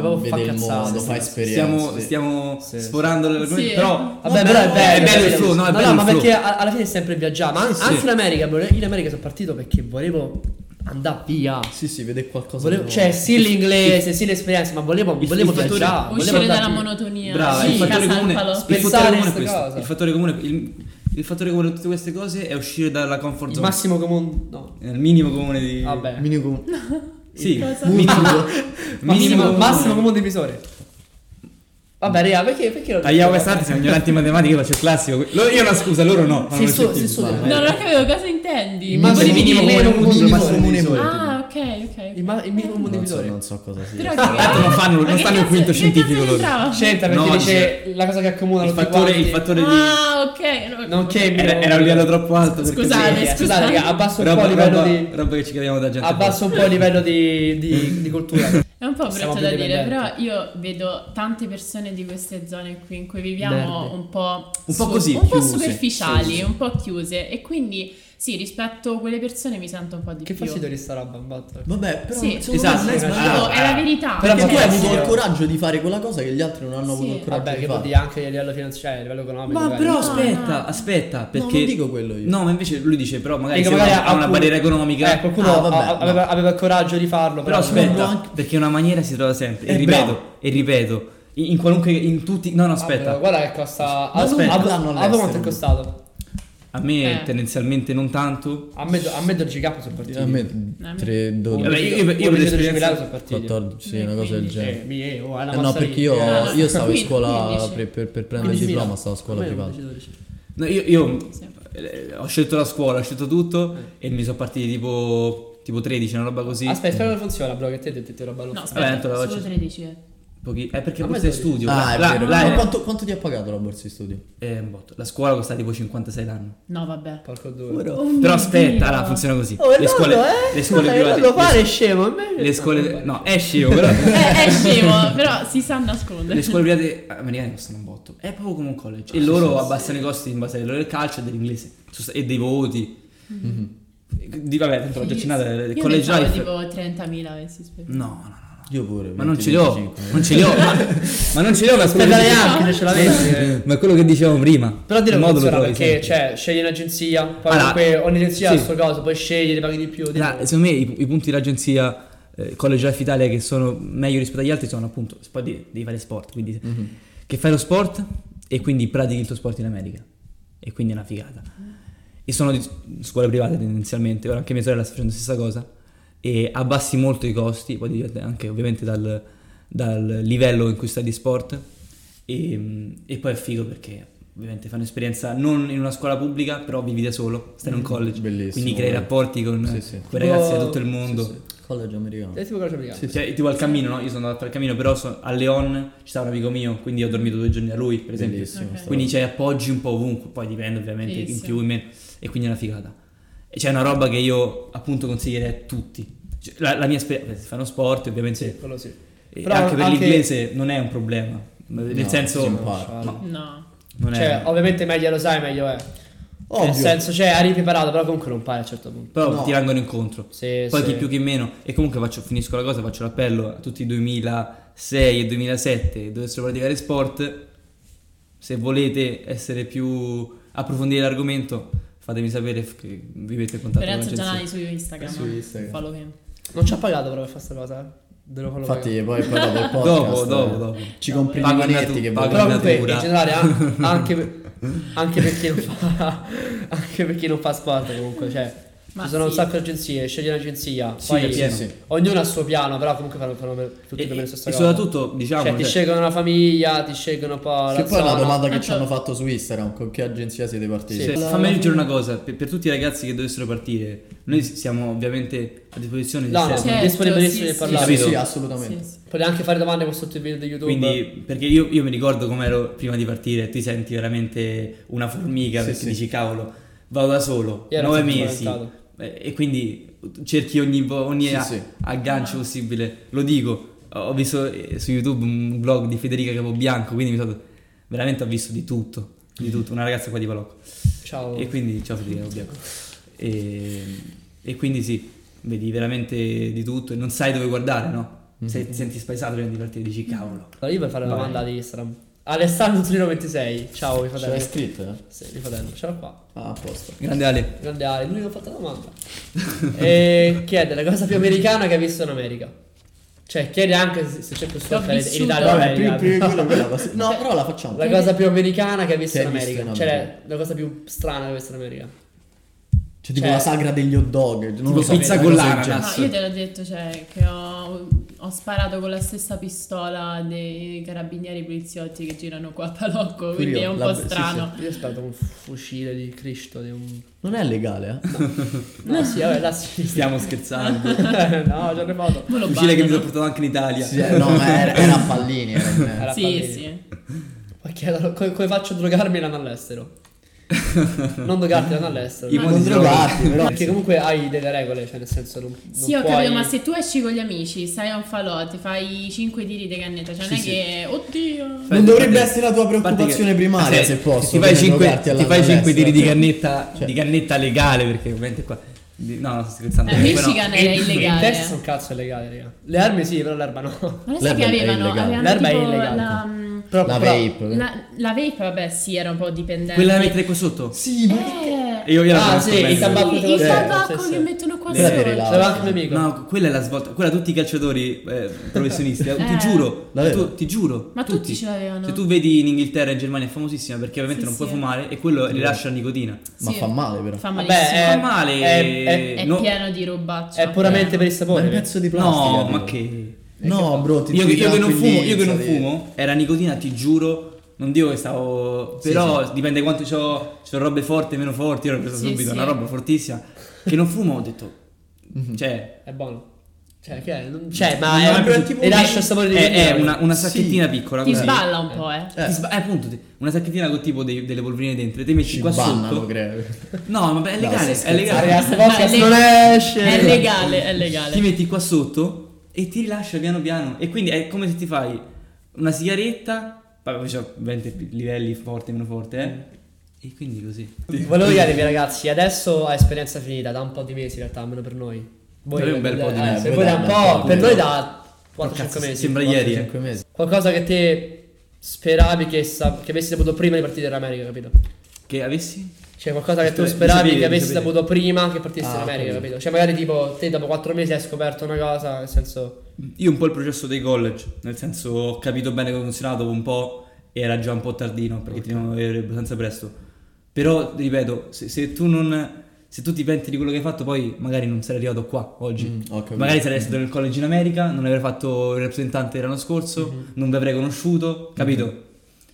voglio proprio far
vedere il
cazzare.
mondo, fai esperienze.
stiamo, stiamo
Sì, sì.
sforando le
Sì.
però,
Vabbè, però è bello, cioè,
è bello il flow, no, è bello
no,
il
ma
flow.
perché a- alla fine è sempre viaggiare. Ma an-
Sì,
anche
sì.
in America, bro, io in America sono partito perché volevo andare via.
Sì, sì, vede qualcosa
Volevo-
di nuovo.
cioè, sì l'inglese, sì l'esperienza, ma volevo,
il
volevo
fattore-
viaggiare. volevo
Uscire
andare
dalla
via.
monotonia.
Brava,
sì,
il fattore comune,
Casalpalo.
il fattore comune è
queste
questo.
cose.
Il fattore comune, il, il fattore comune di tutte queste cose è uscire dalla comfort
Il
zone.
massimo comune. No.
È il minimo comune di
Vabbè.
Minimo-
Sì,
Cosa?
minimo, minimo
Massimo,
comune.
massimo comune divisore. Vabbè, raga, perché, perché lo
Ah, io a quest'arte siamo ignoranti in matematica, faccio il classico. Lo- io ho una scusa, loro no.
Si studia, si
No,
No,
studia.
non capivo cosa intendi.
Il
Ma
massimo
volevi
minimo
dire-
comune,
minimo
minimo
massimo
comune.
minimo.
Ah, ok, ok.
Il, ma- il minimo comune
Non so,
divisore.
non so cosa sia.
Però
Tanto non fanno,
Ma
non
che
stanno in
cazzo-
quinto
che
scientifico
cazzo
loro.
c'entrava?
C'entra perché
No, cioè,
dice la cosa che accomuna
Il
tutti
fattore, il
quanti.
fattore di...
Ah, ok. no,
Nonché il minimo
Era, era un
comune.
livello troppo alto. perché-
Scusate,
Sì,
scusate.
Scusate, raga, abbasso un po'
roba,
il livello
roba,
di.
roba che ci capiamo da gente.
Abbasso un po' il livello di, di, di cultura.
È un po'
Siamo
brutto
più
da dire, però
dipendenti.
io vedo tante persone di queste zone qui in cui viviamo
Nerd.
un po',
Un po' così,
un po'
chiuse,
superficiali,
chiuse.
un po' chiuse e quindi sì, rispetto a quelle persone mi sento un po' di
che
più.
fastidio di sta roba, imbattere.
Vabbè, però
Sì.
secondo
Esatto,
me non è
sì,
sbagliato.
Dico,
Ah,
è la verità.
però
Perché tu hai
cioè,
avuto
sì,
il
eh.
coraggio di fare quella cosa che gli altri non hanno
Sì.
avuto il coraggio
Vabbè,
di
che vuol
fare.
dire anche a livello finanziario, a livello economico.
Ma
magari.
però
No,
aspetta,
no.
aspetta, perché...
No, non dico quello io.
No, ma invece lui dice, però magari
Dico,
se
Ecco, magari
uno ha una
alcuni-
barriera economica.
Eh, qualcuno
Ah, vabbè,
a- aveva, aveva il coraggio di farlo.
però
Però,
aspetta,
anche-
perché una maniera si trova sempre. E
Eh,
ripeto,
bravo.
e ripeto, in, in qualunque. in tutti. No, no, aspetta.
Aspetta, guarda che costa.
Ma
Aspetta,
non
Ab-
l'hanno
Ab-
all'estero.
quanto è costato?
a me
Eh.
tendenzialmente non tanto.
A me, a me 12k sono partiti.
A me 3,
Un
12,
Vabbè, io- io- io per
12
esperienza-
12.000 sono partiti.
14, sì, una cosa del
Eh,
genere.
mi- eh, oh, è una
Eh, no,
massoneria.
perché io,
Ah,
io stavo in
quindi-
scuola
15.
per, per- per prendere il
15.000.
diploma, stavo a scuola
A me erano
privata.
12, 12.
No, io, io,
Sì.
eh, ho scelto la scuola, ho scelto tutto e mi sono partiti tipo. tipo 13, una roba così.
Aspetta, spero che funziona, bro, che te te, te, te roba non
No,
fa.
Vabbè, entro la
aspetta, solo
voce.
13. eh.
Pochi- eh, perché
A me
questo è
12.
studio.
Ah, è
la,
vero.
la-
Ma quanto, quanto ti ha pagato la borsa di studio?
eh, un botto. La scuola costa tipo 56 l'anno.
No, vabbè.
Porco due.
Però-
Oh mio
Però aspetta,
Dio.
allora funziona così.
Oh,
le scuole, le scuole private.
Lo
le-
fare è scemo. invece-
le scuole no è scemo però
Eh, è scemo, però si sa nascondere.
le scuole private americane costano un botto è proprio come un college e loro abbassano i costi in base al loro calcio e dell'inglese Su- e dei voti di, vabbè tanto l'ho già accennato il
Io
college
pensavo
life
tipo 30.000 avessi speso.
no no no
Io pure.
ma non
20,
ce li ho
25.
non ce li ho ma, ma non ce li ho ma
Per
quello
dare
che-
anche non ce l'avessi.
ma quello che dicevamo prima
Però dire
il
che
modulo
funziona
trovi
perché,
sempre.
cioè, scegli un'agenzia, poi
Allora,
comunque ogni agenzia ha il
sì.
suo coso, puoi scegliere, paghi di più. di
Tra-
meno.
secondo me i, i punti dell'agenzia eh, College Life Italia che sono meglio rispetto agli altri sono appunto poi devi, devi fare sport quindi che fai lo sport e quindi pratichi il tuo sport in America. E quindi è una figata. E sono di scuole private tendenzialmente, ora anche mia sorella sta facendo la stessa cosa, e abbassi molto i costi, poi dipende anche ovviamente dal, dal livello in cui stai di sport, e, e poi è figo perché ovviamente fai un'esperienza non in una scuola pubblica, però vivi da solo, stai in un college,
Bellissimo,
quindi crei
guarda.
rapporti con,
Sì, sì.
con ragazzi da
Tipo-
tutto il mondo.
College americano.
È tipo cosa americana.
Sì,
Cioè, tipo al cammino, no? Io sono andato al cammino, però so- a Leon ci stava un amico mio, quindi ho dormito due giorni da lui, per esempio.
Bellissimo.
Ok.
sta
Quindi c'è appoggi un po' ovunque, poi dipende ovviamente in
Bellissimo.
più, in meno, e quindi è una figata. E c'è una roba che io appunto consiglierei a tutti. Cioè, la, la mia esperienza, se fanno sport ovviamente,
Sì, quello sì.
e
Però
anche per
anche-
l'inglese non è un problema, nel
No,
senso...
si impara.
ma
No.
non
Cioè,
è...
ovviamente meglio lo sai, meglio è.
Ovvio.
Nel senso, cioè, arrivi preparato, però comunque non pari a un certo punto.
Però
no.
ti vengono incontro.
Sì,
Poi
sì.
chi più chi meno. E comunque faccio, finisco la cosa, faccio l'appello a tutti i 2006 e 2007 dovessero praticare sport. Se volete essere più approfondire l'argomento, fatemi sapere f- che vi mette in contatto con
Lorenzo Gianani
l'agenzia.
su Instagram.
Su Instagram.
Follow him.
Non ci ha pagato però per fare sta cosa, eh. Devo farlo pagare.
Infatti, poi, poi dopo il podcast.
Dopo, dopo,
eh,
dopo.
Ci compri i
Pago una
manetti
tu-
che
pago
Però
vogliono-
una
comunque, in
natura.
generale, an- anche, per- anche per chi non fa... anche per chi non fa sport, comunque, cioè...
Ma
ci sono un
sì.
sacco di agenzie, scegli un'agenzia,
Sì,
poi
sì,
sì.
ognuno ha il suo piano, però comunque fanno, fanno per- tutti
E,
per la
e
stessa cosa.
soprattutto, diciamo,
cioè, ti
cioè,
scelgono la famiglia, ti scelgono un po' la
Che poi è una
zona.
domanda che
Ah,
ci hanno
certo.
fatto su Instagram, con che agenzia siete partiti?
Sì.
Cioè, fammi dire una cosa, per, per tutti i ragazzi che dovessero partire, noi siamo ovviamente a disposizione di
No, no,
sempre.
Certo,
disponibilissimi
sì,
per
sì,
Sì,
parlare.
sì,
Capito?
sì, assolutamente.
Sì, sì.
Puoi anche fare domande con sotto il video di YouTube.
Quindi, perché io, io mi ricordo come ero prima di partire, ti senti veramente una formica
Sì,
perché
sì.
dici cavolo, vado da solo,
Io ero
nove
sempre
mesi.
spaventato.
eh, E quindi cerchi ogni, vo- ogni
Sì,
a-
sì.
aggancio possibile. Lo dico, ho visto eh, su YouTube un blog di Federica Capobianco, quindi mi sono veramente ho visto di tutto, di tutto, una ragazza qua di Palocco.
Ciao.
E quindi ciao Federica Capobianco. E, e quindi sì, vedi veramente di tutto e non sai dove guardare, no?
Mm.
Se ti senti spaesato prima di partire dici cavolo.
Allora io per fare una
Vai.
domanda di Instagram. Alessandro Zurino 26. Ciao, mio
C'era
fratello.
scritto, eh?
Sì, mio fratello, ce l'ho qua.
Ah, a posto.
Grande Ale.
Grande Ale, lui mi ha fatto la domanda. e chiede la cosa più americana che hai visto in America. Cioè, chiede anche se, se c'è più scorta in
vissuto.
Italia. o in
Vabbè, più,
America.
più di quello, quella cosa. No, però la facciamo.
La cosa più americana che hai visto
Che
in
hai visto
America.
in
Cioè,
America.
la cosa più strana che hai visto in America.
Cioè, tipo
Cioè-
la sagra degli hot dog. Non lo so,
pizza
una
con
cosa del
l'ananas.
genere.
No, Ah, io te l'ho detto, cioè, che ho, ho sparato con la stessa pistola dei carabinieri poliziotti che girano qua a Palocco, quindi è un
la-
po'
sì, sì.
strano.
Io ho sparato un fucile di Cristo, di un...
Non è legale, eh?
No, sì, vabbè, là sì.
Stiamo scherzando.
no, ce ne foto.
Mo lo
Fucile che mi
bannano.
sono portato anche in Italia.
Sì, eh, no, ma era, era a pallini. Era in-
Era-
Sì, sì.
Ma chiedono co- come faccio a drogarmi l'anno all'estero? non drogarti l'anno all'estero.
I
no?
modi
Non
di gioco.
drogati, però.
Perché comunque hai delle regole, cioè nel senso non, non
Sì, ho
puoi...
capito, ma se tu esci con gli amici, stai a un falò, ti fai 5 tiri di cannetta, cioè non è
Sì, sì.
che... Oddio! Eh,
Non dovrebbe essere la tua
A parte
preoccupazione
che-
primaria, se posso,
Ti fai
come
5,
drogarti alla- all'estero,
tiri di
cioè.
cannetta,
Cioè.
di cannetta legale, perché ovviamente qua... di- no, non sto scherzando.
Eh,
Comunque no.
Michigan era
In
illegale.
Texas un cazzo è legale, raga. Le armi sì, però l'erba no.
Ma adesso
L'erba
che
è
avevano,
illegale.
avevano
L'erba è
tipo
illegale.
la, mm,
Però,
La
però-
vape.
la, la vape, vabbè, sì, era un po' dipendente.
Quella da mettere qua sotto.
Sì, ma...
Eh,
E io gliela
Ah,
conosco
sì,
bene.
il tabacco.
il, il
Eh,
tabacco
sì, sì.
che mettono qua
Quella per i
sotto.
lau-
C'aveva anche un mio amico.
No, quella è la svolta. Quella tutti i calciatori eh, professionisti, eh, ti
Eh.
giuro.
Davvero?
tu- ti giuro.
Ma tutti ce l'avevano.
Se tu vedi in Inghilterra e in Germania è famosissima perché ovviamente
Sì,
non puoi
sì.
fumare e quello rilascia la nicotina.
Ma
Sì.
fa male, però.
Fa
Vabbè,
malissimo.
è-
Fa male.
è-
È
eh, no-
pieno di robaccio. Eh.
È puramente per il
Ma è
sapore.
un pezzo di plastica.
No, ma
tipo.
che...
No, bro, ti
Io,
ti
io che non fumo, io che non
tranquillizza, ti-
fumo, era nicotina, ti giuro. Non dico che stavo.
Sì,
Però dipende quanto c'ho, c'ho robe forti e meno forti. Io l'ho presa
Sì,
subito,
sì.
una roba fortissima. Che non fumo, ho detto. Cioè.
È buono. Cioè, che è? Non- Cioè, ma
non
è,
mi è piaciuto.
e lascia il sapore di eh,
È, è
nicotina.
una, una sacchettina piccola.
Ti
così.
sballa un po', eh.
eh. Ti sba- eh, appunto, ti- una sacchettina con tipo dei- delle polverine dentro. Te metti
Ci
qua
bannano,
sotto.
credo.
No, vabbè, è legale.
sto
è
Ah,
legale.
raga, sta
Ma
podcast
è
non
le-
esce.
È legale, è legale.
Ti metti qua sotto e ti rilascia piano piano. E quindi è come se ti fai una sigaretta. Vabbè, poi c'ho 20 livelli forti e meno forti, eh. E quindi così.
Volevo chiedervi ragazzi, adesso a esperienza finita, da un po' di mesi in realtà, almeno per noi.
Per noi un bel po' di
eh,
mesi.
se voi da un po', per noi da 4-5
Cazzo,
mesi.
Sembra ieri. eh.
5 mesi.
Qualcosa che te speravi che, sa- che avessi saputo prima di partire in America, capito?
Che avessi?
Cioè qualcosa che tu
Lo
speravi
sapevi,
che
lo
avessi
sapevi.
saputo prima che partissi
Ah,
in America,
capito.
capito? Cioè magari tipo te dopo 4 mesi hai scoperto una cosa, nel senso...
Io un po' il processo dei college, nel senso ho capito bene come funzionava dopo un po' era già un po' tardino perché ti devono avere abbastanza presto. Però, ripeto, se, se tu non... Se tu ti penti di quello che hai fatto, poi magari non sarei arrivato qua oggi.
Mm, ho capito.
magari sarei stato nel college in America, non avrei fatto il rappresentante l'anno scorso,
Mm-hmm.
non vi avrei conosciuto, capito?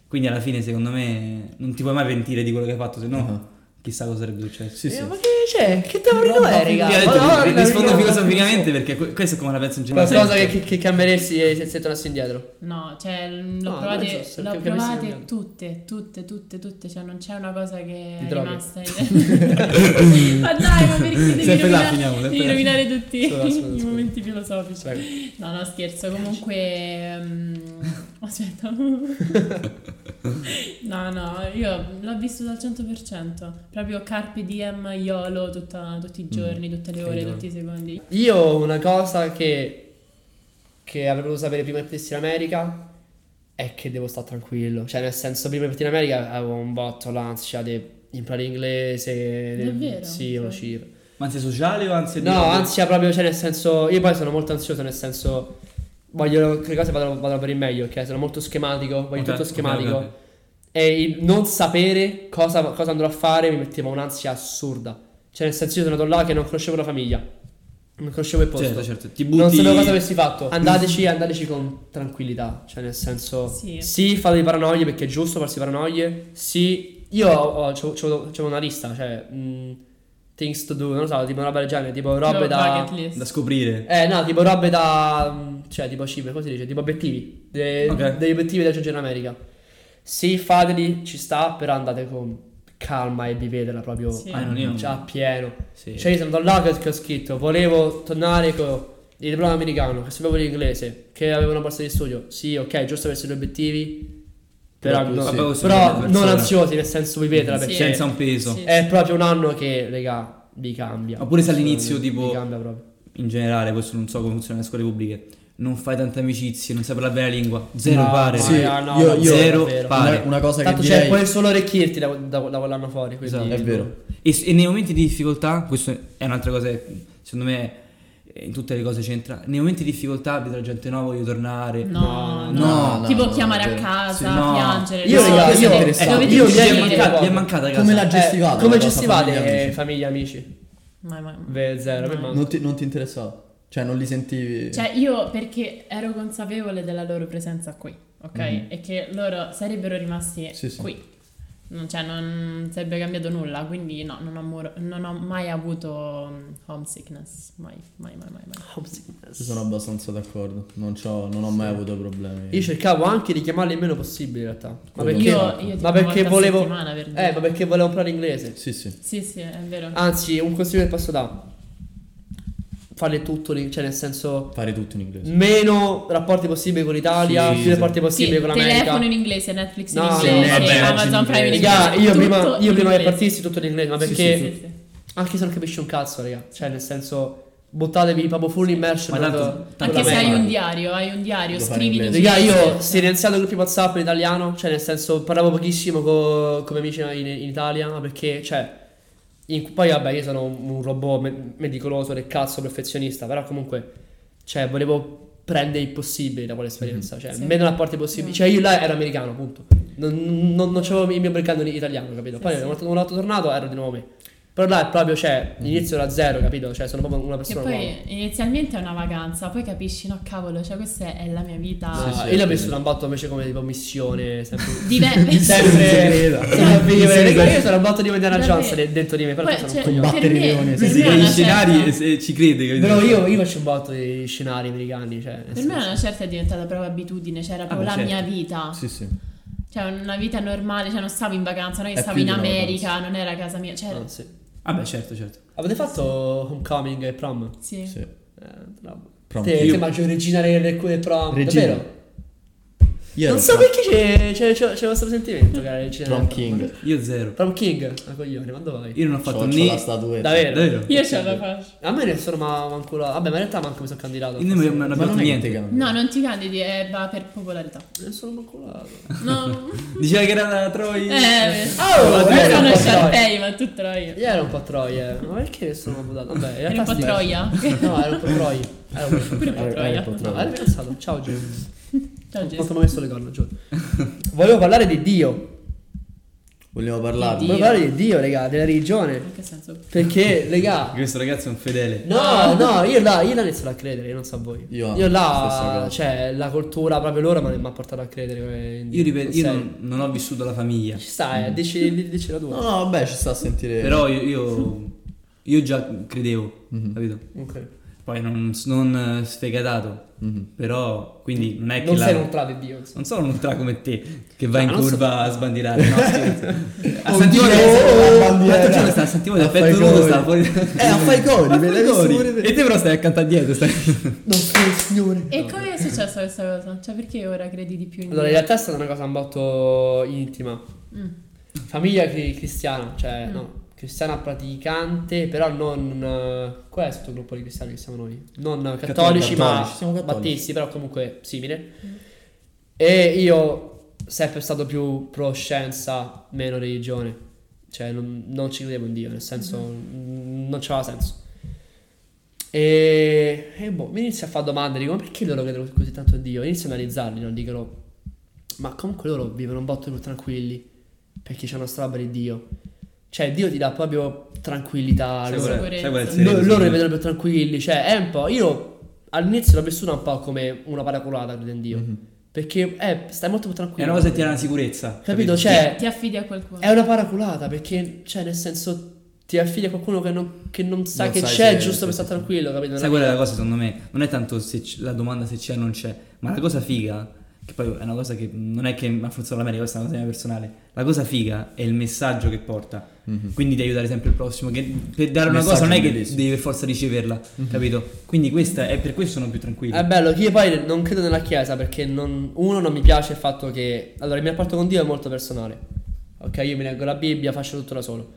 Quindi alla fine, secondo me, non ti puoi mai pentire di quello che hai fatto, se no chissà cosa sarebbe successo.
Ah. Sì, sì.
Eh, ma che c'è? Che tavolino
No,
è, Eh, raga?
io ho detto,
Madonna,
ri- rispondo
raga.
filosoficamente perché que- questo è come la penso in generale.
Qualcosa che, che, che cambieresti se, se tornassi indietro?
No, cioè, mh,
No,
l'ho
non
provate,
so, se-
l'ho
perché
provate
avessi
tutte, tutte, tutte, tutte, cioè non c'è una cosa che
Ti
è
trovi?
rimasta. in- ma dai, ma perché devi,
Sempre là
rovinare,
finiamo, sempre
devi
là.
rovinare tutti
Scusa, scusa,
i
scusa.
momenti filosofici?
Prego.
No, no, scherzo, comunque... ehm, aspetta. no, no, io l'ho vissuto al 100%, proprio carpe diem, YOLO, tutta- tutti i giorni, tutte le ore,
giorno.
tutti i secondi.
Io ho una cosa che, che avrei voluto sapere prima di partirsi in America è che devo stare tranquillo. Cioè, nel senso, prima di partire in America avevo un botto l'ansia di imparare inglese. di-
Davvero?
Sì, una cifra.
Ma ansia sociale o ansia di...
No, ansia proprio, cioè nel senso, io poi sono molto ansioso nel senso, voglio che le cose vadano, vadano per il meglio, ok? Sono molto schematico, voglio
Ok,
tutto
ok,
schematico.
ok.
E il non sapere cosa, cosa andrò a fare mi metteva un'ansia assurda. Cioè nel senso io sono andato là che non conoscevo la famiglia, non conoscevo il posto.
Certo, certo. Ti butti...
Non sapevo cosa avessi fatto. Andateci, andateci con tranquillità. Cioè, nel senso,
Sì.
sì, fate le paranoie perché è giusto farsi paranoie. Sì, io ho, ho- c'ho- c'ho- c'ho una lista, cioè, mh, things to do, non lo so, tipo roba del genere, tipo robe
Proprio
da.
bucket list.
Da scoprire.
Eh, no, tipo robe da. mh, cioè, tipo cibo, così dice, tipo obiettivi. de-
Ok.
Degli obiettivi da raggiungere in America. Sì, fateli, ci sta, però andate con calma e vivetela proprio.
Sì.
Ah, non io.
Già a pieno.
Sì.
Cioè, io sono andato là che- che ho scritto, volevo tornare con il diploma americano, che sapevo l'inglese, che avevo una borsa di studio. Sì, ok, giusto avere gli obiettivi, però, no-
Però sì.
però
Vabbè, questo è una
non
persona.
ansiosi, nel senso vivetela,
Sì.
perché
Senza un peso.
Sì.
è proprio un anno che, raga, vi cambia.
Oppure se all'inizio,
Vi
tipo-
cambia proprio.
In generale, questo non so come funziona nelle scuole pubbliche. Non fai tante amicizie, non sai parlare la vera lingua. Zero
No,
pare.
Sì,
Ah, no,
io,
no,
io-
zero
davvero.
una,
pare.
una cosa
Tanto
che
cioè,
direi
puoi solo arricchirti da, da, da quell'anno fuori, quindi... Eh,
Esatto.
è vero.
E, e nei momenti di difficoltà, questo è un'altra cosa che secondo me eh, in tutte le cose c'entra. Nei momenti di difficoltà vedo la gente no, voglio tornare.
No, no,
no, no,
tipo
no,
chiamare
no,
a
no.
casa,
Sì, no.
piangere.
Io,
no,
raga,
dovete-
io-
Eh,
dovete
esatto,
capire.
io
mi,
ieri-
è mancata,
ieri-
mi è mancata
Come la
casa.
gestivate?
come
la vostra
gestivate
famiglia,
famiglia, famiglia
amici?
amici?
Ma- ma-
Beh, zero, mi
No.
manca.
Non ti, non ti interessava? Cioè, non li sentivi?
Cioè, io perché ero consapevole della loro presenza qui, ok?
Mhm.
E che loro sarebbero rimasti
Sì, sì.
qui. Non, cioè, non sarebbe cambiato nulla, quindi no, non ho, mor- non ho mai avuto mm, homesickness. Mai, mai, mai, mai. mai.
Io sono abbastanza d'accordo. Non, c'ho- non ho mai avuto problemi.
Io cercavo anche di chiamarli il meno possibile in realtà. Ma
Quello
perché,
sì.
io, io tipo
ma perché
una volta a
volevo.
settimana, per
Eh,
dire.
ma perché Ah, volevo imparare inglese.
Sì, sì.
Sì, sì, è vero.
Anzi, un consiglio che posso dare. Fare tutto, lì, cioè nel senso.
Fare tutto in inglese.
Meno rapporti possibili con l'Italia,
Sì,
più
sì.
rapporti possibili
sì,
con
telefono in
l'America.
inglese, Netflix in
No,
inglese,
sì, vabbè,
Amazon
oggi in
Prime in
inglese.
inglese.
Raga, io
tutto
prima, io
in
prima che
inglese.
partissi tutto in inglese, ma
Sì,
perché
sì, sì, sì.
anche se non capisci un cazzo, raga. Cioè, nel senso, buttatevi proprio full immersion.
Ma tanto-
proprio-
tanto
proprio
Anche se
l'America.
hai
America.
un diario, hai un diario,
Lo fai in
scrivi in
inglese.
Raga, io
inglese.
si è iniziato il gruppo WhatsApp in italiano, cioè nel senso parlavo pochissimo co- come amici in, in Italia, ma perché, cioè, in- poi vabbè io sono un un robot me- meticoloso del cazzo, perfezionista, però comunque, cioè, volevo prendere il possibile da quell'esperienza, cioè,
Mhm. Sì.
meno rapporti possibili,
No.
cioè io là ero americano, punto, non, non, non c'avevo il mio background in italiano, capito,
Sì,
poi
sì.
una volta- una volta tornato ero di nuovo me, però là è proprio, cioè,
Mhm.
inizio da zero, capito, cioè sono proprio una
Che
persona nuova.
poi inizialmente è una vacanza, poi capisci, no cavolo, cioè questa è la mia vita.
Ah,
sì,
io l'ho
sì.
messo un botto invece come tipo missione, sempre
Diver-
sempre
Segreta.
vivere.
Segreta.
Io sono un botto di Indiana
Davvero.
Johnson dentro di me, però
Poi,
sono
cioè,
un coglione.
Combattere i
per me-
leoni,
per
sì,
me
sì.
è
Gli
una
scenari
certa-
eh, ci crede, capito?
Però io, io faccio un botto di scenari americani, cioè. nel
Per
senso.
me una certa è diventata proprio abitudine, cioè era proprio
beh,
la
certo.
mia vita.
Sì, sì.
Cioè una vita normale, cioè non stavo in vacanza, non è che
È
stavo
più
in
di una
America, non era casa mia, cioè
Anzi.
Ah beh, certo, certo.
Avete fatto Homecoming e Prom?
sì.
sì.
Eh, bravo.
Prom.
Te,
Io-
te mangio regina del del- del Prom.
Regina.
Davvero?
Io
non
ero
so
Trump-
perché c'è, c'è, c'è, c'è questo sentimento, cara. Regina del
Trump King.
Io zero.
Prom King, ma coglione, quando vai?
Io non ho
C'ho,
fatto
c'ho
né...
la statuetta.
Davvero?
Davvero?
Io ce la faccio.
A me nessuno mi ha manco la- Vabbè, ma in realtà manco mi sono candidato.
Io non mi- non
Ma
abbiamo
non
fatto
è che
niente.
te cambia.
No, non ti candidi, eh, va per popolarità.
Non sono manculato.
No.
Diceva che era la Troy.
eh,
Oh,
oh,
dai,
sono
un po'
Sharpay, ma tu troia.
Io ero un po' troia, eh. ma perché sono votato? Vabbè, in
Eri
realtà
un po'
sì.
troia.
No, ero un po' troia. Ero un po'
Pure un po'
Era- era
troia.
un po'
No,
troppo.
era pensato. Ciao Giulio.
Ciao Gesù.
Quanto ho messo le corna, giuro. Volevo parlare di Dio.
Vogliamo parlarne?
Dio.
Volevo parlare di Dio, raga, della religione.
In che senso?
Perché, raga,
Questo ragazzo è un fedele.
No, no, io là, io là inizio a credere, io non so voi.
Io- stessa
là,
cosa.
cioè, la cultura proprio loro mi ha portato a credere. come- in-
Io ripeto,
sei-
io non, non ho vissuto la famiglia.
Ci sta, eh, dici,
Mm.
di- dici la tua.
No, no, vabbè, ci sta a sentire.
Però io, io, io già credevo,
Mhm.
capito?
Ok.
Poi non, non eh, sfegatato.
Mhm.
Però, quindi non è che
Non
la-
sei un di Dio, insomma.
Non sono un ultra come te che va in
non so-
curva a sbandierare. No, scherzo.
Oddio,
a Sant'Ivone
oh,
l'altro
bandiera.
giorno stava a Sant'Ivone
A
da petto
fai
nudo,
cori.
stava fuori.
Eh, a fai cori,
A
me
fai
l'hai visto
cori.
pure te.
E te però stai accanto a dietro, stai-
Non sei il Signore.
E come è successa questa cosa? Cioè, perché ora credi di più in
Allora, in
Dio?
realtà è stata una cosa un botto intima.
Mm.
Famiglia cri- cristiana, cioè,
Mm.
no, cristiana praticante, però non... eh, Qual è il sottogruppo di cristiani che siamo noi? Non cattolici,
Cattolici,
ma
cattolici, siamo cattolici.
battisti, però comunque simile. E io sempre stato più pro scienza, meno religione. Cioè, non, non ci credevo in Dio, nel senso, mm, non c'aveva senso. E, e boh, mi inizio a fare domande, dico, ma perché loro credono così tanto in Dio? Inizio a analizzarli, non dicono, ma comunque loro vivono un botto più tranquilli, perché c'è una strada di Dio. Cioè, Dio ti dà proprio tranquillità.
Sai
loro-
qual è- sai qual è il
Sicurezza.
segreto,
loro
secondo
loro
me?
li vedono più tranquilli, cioè è un po'. Io all'inizio l'ho vissuta un po' come una paraculata, credo in Dio. Perché eh, stai molto più
Mhm. È
tranquillo.
una cosa che ti dà una sicurezza.
Capito? Cioè,
Ti affidi a qualcuno.
è una paraculata perché, cioè, nel senso, ti affidi a qualcuno che non, che non sa
Non
che
sai
c'è,
se-
giusto per
se-
stare tranquillo, capito?
Sai qual è la cosa secondo me? Non è tanto se c- la domanda se c'è o non c'è, ma la cosa figa, che poi è una cosa che non è che mi ha forzato la media, questa è una cosa mia personale, la cosa figa è il messaggio che porta.
Mhm.
Quindi di aiutare sempre il prossimo, che per dare una
Messaggio
cosa non è che
bellissimo.
devi per forza riceverla,
Mhm.
capito? Quindi questa è per questo sono più tranquillo.
È bello, che io poi non credo nella chiesa perché non- uno non mi piace il fatto che... Allora, il mio rapporto con Dio è molto personale. Ok, io mi leggo la Bibbia, faccio tutto da solo.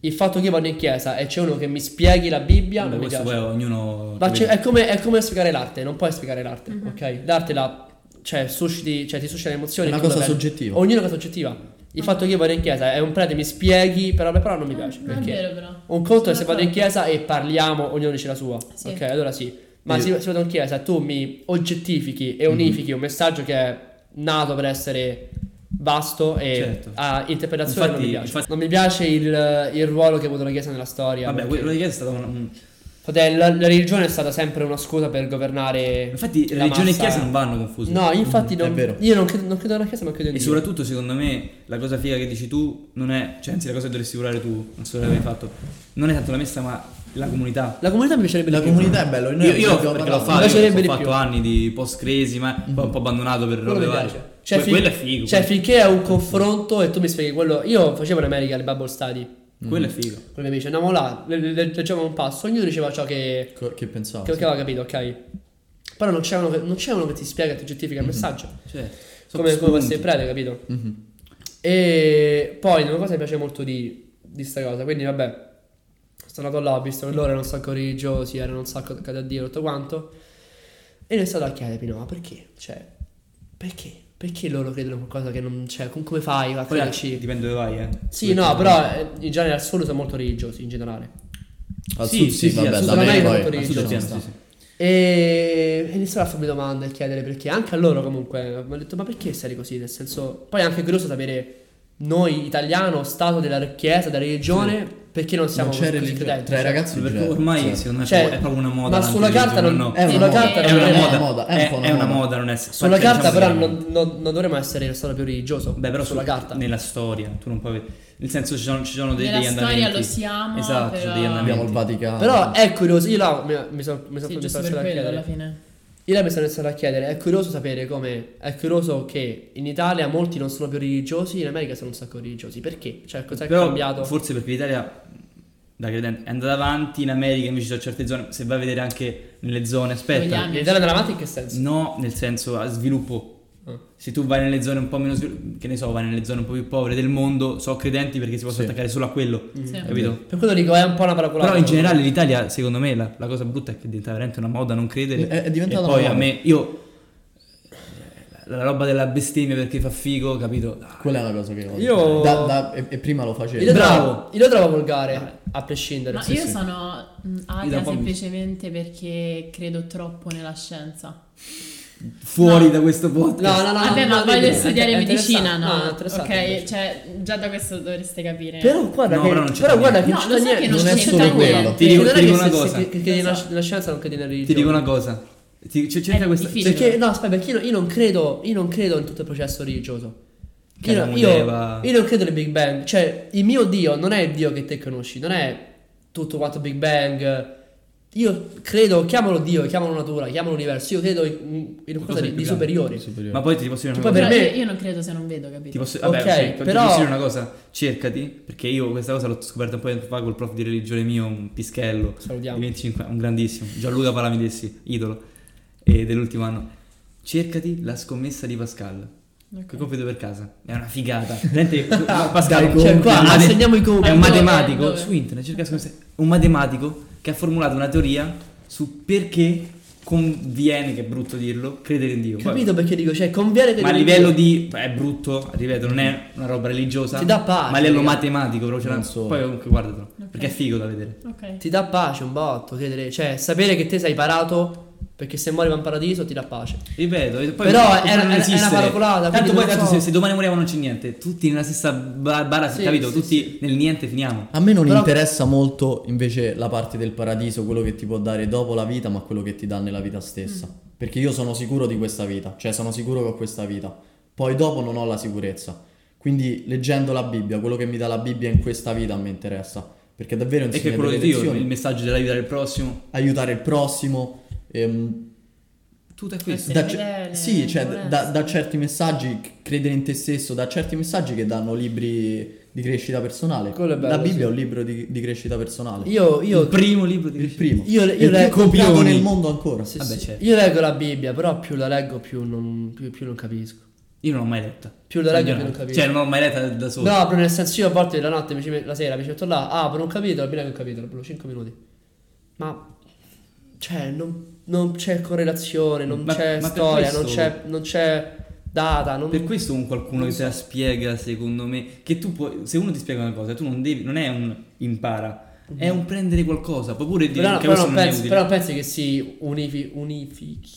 Il fatto che io vado in chiesa e c'è uno che mi spieghi la Bibbia...
Vabbè,
non mi
questo
piace.
poi ognuno
Ma
ci
c'è-
vede.
è, come, è come spiegare l'arte, non puoi spiegare l'arte,
Mhm.
ok? L'arte la, cioè, susciti, cioè, ti suscita le emozioni.
È una
tutto
cosa
bello.
soggettiva.
Ognuno è una cosa soggettiva. Il fatto che io vado in chiesa e un prete mi spieghi, però però non mi piace.
Non è
perché?
vero, però.
Un conto è se
Sono
vado in
d'accordo.
chiesa e parliamo, ognuno dice la sua.
Sì.
Ok, allora sì. Ma
Io-
se, se vado in chiesa e tu mi oggettifichi
Mhm.
e unifichi un messaggio che è nato per essere vasto e
Certo.
a interpretazione non mi
Infatti-
piace.
infatti-
Non mi piace il, il ruolo che ha avuto la chiesa nella storia.
Vabbè,
perché-
quello di chiesa è stato un- un-
Fratello, la, la religione è stata sempre una scusa per governare.
Infatti
la
religione e
massa.
chiesa non vanno confuse.
No, infatti
Mhm,
non,
è vero.
io non credo, non credo nella chiesa, ma credo in
E
Dio.
soprattutto secondo me la cosa figa che dici tu non è, cioè anzi la cosa che dovresti curare tu, non so se l'avevi fatto, non è tanto la messa ma la comunità.
La comunità mi piacerebbe
La
di più.
comunità è bella. noi
io io
abbiamo
perché l'ho
Mi
parlato.
fatto, io
piacerebbe
ho
di
fatto
più. Mm-hmm.
anni di post crazy ma poi un po' abbandonato per
Quello
robe
mi
varie.
piace.
Que-
fin-
quello è figo.
Cioè,
quello.
finché è un confronto e tu mi spieghi quello. Io facevo in America le Bible study
quello è figo.
con i miei amici. Andavamo là, le- le- le- leggevamo un passo, ognuno diceva ciò che,
Co- Che pensavo?
che, che aveva capito, ok? Però non c'è uno che, non c'è uno che ti spiega e ti giustifica il messaggio.
Cioè, sono
Come, come fosse
spunti. Mhm.
il prete, capito? E poi una cosa che mi piace molto di, di sta cosa, quindi vabbè, sono andato là, ho visto che loro erano un sacco religiosi, erano un sacco attaccati a Dio e tutto quanto, e ne è stato a chiedermi, no, ma perché? Cioè, perché? Perché loro credono in qualcosa che non c'è? Com- come fai a
Poi
crederci?
dipende dove vai, eh.
Sì, no, però eh, in generale al sud sono molto religiosi, in generale.
Al
Sì,
sud,
sì,
sì,
sì,
vabbè,
al sud
da
non
me
è
poi.
molto
al
Al
sud
sud
religioso.
non
piano,
sta.
sì, sì.
E iniziano a farmi domande e chiedere perché, anche a loro comunque, mi hanno detto ma perché sei così? Nel senso, poi è anche curioso sapere noi italiano, stato della chiesa, della religione, perché non siamo
Non c'è
così
religione.
credenti,
Tra i
cioè.
ragazzi
Perché
cioè,
ormai
sì.
secondo me
Cioè,
è proprio una moda.
ma sulla
l'antireligio,
carta non-
no?
È una
sulla
moda,
carta
è
non
una
è-
una
moda,
moda,
è,
un po'
è una
una moda.
moda non essere.
Sulla
Infatti,
carta
diciamo
però
che-
non, non- non dovremmo essere lo stato più religioso.
Beh, però
sulla
su-
carta.
Nella storia, tu non puoi avere- Nel senso, ci sono, ci sono dei-
Nella
degli
storia
andamenti.
lo siamo,
Esatto, ci sono degli
però-
Abbiamo
andamenti.
il Vaticano.
Però è curioso, io là mi, mi sono mi sono-
Sì,
mi
giusto
sono
per
iniziato a
quello alla
chiedere.
fine.
Io là mi sono iniziato a chiedere, è curioso sapere come. È curioso che in Italia molti non sono più religiosi, in America sono un sacco religiosi. Perché? Cioè, cos'è
Però
cambiato?
Forse perché l'Italia da credente, è andata avanti, in America invece ci sono certe zone. Se vai a vedere anche nelle zone,
Vogliamo-
aspetta.
L'Italia davanti in che senso?
No, nel senso a sviluppo.
Ah.
Se tu vai nelle zone un po' meno sviluppate, che ne so, vai nelle zone un po' più povere del mondo, so credenti perché si possono
Sì.
attaccare solo a quello.
Mm.
Sì.
Capito?
Per quello dico, è un po' una paraculata.
Però in generale l'Italia, secondo me, la, la cosa brutta è che diventa veramente una moda non credere.
È- è diventata
e poi
una
a
moda.
me, io. eh, La roba della bestemmia perché fa figo, capito? Ah,
Quella è una cosa che
Io-
Da- da- e, e prima lo facevo.
Io lo
Bravo.
trovo, io lo trovo volgare, a prescindere.
Ma
Sì,
io
sì.
sono mh,
Io da
atea
un po' mi-
semplicemente perché credo troppo nella scienza.
fuori da questo podcast.
No, no, no.
Vabbè,
Ah, no,
ma
no,
voglio
vedi,
studiare
è- è
medicina,
interessante.
no?
è interessante
ok,
invece.
cioè, già da questo dovreste capire.
Però guarda
No,
che,
però non c'entra
guarda che
niente. No, lo so che non
Non è
c'entra
solo
niente.
quello.
Ti dico-
non
ti
è
dico
che
una
se-
cosa.
se- che- che nella
Non so.
nella scienza non credi nella
Ti
religione.
dico una cosa. Ti, c- cerca
È
questa.
difficile.
Perché no, aspetta, perché io, io non credo, io non credo in tutto il processo religioso.
Che
Io,
Adamo
io-
ed Eva-
io non credo nel Big Bang. Cioè, il mio Dio non è il Dio che te conosci, non è tutto quanto Big Bang. Io credo, chiamalo Dio, chiamalo natura, chiamalo universo. Io credo in, in qualcosa di,
più
di
grande.
superiore.
Cioè, Ma poi ti posso dire una
Che poi
cosa.
per
Però
me-
io, io non credo se non vedo, capito?
Ti posso,
Ok,
vabbè, sì,
però-
ti posso dire una cosa, cercati, perché io questa cosa l'ho scoperta un po' di tempo fa col prof di religione mio, un pischello,
Salutiamo.
di 25, un grandissimo, Gianluca Palamidessi, idolo, e dell'ultimo anno. Cercati la scommessa di Pascal, che compito per casa, è una figata. Senti, Pascal,
Dai,
Cioè,
è
qua
un mate-
assegniamo i compiti.
è un
Dove?
matematico,
Dove?
su internet, cerca la scommessa, un matematico che ha formulato una teoria su perché conviene, che è brutto dirlo, credere in Dio. Poi-
Capito perché dico, cioè, conviene che
ma a livello di. è brutto, ripeto, non è una roba religiosa.
Ti dà pace,
Ma a livello
raga.
matematico, però c'è
Non
una-
so.
Poi comunque guardatelo. Perché è figo da vedere.
Ok.
ti dà pace un botto, credere, cioè sapere che te sei parato perché se muori va in paradiso ti dà pace.
Ripeto, e poi
Però
non-
era-
non
era- era
esistere.
una paracolata,
Tanto
quindi
poi
non
tanto
so.
se, se domani moriamo non c'è niente. Tutti nella stessa ba- bara,
Sì,
capito?
sì, Ah,
tutti nel niente finiamo.
A me non
Però-
interessa molto invece la parte del paradiso, quello che ti può dare dopo la vita, ma quello che ti dà nella vita stessa. Perché io sono sicuro di questa vita, cioè sono sicuro che ho questa vita. Poi dopo non ho la sicurezza. Quindi leggendo la Bibbia, quello che mi dà la Bibbia in questa vita mi interessa. Perché davvero
E che
insegna
è quello
delle
di Dio,
lezioni.
il messaggio dell'aiutare il prossimo.
Aiutare il prossimo. ehm,
Tutto
Eh,
è questo.
Sì,
da,
fedele,
sì, cioè
onesto.
da, da certi messaggi, c- credere in te stesso, da certi messaggi che danno libri di crescita personale.
Quello è bello,
la Bibbia
sì.
è un libro di, di crescita personale.
Io, io,
il primo libro di
Il
Cristo.
primo.
Io- io
È il
leggo
più copiato
Pioni.
nel mondo ancora.
sì,
Vabbè,
sì.
certo.
io leggo la Bibbia, però più la leggo più non, più, più non capisco.
Io non l'ho mai letta.
Più la leggo
Sono
più non
ignorante.
capisco.
Cioè, non l'ho mai letta da, da solo.
No, però nel senso io a volte la notte, mi ci met- la sera mi ci metto là, apro un capitolo, mi leggo un capitolo, bro, 5 minuti. Ma, cioè, non, non c'è correlazione, non
Ma-
c'è
ma per
storia, non,
questo-
c'è, non c'è data, non...
Per questo un qualcuno che te la spiega, secondo me, che tu puoi, se uno ti spiega una cosa, tu non devi, non è un impara, è un prendere qualcosa, puoi pure dire
Mhm. Però,
che
però
questo
non
non è
pensi,
utile.
però pensi che si unifi, unifichi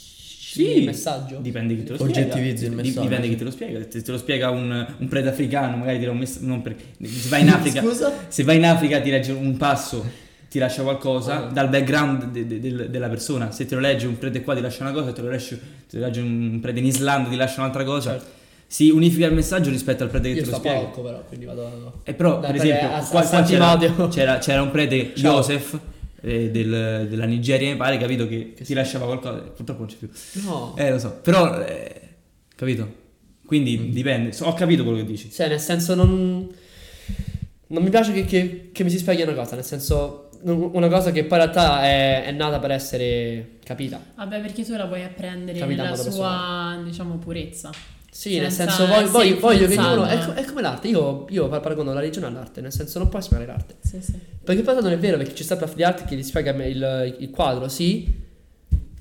il messaggio?
Dipende chi te lo spiega.
Oggettivizzi il
Dip-
messaggio.
Dipende chi te lo spiega. Se te lo spiega un, un prete africano, magari ti dà un messaggio. Non perché. Se vai in Africa.
Scusa?
Se vai in Africa ti legge un passo, ti lascia qualcosa dal background de- de- del- della persona. Se te lo legge un prete qua ti lascia una cosa, te lo legge, te lo legge un prete in Islanda ti lascia un'altra cosa. Si unifica il messaggio rispetto al prete che
Certo. Io sto
te lo spiega.
poco però, quindi vado...
E Eh, però,
Da-
per
per-
esempio,
a- a
qua- qua
San
c'era,
Timoteo.
c'era- c'era un prete,
Ciao.
Joseph, eh, del- della Nigeria, mi pare, capito, che, ti lasciava qualcosa. eh, Purtroppo non c'è più.
No.
Eh, lo so, però, eh, capito? Quindi dipende. So- ho capito quello che dici.
Cioè, nel senso, non. Non mi piace che, che- che mi si spieghi una cosa. Nel senso, non- una cosa che poi in realtà è, è nata per essere capita.
Vabbè, perché tu la vuoi apprendere
Capita
nella
modo
sua, diciamo, purezza.
Sì, nel
Senza
senso, voglio,
essere
voglio- voglio che ognuno. È,
influenzato,
co- è come l'arte. Io, io par- paragono la religione all'arte. Nel senso, non puoi spiegare l'arte.
Sì, sì.
Perché poi non è vero, perché ci sta prof di arte che gli spiega me- il, il quadro, sì.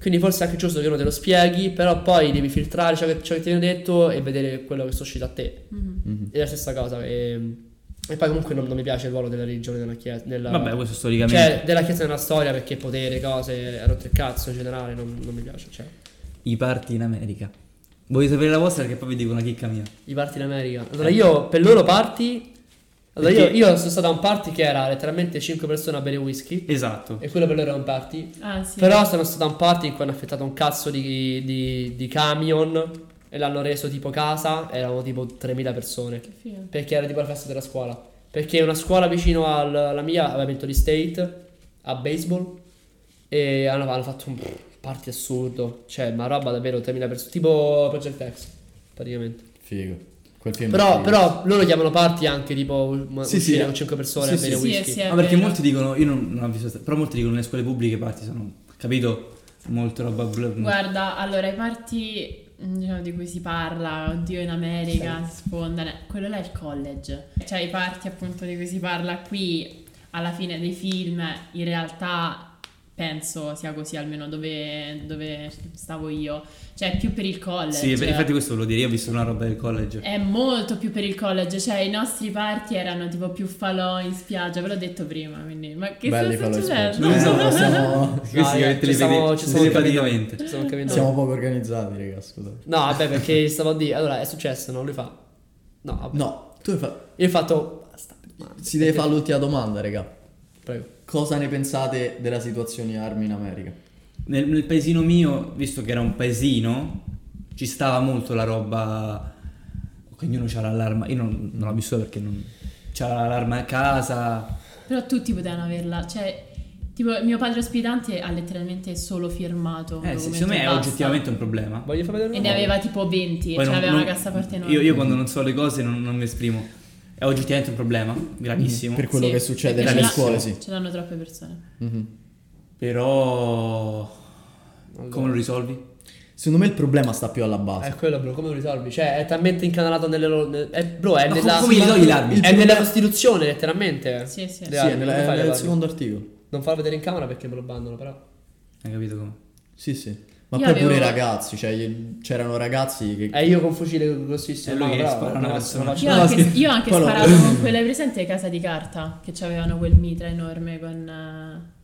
Quindi forse è anche giusto che uno te lo spieghi, però poi devi filtrare ciò che, ciò che ti viene detto e vedere quello che sta uscito a te.
Mhm.
Mm-hmm.
È la stessa cosa. E, e poi comunque non, non mi piace il ruolo della religione nella chiesa. Nella,
Vabbè, questo storicamente.
Cioè, della chiesa nella storia perché potere, cose, ha rotto il cazzo in generale, non, non mi piace. Cioè,
I parti in America. Voglio sapere la vostra perché poi vi dico una chicca mia.
i party in America. Allora io, per loro party, allora io,
Perché-
io sono stato a un party che era letteralmente 5 persone a bere whisky
Esatto.
e quello per loro era un party.
Ah, sì.
Però sono stato a un party in cui hanno affittato un cazzo di, di, di camion e l'hanno reso tipo casa, erano tipo 3.000 persone.
Che figo.
Perché era tipo la festa della scuola. Perché una scuola vicino al- alla mia aveva vinto di state a baseball e hanno, hanno fatto un party assurdo. Cioè, ma roba davvero 3000 persone. Tipo Project X, praticamente.
Figo. Quel film è
Però,
figo.
però loro chiamano party anche tipo una
Sì,
uscire
sì.
con 5 persone
Sì,
a bere
sì,
sì,
whisky.
sì, è
Ma perché
vero.
molti dicono, io non, non ho visto, però molti dicono nelle scuole pubbliche i parti sono, capito? Molto roba blu.
Guarda, allora i parti diciamo, di cui si parla, oddio in America, si sfondano, quello là è il college. Cioè i parti appunto di cui si parla qui, alla fine dei film, in realtà penso sia così almeno dove, dove stavo io. Cioè, più per il college.
Sì, beh, infatti questo volevo dire, io ho visto una roba del college.
È molto più per il college, cioè i nostri party erano tipo più falò in spiaggia, ve l'ho detto prima, quindi ma che
Belli
sta
falò in
succedendo?
spiaggia.
Noi siamo,
No,
siamo
no.
questi
No,
che
eh, ci stiamo- ci
telepati-
stiamo
telepaticamente.
Ci stiamo capendo.
Siamo poco organizzati, raga, scusate.
No, vabbè, perché stavo a dire. Allora, è successo, no? Lui fa. No, vabbè.
No, tu hai fa-
Io ho fatto. Basta.
si deve fare l'ultima domanda, raga.
Prego.
Cosa ne pensate della situazione armi in America?
Nel, nel paesino mio, visto che era un paesino, ci stava molto la roba. Che ognuno c'ha l'allarma. Io non, non l'ho vissuta perché non. C'era l'allarma a casa.
Però tutti potevano averla, cioè tipo mio padre ospitante ha letteralmente solo firmato un
Eh, se-
documento
secondo me
e
è
basta.
oggettivamente un problema.
Voglio far vedere
e
una
ne
foto.
aveva tipo 20,
Poi
cioè
non-
aveva
non-
una cassaforte enorme.
Io, io quando non so le cose non, non mi esprimo. È oggettivamente un problema, gravissimo.
Per quello
Sì,
che succede
perché
nelle
ce l'ha-
scuole, sì.
Ce l'hanno troppe persone.
Mhm.
Però. Come lo risolvi?
Secondo me il problema sta più alla base.
È Eh, quello, bro, come lo risolvi? Cioè, è talmente incanalato nelle loro. ne- è- bro, è
Ma
nella.
come gli togli l'armi?
È nella Costituzione, letteralmente.
Sì, sì.
Le
Sì,
Sì,
armi,
è
come
nella-
fai
è
a
nel
levarle?
secondo articolo.
Non farlo vedere in camera perché me lo bandano, però.
Hai capito come?
Sì, sì. Ma
Io
poi pure i
avevo-
ragazzi, cioè gli- c'erano ragazzi che...
E Eh, io con fucile grossissimo.
È lui
no,
che
però,
spara una
no,
persona.
non faccio-
Io ho
No,
anche,
scherzo.
io ho anche
Poi lo-
sparato con quella presente casa di carta che avevano quel mitra enorme con...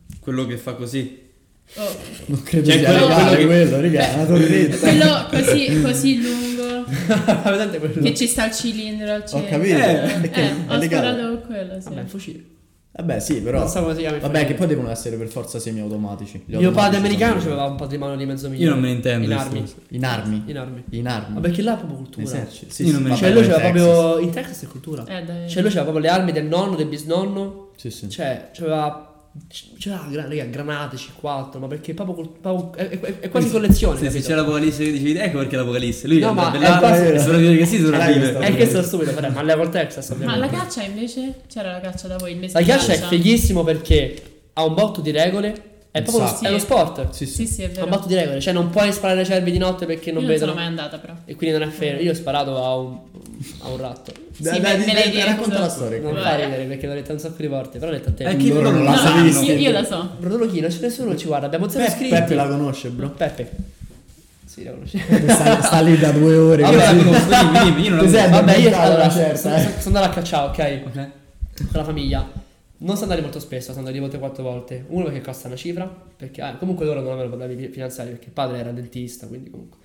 eh,
Quello che fa così.
oh,
Non credo
Cioè,
sia
quello-
legale
quello che-
quello, raga, è una
Esatto.
torretta.
quello così, così lungo
Vedete quello?
che ci sta il cilindro al centro.
capito,
Eh,
perché
eh,
è
ho
legale.
sparato con quello, sì.
Vabbè, un fucile.
Vabbè, sì, però...
Non so come si chiama. il
Vabbè, che
fucile.
poi devono essere per forza semiautomatici.
Mio
Gli
padre
automatici
americano
sono-
c'aveva un patrimonio di mezzo milione.
Io non me ne intendo.
In
di
armi.
sto-
In armi.
In armi.
In armi.
Ma perché là è proprio cultura.
Esercito. Sì,
Io
sì,
non me ne
vabbè,
Cioè, lui
in
c'aveva
Texas.
proprio. In Texas è cultura.
Eh, dai.
Cioè, lui c'aveva proprio le armi del nonno, del bisnonno.
Sì, sì.
Cioè, c'aveva. C'era gra- raga, granate C4, ma perché proprio, col- proprio- è, è- è quasi collezione.
Se, se
capito?
c'è l'apocalisse che dici, ecco perché l'apocalisse. Lui
No, ma
andrebbe
è
là,
quasi-
e sopravvive che si
questa-
sopravvive.
Eh, questo è stupido, però, ma leva col Texas,
Ma
ovviamente.
la caccia invece? C'era la caccia da voi? Il diciamo. mese
La
di
caccia è fighissimo perché ha un botto di regole. È
Un
proprio uno-
Esatto.
sacco.
è uno sport.
Sì, sì.
Sì, sì, è
Ha
vero.
un botto di regole, cioè non puoi sparare ai cervi di notte perché non
Io non
vedono.
sono mai andata però.
E quindi non è fair. Io ho sparato a un, a un ratto.
Sì, me- me l'hai detto.
racconta la storia.
Non
Vabbè.
fa ridere perché l'ho detto un sacco di volte, però l'ho detto a te.
Eh, chi-
Loro non la
no,
sanno.
no, io, io la so.
Bruno Chino, c'è nessuno che ci guarda, abbiamo zero
Pe-
iscritti.
Peppe la conosce, bro.
Peppe. Sì, la conosci.
sta, sta lì da due ore.
Vabbè,
ecco,
così.
amico,
dimmi, dimmi, io non la
Cos'è?
vedo.
Vabbè, io
diventata
allora,
una
sono,
certa,
sono,
eh.
sono andato a cacciare, ok?
Ok.
Con la famiglia. Non sono andati molto spesso, sono andati tipo 4 volte. Uno perché costa una cifra, perché ah, comunque loro non avevano problemi fi- finanziari perché il padre era dentista, quindi comunque.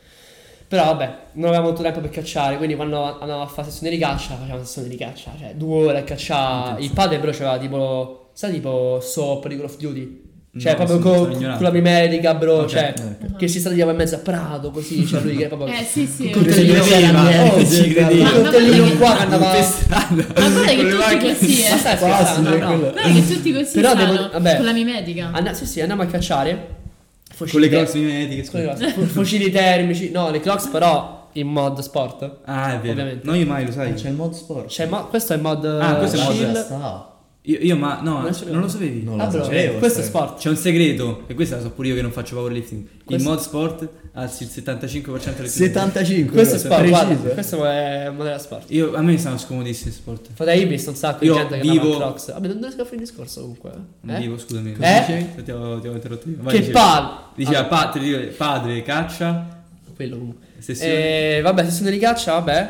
Però vabbè, non aveva molto tempo per cacciare, quindi quando andavamo a fare sessione di caccia, facevamo sessione di caccia, cioè due ore a cacciare. Il padre però c'aveva tipo, sai tipo soap di Call of Duty? Cioè
No,
proprio
sono- sono
con,
ignorante.
con la mimetica, bro,
Ok,
cioè
ok.
che si stagliava in mezzo a Prato, così, cioè lui che proprio...
Eh sì sì.
Oh,
Con
ma
tutte le
Ci credeva,
mani, eh,
oh, ci
gente,
credeva.
Il
Ma-
coltellino
guarda
qua
che-
che andava...
eh.
guarda che tutti così
Ma
eh.
stai
Quasi,
scherzando?
cioè,
No.
quello-
Guarda che tutti così
Però
stanno,
devo- vabbè. Ah,
con la mimedica.
Anna- sì, sì, andiamo a cacciare. Fucili
Con le
ter-
cross mimetiche.
con
scusa.
le crocs. Fu- Fucili termici. No, le crocs però in mod sport.
Ah, è vero.
Ovviamente.
No, io mai, lo sai.
C'è il mod sport.
Cioè, mo- questo è mod
Ah, questo è
eh,
mod
chill.
sport. Io, io ma
Non lo
no, non,
sapevo.
lo sapevi.
No.
Ah,
lo
bro,
sapevo,
questo è
sai.
sport.
C'è un segreto, e questa la so pure io che non faccio powerlifting. Il
Questo-
mod sport alzi il 75% del
75.
Questo è
bro,
sport,
preciso.
guarda. Questo è un modello sport.
Io, a me sono scomodissimi sport.
Fate io ho visto un sacco
Io
di gente che
vivo-
andava a crocs. Vabbè, non riesco a fare il discorso comunque. eh.
Non Vivo, scusami.
Eh?
Ti ho, ti ho interrotto io. Vai,
Che
dicevi.
palle!
Diceva
Ah,
pa- ti dico, padre, caccia,
Quello comunque.
sessione.
Eh, vabbè, sessione di caccia, vabbè.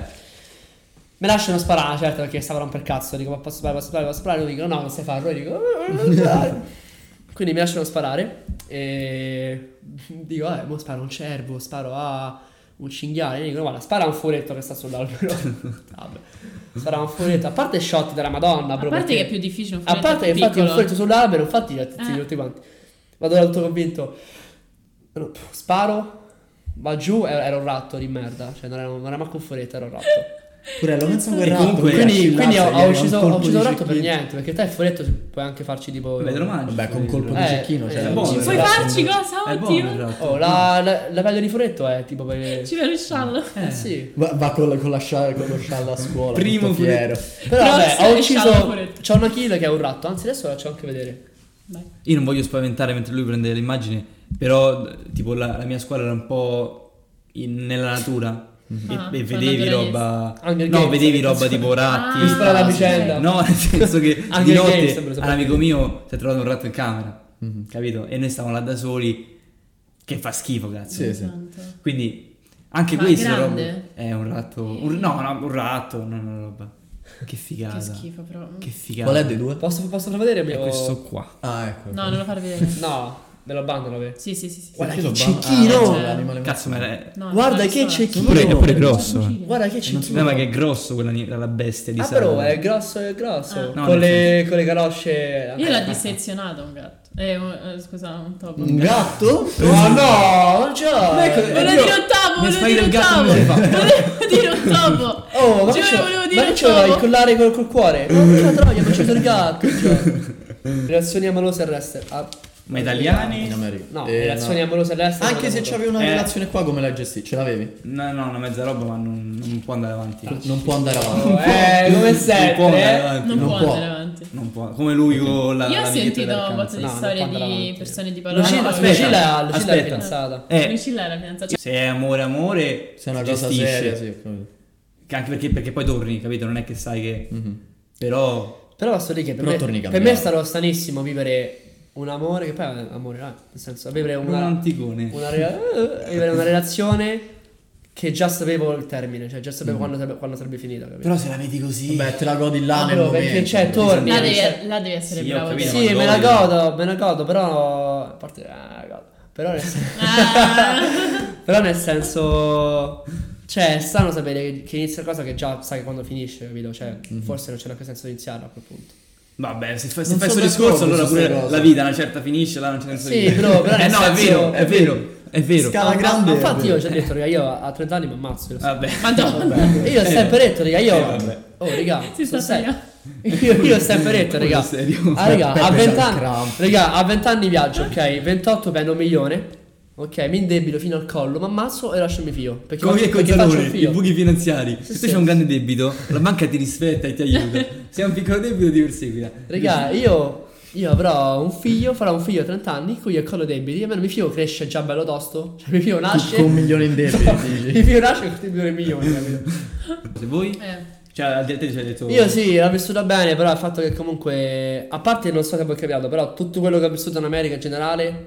Me lasciano sparare, certo, perché stavano per cazzo. Dico, ma posso sparare, posso sparare, posso sparare. Lui dico, no, non sai farlo. Io dico, "Eh, non sparare". quindi mi lasciano sparare. E dico, eh, mo sparo a un cervo, sparo a un cinghiale. Io dico, guarda, spara a un furetto che sta sull'albero. vabbè, spara a un furetto. A parte shot della Madonna,
A
bro.
parte
perché-
che è più difficile un
a parte che
fumetto
infatti un
Cioè, piccolo.
furetto sull'albero, infatti la zitti
Eh.
tutti quanti. Vado dall'autoconvinto, no, pff, sparo, va giù, era, era un ratto di merda, cioè non era, non era manco un furetto, era un ratto.
Pure lo penso a quel
E
ratto,
comunque-
quella
quindi
scillazza
quindi ho,
gli
ho
era un
ucciso, ho
colpo
ucciso
di
un ratto per
cecchino.
niente, perché te il furetto puoi anche farci tipo...
Vabbè, te lo mangi.
Vabbè, con colpo di
Eh,
cecchino,
eh,
cioè,
buono, esatto.
uccide
Puoi
il ratto.
farci cosa?
È buono esatto. il
Oddio.
ratto.
Oh, la, la, la pelle di furetto è tipo per...
Ci vedo il sciallo.
Eh, sì.
Va, va con, la- con la scialla, con lo scialla a scuola.
Primo
tutto fiero.
Però vabbè,
Crocs
ho
e sciallo
ucciso...
furetto.
C'ho una kill che è un ratto, anzi adesso la faccio anche vedere.
Vai.
Io non voglio spaventare mentre lui prende l'immagine, però tipo la, la mia scuola era un po' in- nella natura e-
Ah,
e,
sono
vedevi
naturalista.
roba...
Hunger
no,
Games,
vedevi
che
roba
cazzo-
tipo ratti.
Mi spara la
Ah,
vicenda.
sì.
No, nel senso che
Hunger
di
Games,
notte
sembra, sembra.
all'amico mio si è trovato un ratto in camera.
Mhm.
capito? E noi stavamo là da soli, che fa schifo, cazzo.
Sì, sì.
Tanto.
Quindi anche
Ma
questo
grande?
roba- è un ratto, un- no, no, un ratto, no, no, roba. Che figata.
Che schifo, però.
Che figata.
Qual è dei due?
Posso, posso farlo vedere?
È
Mio...
questo qua.
Ah, ecco.
No, non lo far vedere.
No, me lo abbandono. per-
Sì, sì, sì. sì.
Guarda
Perché
che
sono bam-
cecchino!
Ah, cioè-
L'animale
Cazzo, ma è...
No,
Guarda
no,
che
no.
cecchino!
Pure- è pure grosso. eh.
Guarda che
Non si
cecchino!
ma che è grosso quella ni- la bestia di
Ah,
Sara.
però è grosso, è grosso.
Ah.
No,
con,
nel
le, con le calosce.
Io l'ho dissezionato un gatto. Eh, un- eh, scusa, un topo.
Un gatto?
No, Ah, no, non ce l'ho. Eh,
Volevo
Io-
dire un
mi
topo, volevo
spari
dire
del
un
gatto,
topo.
non
Volevo dire un topo.
Oh, ma che
Giuro,
ce
volevo
l'ho?
dire
Ma che
un
ce l'ho? Il
topo.
collare col, col cuore? Non ce la troia, ma ci sono il gatto. cioè. Relazioni amorose terrestre. Ah,
Ma italiani?
In America.
no,
Eh,
relazioni amorose terrestre.
Anche se c'avevi una
Eh.
relazione qua, come la gestivi? Ce l'avevi?
No, no, una mezza roba, ma non, non può andare avanti. Non
Non può andare avanti.
Oh, eh, come
può
sempre.
andare
eh.
avanti.
Non
non
può
può.
andare avanti.
Non può. Come lui con la.
Io ho
la
sentito
vignetta
un
del
botto di
No, non
storie
può andare
di
avanti.
persone di Palermo.
Lucilla,
dove-
aspetta.
Lucilla, Lucilla è
aspetta.
fidanzata.
Eh,
Lucilla era fidanzata.
se è amore, amore.
Se è una cosa
gestisci.
seria, sì. ho capito.
Che anche perché, perché poi torni, capito? Non è che sai che.
Mhm.
Però.
Però posso dire che per,
Però
me,
torni
per
cambiato.
me è stato stanissimo vivere un amore. Che poi è amore, no? nel senso, vivere
Un
una,
anticone.
una, rela- eh, vivere una relazione che già sapevo il termine, cioè già sapevo quando, sarebbe, quando sarebbe finita. Capito?
Mm. Però se la vedi così.
Beh, te la godi là
Ah,
nel
però perché
momento.
c'è,
diciamo.
torni.
La
Sì,
devi,
cioè-
la devi essere
Sì, ho
bravo.
capito,
te.
ma-
sì, me la
Madonna.
godo, me la godo, però. A parte. ah, la godo. Però nel senso.
Ah,
però nel senso, Cioè, è strano sapere che- che inizia una cosa che già sai quando finisce, capito? Cioè,
Mhm.
forse non c'è neanche senso di iniziarla a quel punto.
Vabbè, se fai, se
Non
fai
so
questo
d'accordo
discorso, allora
su
pure
sta cosa.
la vita una certa finisce, là non c'è senso
Sì,
di.
però- però
eh,
nel
no, è
senso-
vero, è vero, è vero.
Scala
Ma- ma-
grande,
ma infatti,
vabbè.
io ci ho detto, raga, io a 30 anni mi ammazzo. Io, lo so.
Ah, Vabbè.
Madonna.
E io ho sempre detto, raga, io.
Eh, vabbè.
oh, raga,
Si
sono
sta
serio.
tagliando.
Io, io ho sempre detto,
Quello
raga.
serio.
Ah, raga,
Peppe
a 20
c'ha il
anni,
cramp.
raga, a 20 anni viaggio, ok? 28 prendo un milione. Ok, mi indebito fino al collo, mi ammazzo e lascio mio figlio. Perché,
Come che
faccio,
con
perché faccio un
Zalone, i
figlio.
buchi finanziari. Se
sì.
tu c'è un grande debito, la banca ti rispetta e ti aiuta. Se hai un piccolo debito ti perseguita.
Raga, io, io avrò un figlio, farò un figlio a 30 anni, cui è collo debiti. Almeno mio figlio cresce già bello tosto. Cioè, mio figlio nasce.
Con un milione in debito,
mio
dici.
figlio nasce con tutti i due milioni, capito?
Se voi?
Eh.
Cioè, al di là di te ci hai detto...
Io sì, l'ho vissuta bene, però il fatto che comunque, a parte non so se poi è cambiato, però tutto quello che ho vissuto in America in generale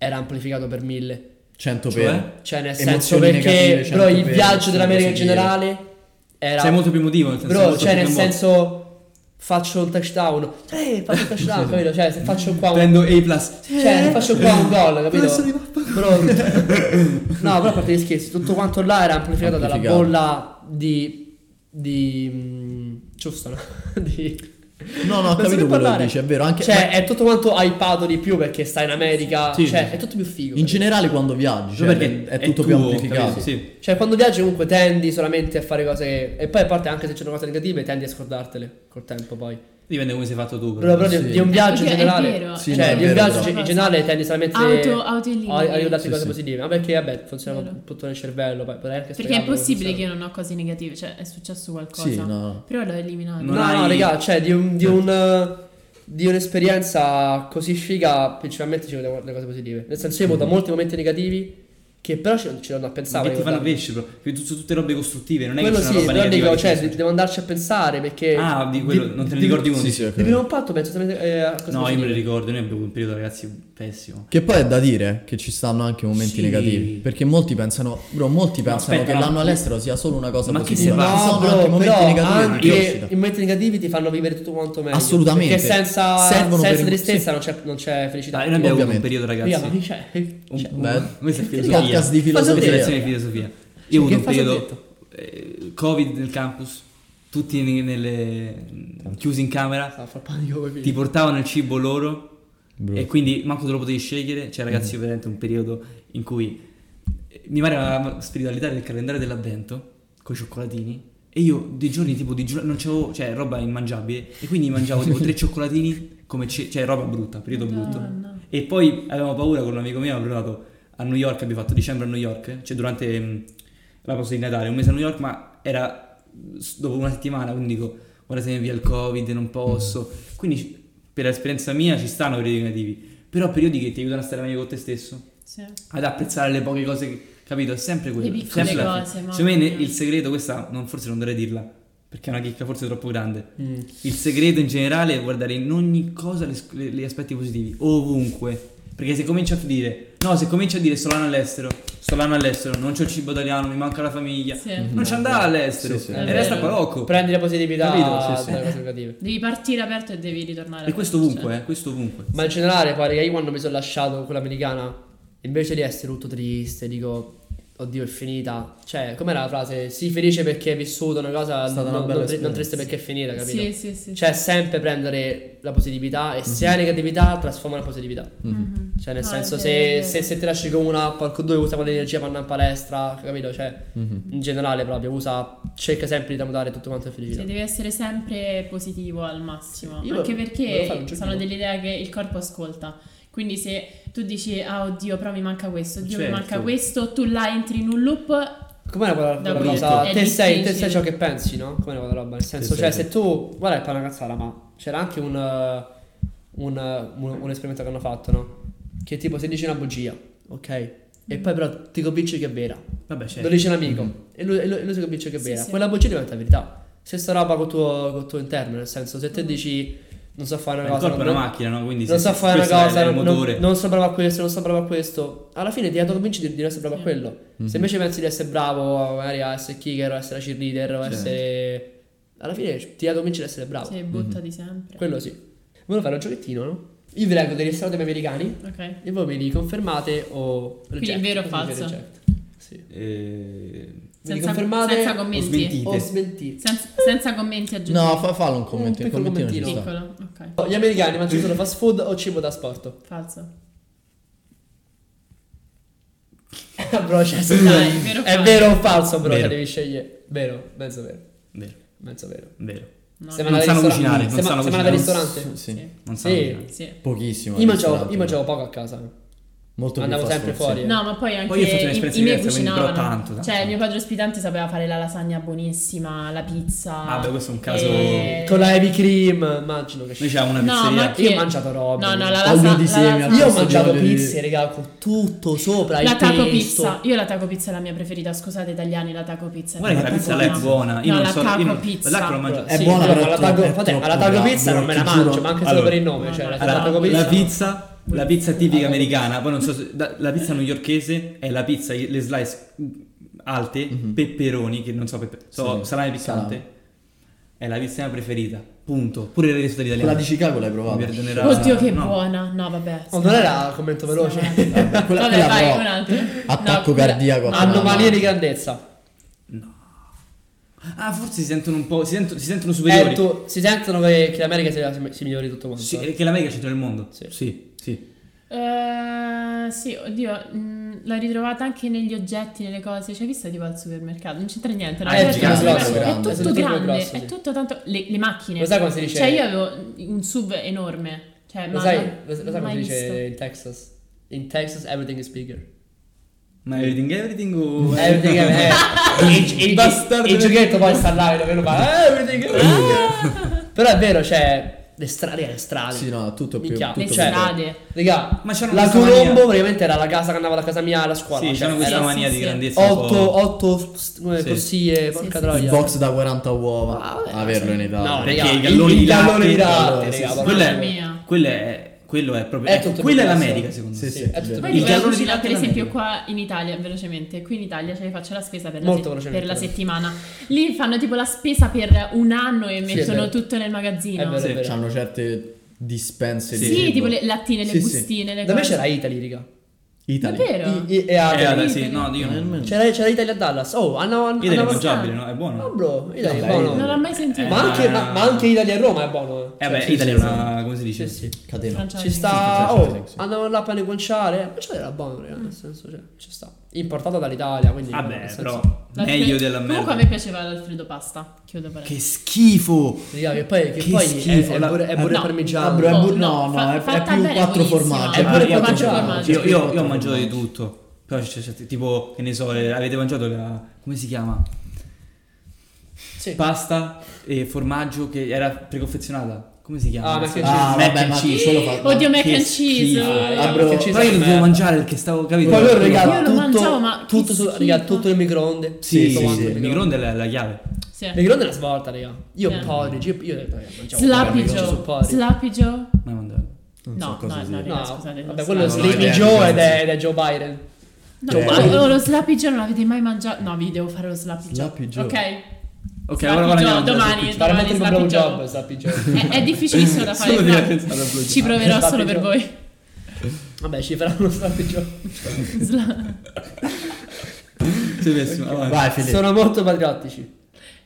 era amplificato per mille.
100
Cioè?
per.
Cioè, nel
Emozioni
senso perché,
negative,
bro, il
100%,
viaggio dell'America in
positive.
generale era...
Cioè,
Sei molto più emotivo, nel senso...
Bro,
molto
cioè,
più
nel
coinvolto.
senso... Faccio un touchdown. Eh, faccio un touchdown, capito? Cioè, se faccio qua un
Prendo A+. plus.
Cioè, ne faccio qua un gol, capito?
Adesso mi fa-
Bro, no, però a parte gli scherzi, tutto quanto là era amplificato dalla
Amplificato.
bolla di. di. mh, giusto, no? Di.
No, no,
Non
ho
so più
capito quello che
parlare.
dici, è vero. Anche,
Cioè, è tutto quanto hypato di più perché stai in America.
Sì,
cioè,
sì.
è tutto più figo.
In
capito?
generale quando viaggi, cioè,
perché
è, tutto più
tuo,
amplificato.
capito? Sì.
Cioè, quando viaggi comunque tendi solamente a fare cose. che- E poi a parte anche se c'è una cosa negativa, tendi a scordartele col tempo poi.
Dipende come sei fatto tu.
Però, però di-
Sì.
di un viaggio in
Perché è
generale.
vero,
Sì, no,
cioè,
è
di un
vero,
viaggio
però.
in generale tendi solamente
Auto- auto in linea.
a- a aiutarti
Sì,
cose
sì.
positive. Ma perché vabbè, funziona
Vero.
tutto nel cervello, poi potrei anche
Perché è
spiegarlo,
possibile
non
che
so.
io non ho cose negative, cioè è successo qualcosa.
Sì, no, no.
Però l'ho eliminato.
non
No, no,
hai-
raga, cioè di un- di
Eh.
un, di un'esperienza così figa, principalmente ci vedo le cose positive. Nel senso io vedo
Mm.
molti momenti negativi che però ci, ci danno a
Ma
pensare.
che ti fanno crescere, però. Perché tu- sono tutte robe costruttive, non è
Quello
che c'è
sì,
una roba
però
negativa.
dico,
che
cioè,
ci
de-
sta.
devo andarci a pensare perché...
Ah, di quello, non te ne ricordi uno?
Sì,
di-
sì, ho
Di
capito.
primo impatto penso sempre eh, a cose
No, io me
positive.
lo ricordo, noi abbiamo un periodo, ragazzi, pessimo.
Che poi è da dire che ci stanno anche momenti
Sì.
negativi. Perché molti pensano, bro, molti pensano
aspetta,
che
no.
l'anno all'estero sia solo una cosa
Ma chi
positiva.
se ne
Ci
parla?
sono
No, bro,
anche momenti
però
negativi
anche
di crescita.
i momenti negativi ti fanno vivere tutto quanto meglio.
Assolutamente.
Perché senza,
Servono
senza
per-
tristezza non, c'è, non c'è felicità.
Dai, noi abbiamo avuto
Ovviamente.
un periodo, ragazzi.
Raga, ma chi c'è?
Un,
Cioè,
un-
Beh,
questa è
che
filosofia.
podcast di
Questa è
filosofia. Cioè,
lezione di filosofia. Io ho
che
avuto un
fase ho
periodo eh, Covid nel campus, tutti ne- nelle, mm, chiusi in camera,
sta a far panico coi figli.
ti portavano il cibo loro
Brutto. Mm.
e quindi manco te lo potevi scegliere. Cioè, ragazzi, io veramente un periodo in cui eh, mi pare la spiritualità del calendario dell'avvento con i cioccolatini. E io dei giorni tipo di giorno non c'avevo, cioè roba immangiabile. E quindi mangiavo tipo tre cioccolatini come ce- cioè roba brutta, periodo brutto.
Madonna.
E poi avevamo paura con un amico mio, avevamo provato a New York, abbiamo fatto dicembre a New York, cioè durante mh, la pausa di Natale, un mese a New York, ma era s- dopo una settimana, quindi dico, ora se ne via il Covid, non posso. Quindi ci- per esperienza mia ci stanno periodi negativi, però periodi che ti aiutano a stare meglio con te stesso,
Sì.
ad apprezzare le poche cose, che- capito? È sempre quello.
Le piccole
sempre la-
cose, mamma
Secondo me ne-
mia.
il segreto, questa non- forse non dovrei dirla, perché è una chicca forse troppo grande.
Mm.
Il segreto in generale è guardare in ogni cosa le- le- gli aspetti positivi, ovunque. Perché se cominci a dire, no, se cominci a dire Solano all'estero, Solano all'estero, non c'ho il cibo italiano, mi manca la famiglia,
Sì.
non ci andava all'estero
Eh,
Sì, sì.
È
e resta
vero.
parocco.
Prendi la positività
Capito? Sì, sì.
dalle cose negative.
Devi partire aperto e devi ritornare
E questo
aperto,
ovunque, eh, questo ovunque.
Ma in generale, pare che io quando mi sono lasciato con quella americana, invece di essere tutto triste, dico, oddio, è finita. Cioè, com'era la frase? Sii felice perché hai vissuto una cosa,
È stata
non,
una bella
non tri-
esperienza.
non triste perché è
eh.
finita,
cioè.
capito?
Sì, sì, sì.
Cioè, sempre prendere la positività e
Mhm.
se hai negatività, trasformala in positività.
Mhm.
Cioè, nel
No, è
senso,
vero,
se,
è
se,
vero. Cioè,
se ti lasci con una, qualcuno dove usa quell'energia per andare in palestra, capito? Cioè,
Mhm.
in generale proprio, usa, cerca sempre di tramutare tutto quanto in felicità.
Cioè, devi essere sempre positivo al massimo,
Io volevo-
anche
volevo fare
perché
un giochino.
sono dell'idea che il corpo ascolta. Quindi se tu dici "Ah, oddio, però mi manca questo, oddio, mi
Certo.
manca questo", tu là entri in un loop.
Com'era quella,
Da
quella
cui
cosa?
è
Te sei, te
difficile.
sei ciò che pensi, no? Com'era quella roba? Nel senso,
Sì,
cioè,
sì,
se tu. Guarda, è una cazzata, ma c'era anche un, eh, un, eh, un- un esperimento che hanno fatto, no? Che tipo, se dici una bugia, ok?
Mm.
E poi però ti convinci che è vera.
Vabbè,
Lo
certo.
dice un amico e, lui, e lui- e lui si convince che è
Sì,
vera.
sì.
Quella bugia diventa verità. Stessa roba col tuo, col tuo interno, nel senso,
Mm.
se te dici non so fare una
Il
cosa.
corpo è
non-
una macchina, no? Quindi
non
se-
so
se
fare una
questo è-
cosa,
è il
non,
motore.
non sono bravo a questo, non sono bravo a questo. Alla fine ti autoconvinci di, di non essere bravo a
Sì.
quello.
Mhm.
Se invece pensi di essere bravo a- magari a essere kicker, o a essere cheerleader, o a
Sì.
essere... Alla fine ti autoconvinci di essere bravo.
Cioè, buttati sempre.
Quello sì. Volevo fare un giochettino, no? Io vi leggo dei ristoranti americani
Ok.
e voi me li confermate o...
Quindi
reject.
vero o
Quindi
falso?
reject. Sì.
Eh,
Me li
Senza-
confermate
senza
o
commenti.
smentite.
o smentite.
Senza, senza commenti aggiuntivi.
No, fa, fallo un commento.
Un
Il
piccolo
commentino ci
commentino.
sta.
Piccolo, ok.
Gli americani mangiano solo fast food o cibo da sport?
Falso.
bro, cioè,
Dai, vero
È
o falso?
vero o falso, bro?
Vero.
Cioè, devi scegliere. Vero, mezzo vero,
Vero,
mezzo vero.
vero.
No,
Se me
no.
la
Non sanno
ristora-
cucinare, non
se me-
sanno
se me la
cucinare.
ristorante.
Sì.
Non
Sì.
sanno cucinare.
Sì.
Pochissimo. al
Io mangiavo,
ristorante,
io mangiavo poco a casa. Io
Molto più
Andavo
fast
sempre
food,
fuori.
sì.
No, ma poi anche
Eh, Poi io ho fatto
i,
un'esperienza
i miei
diversa, quindi, però
cucinavano.
tanto, tanto.
Cioè, il mio padre ospitante sapeva fare la lasagna buonissima, la pizza.
Ah, beh, questo è un caso-
e-
Con la heavy cream, immagino che
Noi c'è una
No,
pizzeria.
ma-
Io ho mangiato roba.
No, no, la
Olio
lasa-
di
la
semi
lasa-
al
Io ho
Posso
mangiato
dire-
pizze, raga, con tutto sopra.
La
il
taco
pesto.
pizza, io la taco pizza è la mia preferita, scusate italiani, la taco pizza. è
Guarda che la
proprio
pizza là è buona. Io
No,
non
la
so.
taco
io non,
pizza.
là che l'ho mangiata.
È
Cioè, Sì,
buona,
io
però
alla
tro-
taco,
è
fate, alla
troppo
taco
brava,
pizza non me la
ti giuro.
mangio, ma anche solo
Allora,
per il nome.
no,
cioè,
no,
la,
allora,
la taco
la
pizza.
pizza, la pizza tipica americana, poi non so se, da- la pizza newyorkese è la pizza, le slice alte, peperoni, che non so, pepe- so
Sì,
salame piccante, è la pizza mia preferita, punto, pure il resto
Quella
italiano.
di Chicago l'hai
Mi
provata.
perdonerà-
Oddio che
no.
buona. No, vabbè.
Oh, non era il commento veloce.
Vabbè, quella,
Vabbè,
quella
vai,
però-
un'altra.
Attacco
No, quella-
cardiaco.
no,
a
Hanno
mano.
manie di grandezza.
Ah, forse si sentono un po', si, sento- si sentono superiori.
Eh, tu- si sentono che, che l'America si, si migliori tutto quanto.
Sì,
eh.
eh, che l'America è il centro del mondo.
Sì.
sì. sì.
Eh, sì, oddio, mh, l'ho ritrovata anche negli oggetti, nelle cose. Ci hai visto tipo al supermercato? Non c'entra niente. no?
Ah, è
Certo,
gigante,
è,
grosso, grande,
è tutto
sempre
grande,
grosso, sì.
è tutto tanto. Le, le macchine.
Lo sai come si dice?
Cioè, io avevo un sub enorme.
eh,
Cioè,
Lo
ma
sai,
no,
lo, lo sai come
mai
si dice
visto.
in Texas? In Texas everything is bigger.
Ma everything, everything o...
Everything è il, il-
Bastardo.
il giochetto poi sta là e lo fa everything Però è vero, cioè le strade, le strade.
Sì, no, tutto è più.
Minchia,
tutto
Le
è
cioè-
più-
strade.
Raga,
Ma c'hanno
la
questa
Colombo
mania.
praticamente era la casa che andava da casa mia alla scuola.
Sì,
cioè,
c'hanno questa
sì,
mania
sì,
di
sì.
grandezza un po'.
8, 8
Sì.
eh, corsie, porca
sì,
Il
troia. Eh,
box da 40 uova.
Ah, vabbè,
averlo in Italia.
No,
Perché
raga,
i galloni
il-
Ah, di
il gallone di
latte,
latte,
sì,
raga,
sì,
porca
Quello
Mamma
è,
mia.
quello è, quello è proprio...
È
ecco,
tutto
quella è
diverso.
l'America, secondo
Sì,
me. Eh,
sì,
Sì, è tutto
vero.
Poi
Il
il
gallone di
per
latte in
esempio
America.
qua in Italia, velocemente, qui in Italia cioè, faccio la spesa per, la,
Molto
se-
velocemente,
per la
però.
settimana. Lì fanno tipo la spesa per un anno e
Sì, è
mettono
vero.
tutto nel
È
magazzino.
vero, è
Sì,
vero.
C'hanno certe dispense
Sì,
di cibo.
tipo le lattine, le
Sì, sì.
bustine, le
Da me
cose.
c'era Italy, raga.
Italy.
Davvero?
I- i- e
Eh,
Italy.
vabbè, sì, no, io non...
C'era, c'era Italy a Dallas. Oh, hanno
Italy è
hanno-
mangiabile, no? È buono.
No, bro, Italy è
Vabbè,
buono.
Italy.
Non l'ho mai sentito.
Eh,
Ma anche, ma, ma anche Italia e Roma è buono. eh.
Eh beh,
Sì,
Italia è
sì,
una... come si dice?
Sì, sì.
Catena.
Francia-
Ci sta.
sì, sì,
Oh,
sì, sì.
andavano là per negoziare. Ma c'era era buono, raga, nel senso, cioè, ci sta. Importata dall'Italia, quindi. nel
Vabbè,
senso-
però
L'alfre-
meglio della
Comunque
merda.
a me piaceva l'Alfredo pasta. Chiudo parentesi.
Che schifo!
Raga, che poi, che
Che
poi
schifo,
è, è
la-
pure, è pure
No.
Ah,
parmigiano.
bro, è
No,
bu-
no,
no,
fa-
no, è, è
fatta
più
bene,
4
buonissima.
formaggi.
È
Ah,
pure
io ho
quattro
mangiato-
formaggi.
Io,
sì,
io-
quattro
io ho mangiato di
formaggi.
tutto. Però c'è, c'è- tipo, che ne so, eh, avete mangiato la. come si chiama?
Sì.
Pasta e formaggio che era preconfezionata. Come si chiama?
Ah, mac and
Ah,
cheese.
vabbè, ma quello fa-
Oddio,
ma
mac
che
and cheese.
schifo.
eh.
Ah, bro,
Che ci sono
Però io non dovevo
merda.
mangiare perché stavo capito.
Poi loro, raga,
Io lo
tutto-
mangiavo, ma che
tutto, su, raga,
schifo.
tutto il microonde.
Sì,
tutto
sì,
quanto
sì.
il
Il microonde è la, la chiave.
Sì.
Il microonde è una svolta, raga. Io
Eh.
porridge, io, io raga, mangiavo porridge su
Slappy Joe.
porridge.
Slappy Joe.
Ma mangiavo.
No, no, no,
No,
raga, scusate.
vabbè,
lo
quello è
slappy-
no, no,
Sleepy
no, no,
Joe
no.
ed è, ed è Joe Biden.
No,
Cioè,
ma
eh.
lo- lo Slappy Joe non l'avete mai mangiato. No, vi devo fare lo Slappy Joe.
Slappy Joe.
Ok.
Ok,
Slappy
ora
Joe,
guardiamo.
domani,
Sarà
domani
molto un
Slappy
bravo job,
Joe.
Slappy Joe.
È, è difficilissimo da fare.
Solo di
però
pensare a
Ci proverò
Slappy
solo per
Joe.
voi.
Vabbè, ci faranno uno Slappy Joe.
Sla-
Sei pessimo. vai.
Vai, Fede.
Sono molto patriottici.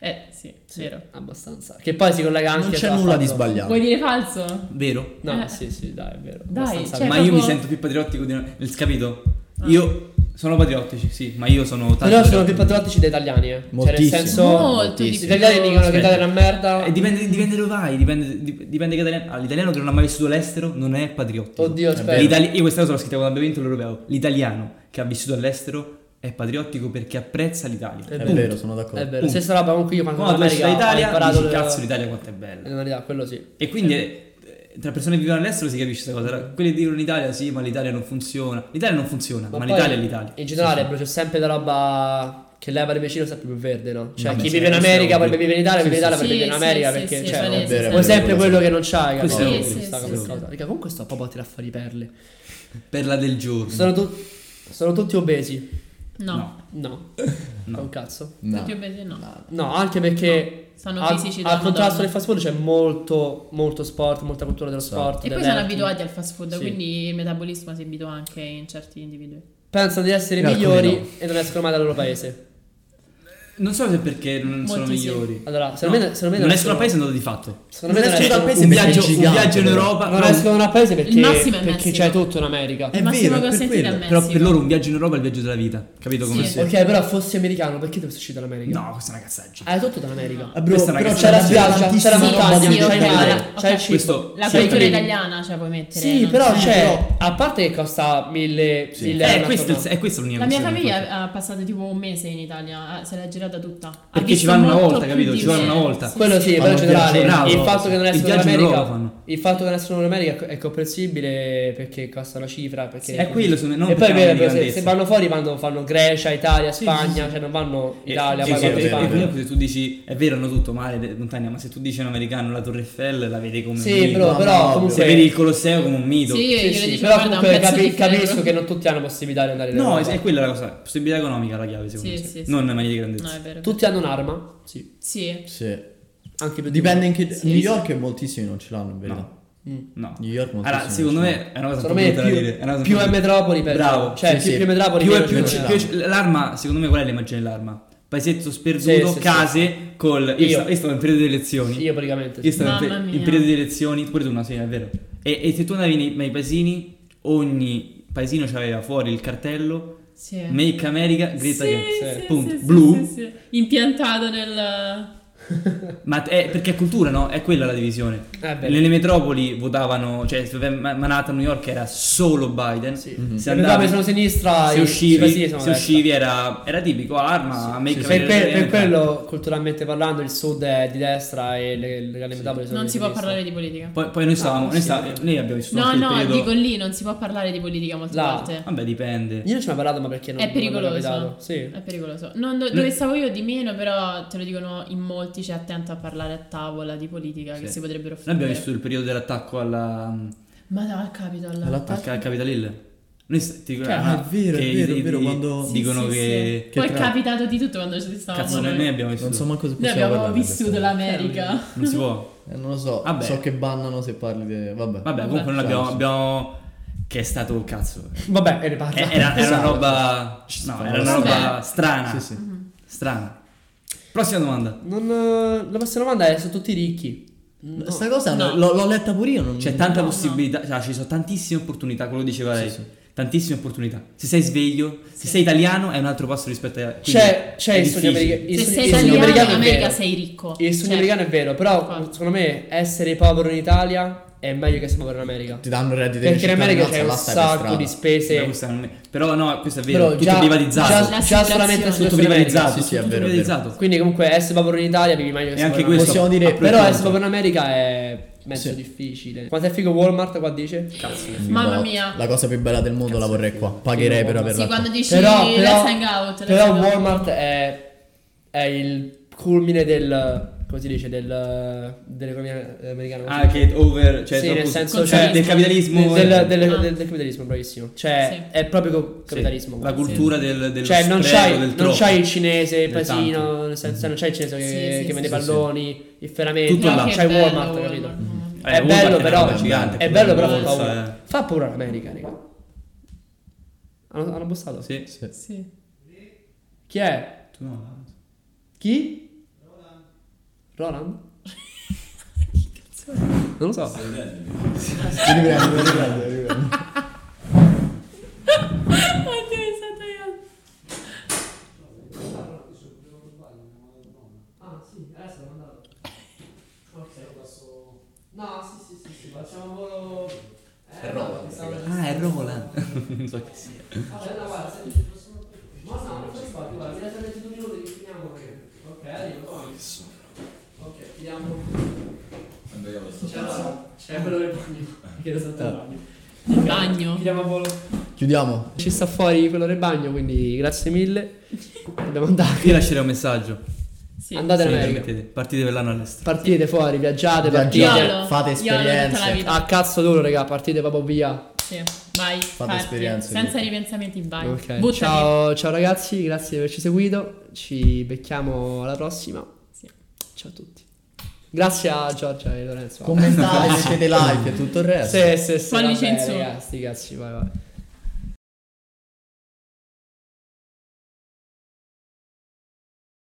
Eh, sì, vero.
Abbastanza. Che poi si collega anche
Non c'è
al
nulla di
fatto-
sbagliato.
Vuoi dire falso?
Vero.
No,
Eh.
sì, sì, dai, è vero.
Dai,
Abbastanza
cioè-
vero.
Ma io mi
proprio-
sento più patriottico di noi. Capito?
Ah.
Io sono patriottici, sì, ma io sono tanto.
Però sono più patriottici degli italiani, eh. Cioè, nel
Moltissimo.
senso.
Molto di
Sì,
Gli
più.
italiani dicono che l'Italia è una merda.
E Eh, dipende, dipende dove vai, dipende, dip- dipende che italiano. All'italiano che non ha mai vissuto all'estero non è patriottico. Eh,
Oddio, aspetta.
L'itali- io questa cosa l'ho scritta quando abbiamo vinto l'europeo. L'italiano che ha vissuto all'estero è patriottico perché apprezza l'Italia.
È
È
Punto.
vero, sono d'accordo.
È vero,
Punto.
stessa roba con cui io quando
Quando
sono
tu
in
esci
America ho
dall'Italia
imparato
dici
le-
cazzo l'Italia quanto è bella.
le modalità, quello sì.
E quindi eh, tra persone che vivono all'estero si capisce questa cosa. Quelli che dicono in Italia sì, ma l'Italia non funziona. L'Italia non funziona, ma,
poi,
l'Italia è l'Italia.
In generale, bro, c'è sempre la roba che leva il vicino sempre più verde, no? Cioè,
Vabbè,
chi
sì,
vive in
questo è
America
ovvio.
poi vive in Italia,
Sì,
vive in Italia,
sì,
poi vive in
sì,
America
sì,
perché
sì,
cioè,
palese,
vabbè,
o
è
sì.
sempre
quello
quello che non c'hai, capito?
Questo è
Sì,
ovvio,
sta
sì,
come
sì.
cosa. Raga, comunque sto proprio a tirare fuori perle.
Perla del giorno.
Sono, tu- sono tutti obesi?
No.
No.
No.
No.
Un cazzo.
No.
Tutti obesi no.
No, anche perché
Sono
al-
fisici della
al contrasto
Madonna.
del fast food c'è molto molto sport, molta cultura dello sport.
E poi
delle
sono
arti.
abituati al fast food,
Sì.
quindi il metabolismo si abitua anche in certi individui.
Pensano di essere
E alcuni
migliori
no.
e non escono mai dal loro paese.
Non so se perché non sono
Molti sì.
migliori.
Allora, secondo me- secondo me
non
non sono-
escono dal paese è andato di fatto.
Secondo me
Non
non
escono dal
escono-
paese
un,
perché è
viaggio, un
gigante,
viaggio in
però.
Europa.
Non
no,
escono dal paese perché,
Il massimo è il
perché
Messico.
c'è tutto in America.
È
il massimo
vero,
che
è
ho
per
sentito è
quello.
Messico.
Però per loro un viaggio in Europa è il viaggio della vita. Capito come
Sì.
si.
Ok, però fossi americano, perché dovresti uscire dall'America?
No, questa è una cazzaggia.
Hai tutto dall'America.
Ah, bro,
Questa,
però
ragazzi,
C'è la
c'è
spiaggia, c'è la
tantissima roba
montagna,
di
sì,
c'è il
ok,
mare,
allora,
c'è
ok.
il cibo.
Questo-
La
Sì,
cultura
capito.
italiana, cioè puoi mettere.
Sì,
non
però
so.
c'è. A parte che costa mille. mille
Eh,
euro
questo è,
una
il- è questa l'unica
La mia
questione, infatti.
famiglia ha passato tipo un mese in Italia, eh, se l'è girata tutta. Ha
Perché
visto
ci vanno una
molto
volta,
più
capito?
di
Ci vanno
me.
una volta.
Quello sì, però in
Fanno il viaggio
generale
in
Europa.
il fatto che non
Il
essere in
viaggio in Europa
America
fanno.
il fatto che non essere in America è comprensibile perché costa una cifra perché
Sì, è quello, secondo me,
e
non
poi
perché
è vero,
hanno di
se,
grandezza.
se vanno fuori vanno, fanno Grecia, Italia,
Sì,
Spagna
sì, sì.
cioè non vanno
E-
Italia
sì,
poi
sì,
vanno
è vero,
Spagna.
e comunque se tu dici è vero hanno tutto male le montagne ma se tu dici a un americano la torre Eiffel la vedi come un
Sì,
mito
però,
no,
però
no,
comunque
se vedi il Colosseo come un mito
Sì, io
Sì,
glielo
sì,
dicevo,
però
guarda, un
comunque
pezzo
capi-
di ferro.
capisco che non tutti hanno possibilità di andare in
no
Europa.
è, è quella la cosa possibilità economica la chiave secondo
Sì,
me
sì, sì.
non mani di
No,
grandezza
è vero.
tutti hanno un'arma sì
Sì.
Sì.
anche più di
Dipende in che...
Sì,
New
sì.
York e moltissimi non ce l'hanno, in verità.
no
uno. Mm.
no
New York moltissimi
allora secondo
non ce
me è una cosa
secondo
un po'
me
brutta da dire, è una
più,
cosa
più
un po'
è metropoli peggio.
Bravo.
cioè
Sì,
più,
sì.
più è metropoli
più, è-
meno
più,
ce
ce
ne
l'hanno.
più- l'arma secondo me qual è l'immagine dell'arma paesetto sperduto
Sì, sì,
case col io,
Io.
stavo, io stavo in periodo di elezioni
sono. io praticamente sì.
Io stavo in,
Mamma
per- in
mia.
periodo di elezioni, pure tu una sera, è vero. E, e se tu andavi nei, nei paesini, ogni paesino c'aveva fuori il cartello
Sì.
Make America Greta
Sì,
Thunberg",
sì,
punto.
sì, sì,
blu.
sì, sì. Impiantato nel
Ma è, perché è cultura, no? È quella la divisione.
Eh, beh.
Nelle metropoli votavano, cioè se- Ma- Manhattan, New York era solo Biden.
Sì.
Se,
Se andavi
andavi,
sono sinistra
se
i- i
uscivi,
paesini sono
se
destra.
uscivi era, era tipico, arma, Make
Per,
America
que- per
Greta.
quello, culturalmente parlando, il sud è di destra e le, le grandi metropoli sono
non
di
si può
sinistra.
parlare di politica.
Poi, poi noi stavamo,
Ah,
noi,
sì.
stavamo- noi abbiamo vissuto
No,
anche il
no,
periodo...
dico lì non si può parlare di politica molte
Là.
volte.
Vabbè, dipende.
Io non ci ho mai parlato, ma perché non
È
non mi è
pericoloso.
capitato. Sì.
È pericoloso. Non do- dove stavo io di meno, però te lo dicono in molti, c'è attento a parlare a tavola di politica che
Sì.
si potrebbero
Noi
fare.
abbiamo vissuto il periodo dell'attacco alla...
Ma no, al Capitol.
All'attacco.
Al Capitol Hill. Noi st- ti-
Cioè,
ah,
è vero, è
che
vero, è
di-
vero,
di-
quando-
Sì,
Dicono
sì,
che...
sì.
che
Poi è
tra-
capitato di tutto quando ci stavamo
Cazzo, noi,
noi.
noi abbiamo vissuto...
Non so manco se
Noi
possiamo
abbiamo
parlare di
vissuto
questo.
l'America.
Non si può.
Eh, non lo so,
Vabbè.
so che bannano se parli di... Vabbè.
Vabbè, comunque
Ciao,
noi abbiamo,
ciao.
abbiamo... Che è stato... Cazzo.
Vabbè, e ne
Eh,
parla.
Era, era una
Esatto.
roba... No, era una
Vabbè.
roba strana.
Sì, sì.
Strana. Prossima domanda.
Non, eh, la prossima domanda è: sono tutti ricchi? No.
Sta cosa
No.
l'ho, l'ho letta pure io, non...
C'è tanta
No, no.
possibilità, cioè ci sono tantissime opportunità, quello diceva lei.
Mm, sì.
Tantissime opportunità. Se sei sveglio, se sei italiano è un altro passo rispetto a... quindi
C'è, c'è
è
il sogno
difficile.
americano.
Se
il
sei
sogno- il sogno
italiano in
americano è
America
vero.
sei ricco.
Il sogno
Cioè,
americano è vero, però
Infatti.
secondo me essere povero in Italia è meglio che essere povero in America.
Ti danno il reddito di
Perché in America c'è
cittadinanza,
un
là stai per
sacco
strada.
di
Beh,
spese.
questa non è- Però no, questo è vero,
Però
tutto
già,
privatizzato.
Già,
La
già
situazione.
solamente il
Tutto
sogno
tutto
americano.
privatizzato,
Sì, sì, è
tutto
vero, è vero.
privatizzato.
Quindi comunque essere povero in Italia vivi meglio che
E anche
povero in
questo
Possiamo dire
apro e
America. Però
chiudo.
essere povero in America è mezzo
Sì.
difficile. Quanto è figo Walmart qua dice? Cazzo. che figo.
Mamma
Bot.
mia.
La cosa più bella del mondo la vorrei qua. Pagherei per averla qua.
Sì, quando dici
Però,
let's
però,
hang out. let's
però
hang out.
Walmart è, è il culmine del... come si dice? Del, dell'economia americana.
Ah, che over, cioè
Sì,
troppo-
nel senso,
cioè,
del capitalismo,
Del, del- del-
Ah.
del capitalismo, bravissimo. Cioè,
Sì.
è proprio co-
Sì,
capitalismo.
la cultura del, dello
Cioè, non
spreco,
c'hai,
del
non
troppo.
c'hai il cinese, il
Del
paesino, nel senso, non c'hai il cinese che,
Sì, sì,
che vende
sì,
i
sì, sì.
palloni, il ferramento,
Tutto
No,
là.
che
c'hai
bello
Walmart,
Walmart,
capito?
mamma mia.
È
Walmart
bello,
Eh, una
però-
roba gigante,
È bello, però fa
Walmart,
paura. Fa paura l'America, raga. Hanno, hanno bussato?
eh. Sì, sì.
Sì.
Chi è?
Tu no.
Chi? Roland. Roland? non lo so.
Riprendo, riprendo, riprendo.
Oddio, è stato io.
Ah, sì, adesso l'ho mandato. Ok, passo. No, sì, sì, sì, sì, facciamo volo. eh, È Roland.
Ah, è Roland. non so che sia.
Allora, guarda, senti, Ma no, non fai sbaglio, guarda, mi resta 22 minuti che finiamo. Ok, arrivo. Ok, finiamo. C'è, c'è quello del bagno. Che lo sotto Ah. il bagno.
Il bagno.
Finiamo a volo.
Chiudiamo.
Ci sta fuori quello del bagno, quindi grazie mille. Dobbiamo andare.
Io lascerei un messaggio.
Sì.
Andate
Se
in
mi
America.
permettete. Partite per l'anno all'estero.
Partite fuori, viaggiate, partite.
Viaggiate.
Iolo.
fate
Iolo tutta la
esperienze.
vita.
A cazzo d'oro, raga, partite proprio via.
Sì. Vai, parti.
esperienze,
Senza
tutti.
ripensamenti, vai.
Ok.
Buttati.
Ciao, ciao ragazzi, grazie di averci seguito. Ci becchiamo alla prossima.
Sì.
Ciao a tutti. Grazie a Giorgia e Lorenzo.
Commentate, mettete like e tutto il resto.
Sì, sì, sì.
Pollice
vabbè,
in su.
raga, sti cazzi, vai, vai.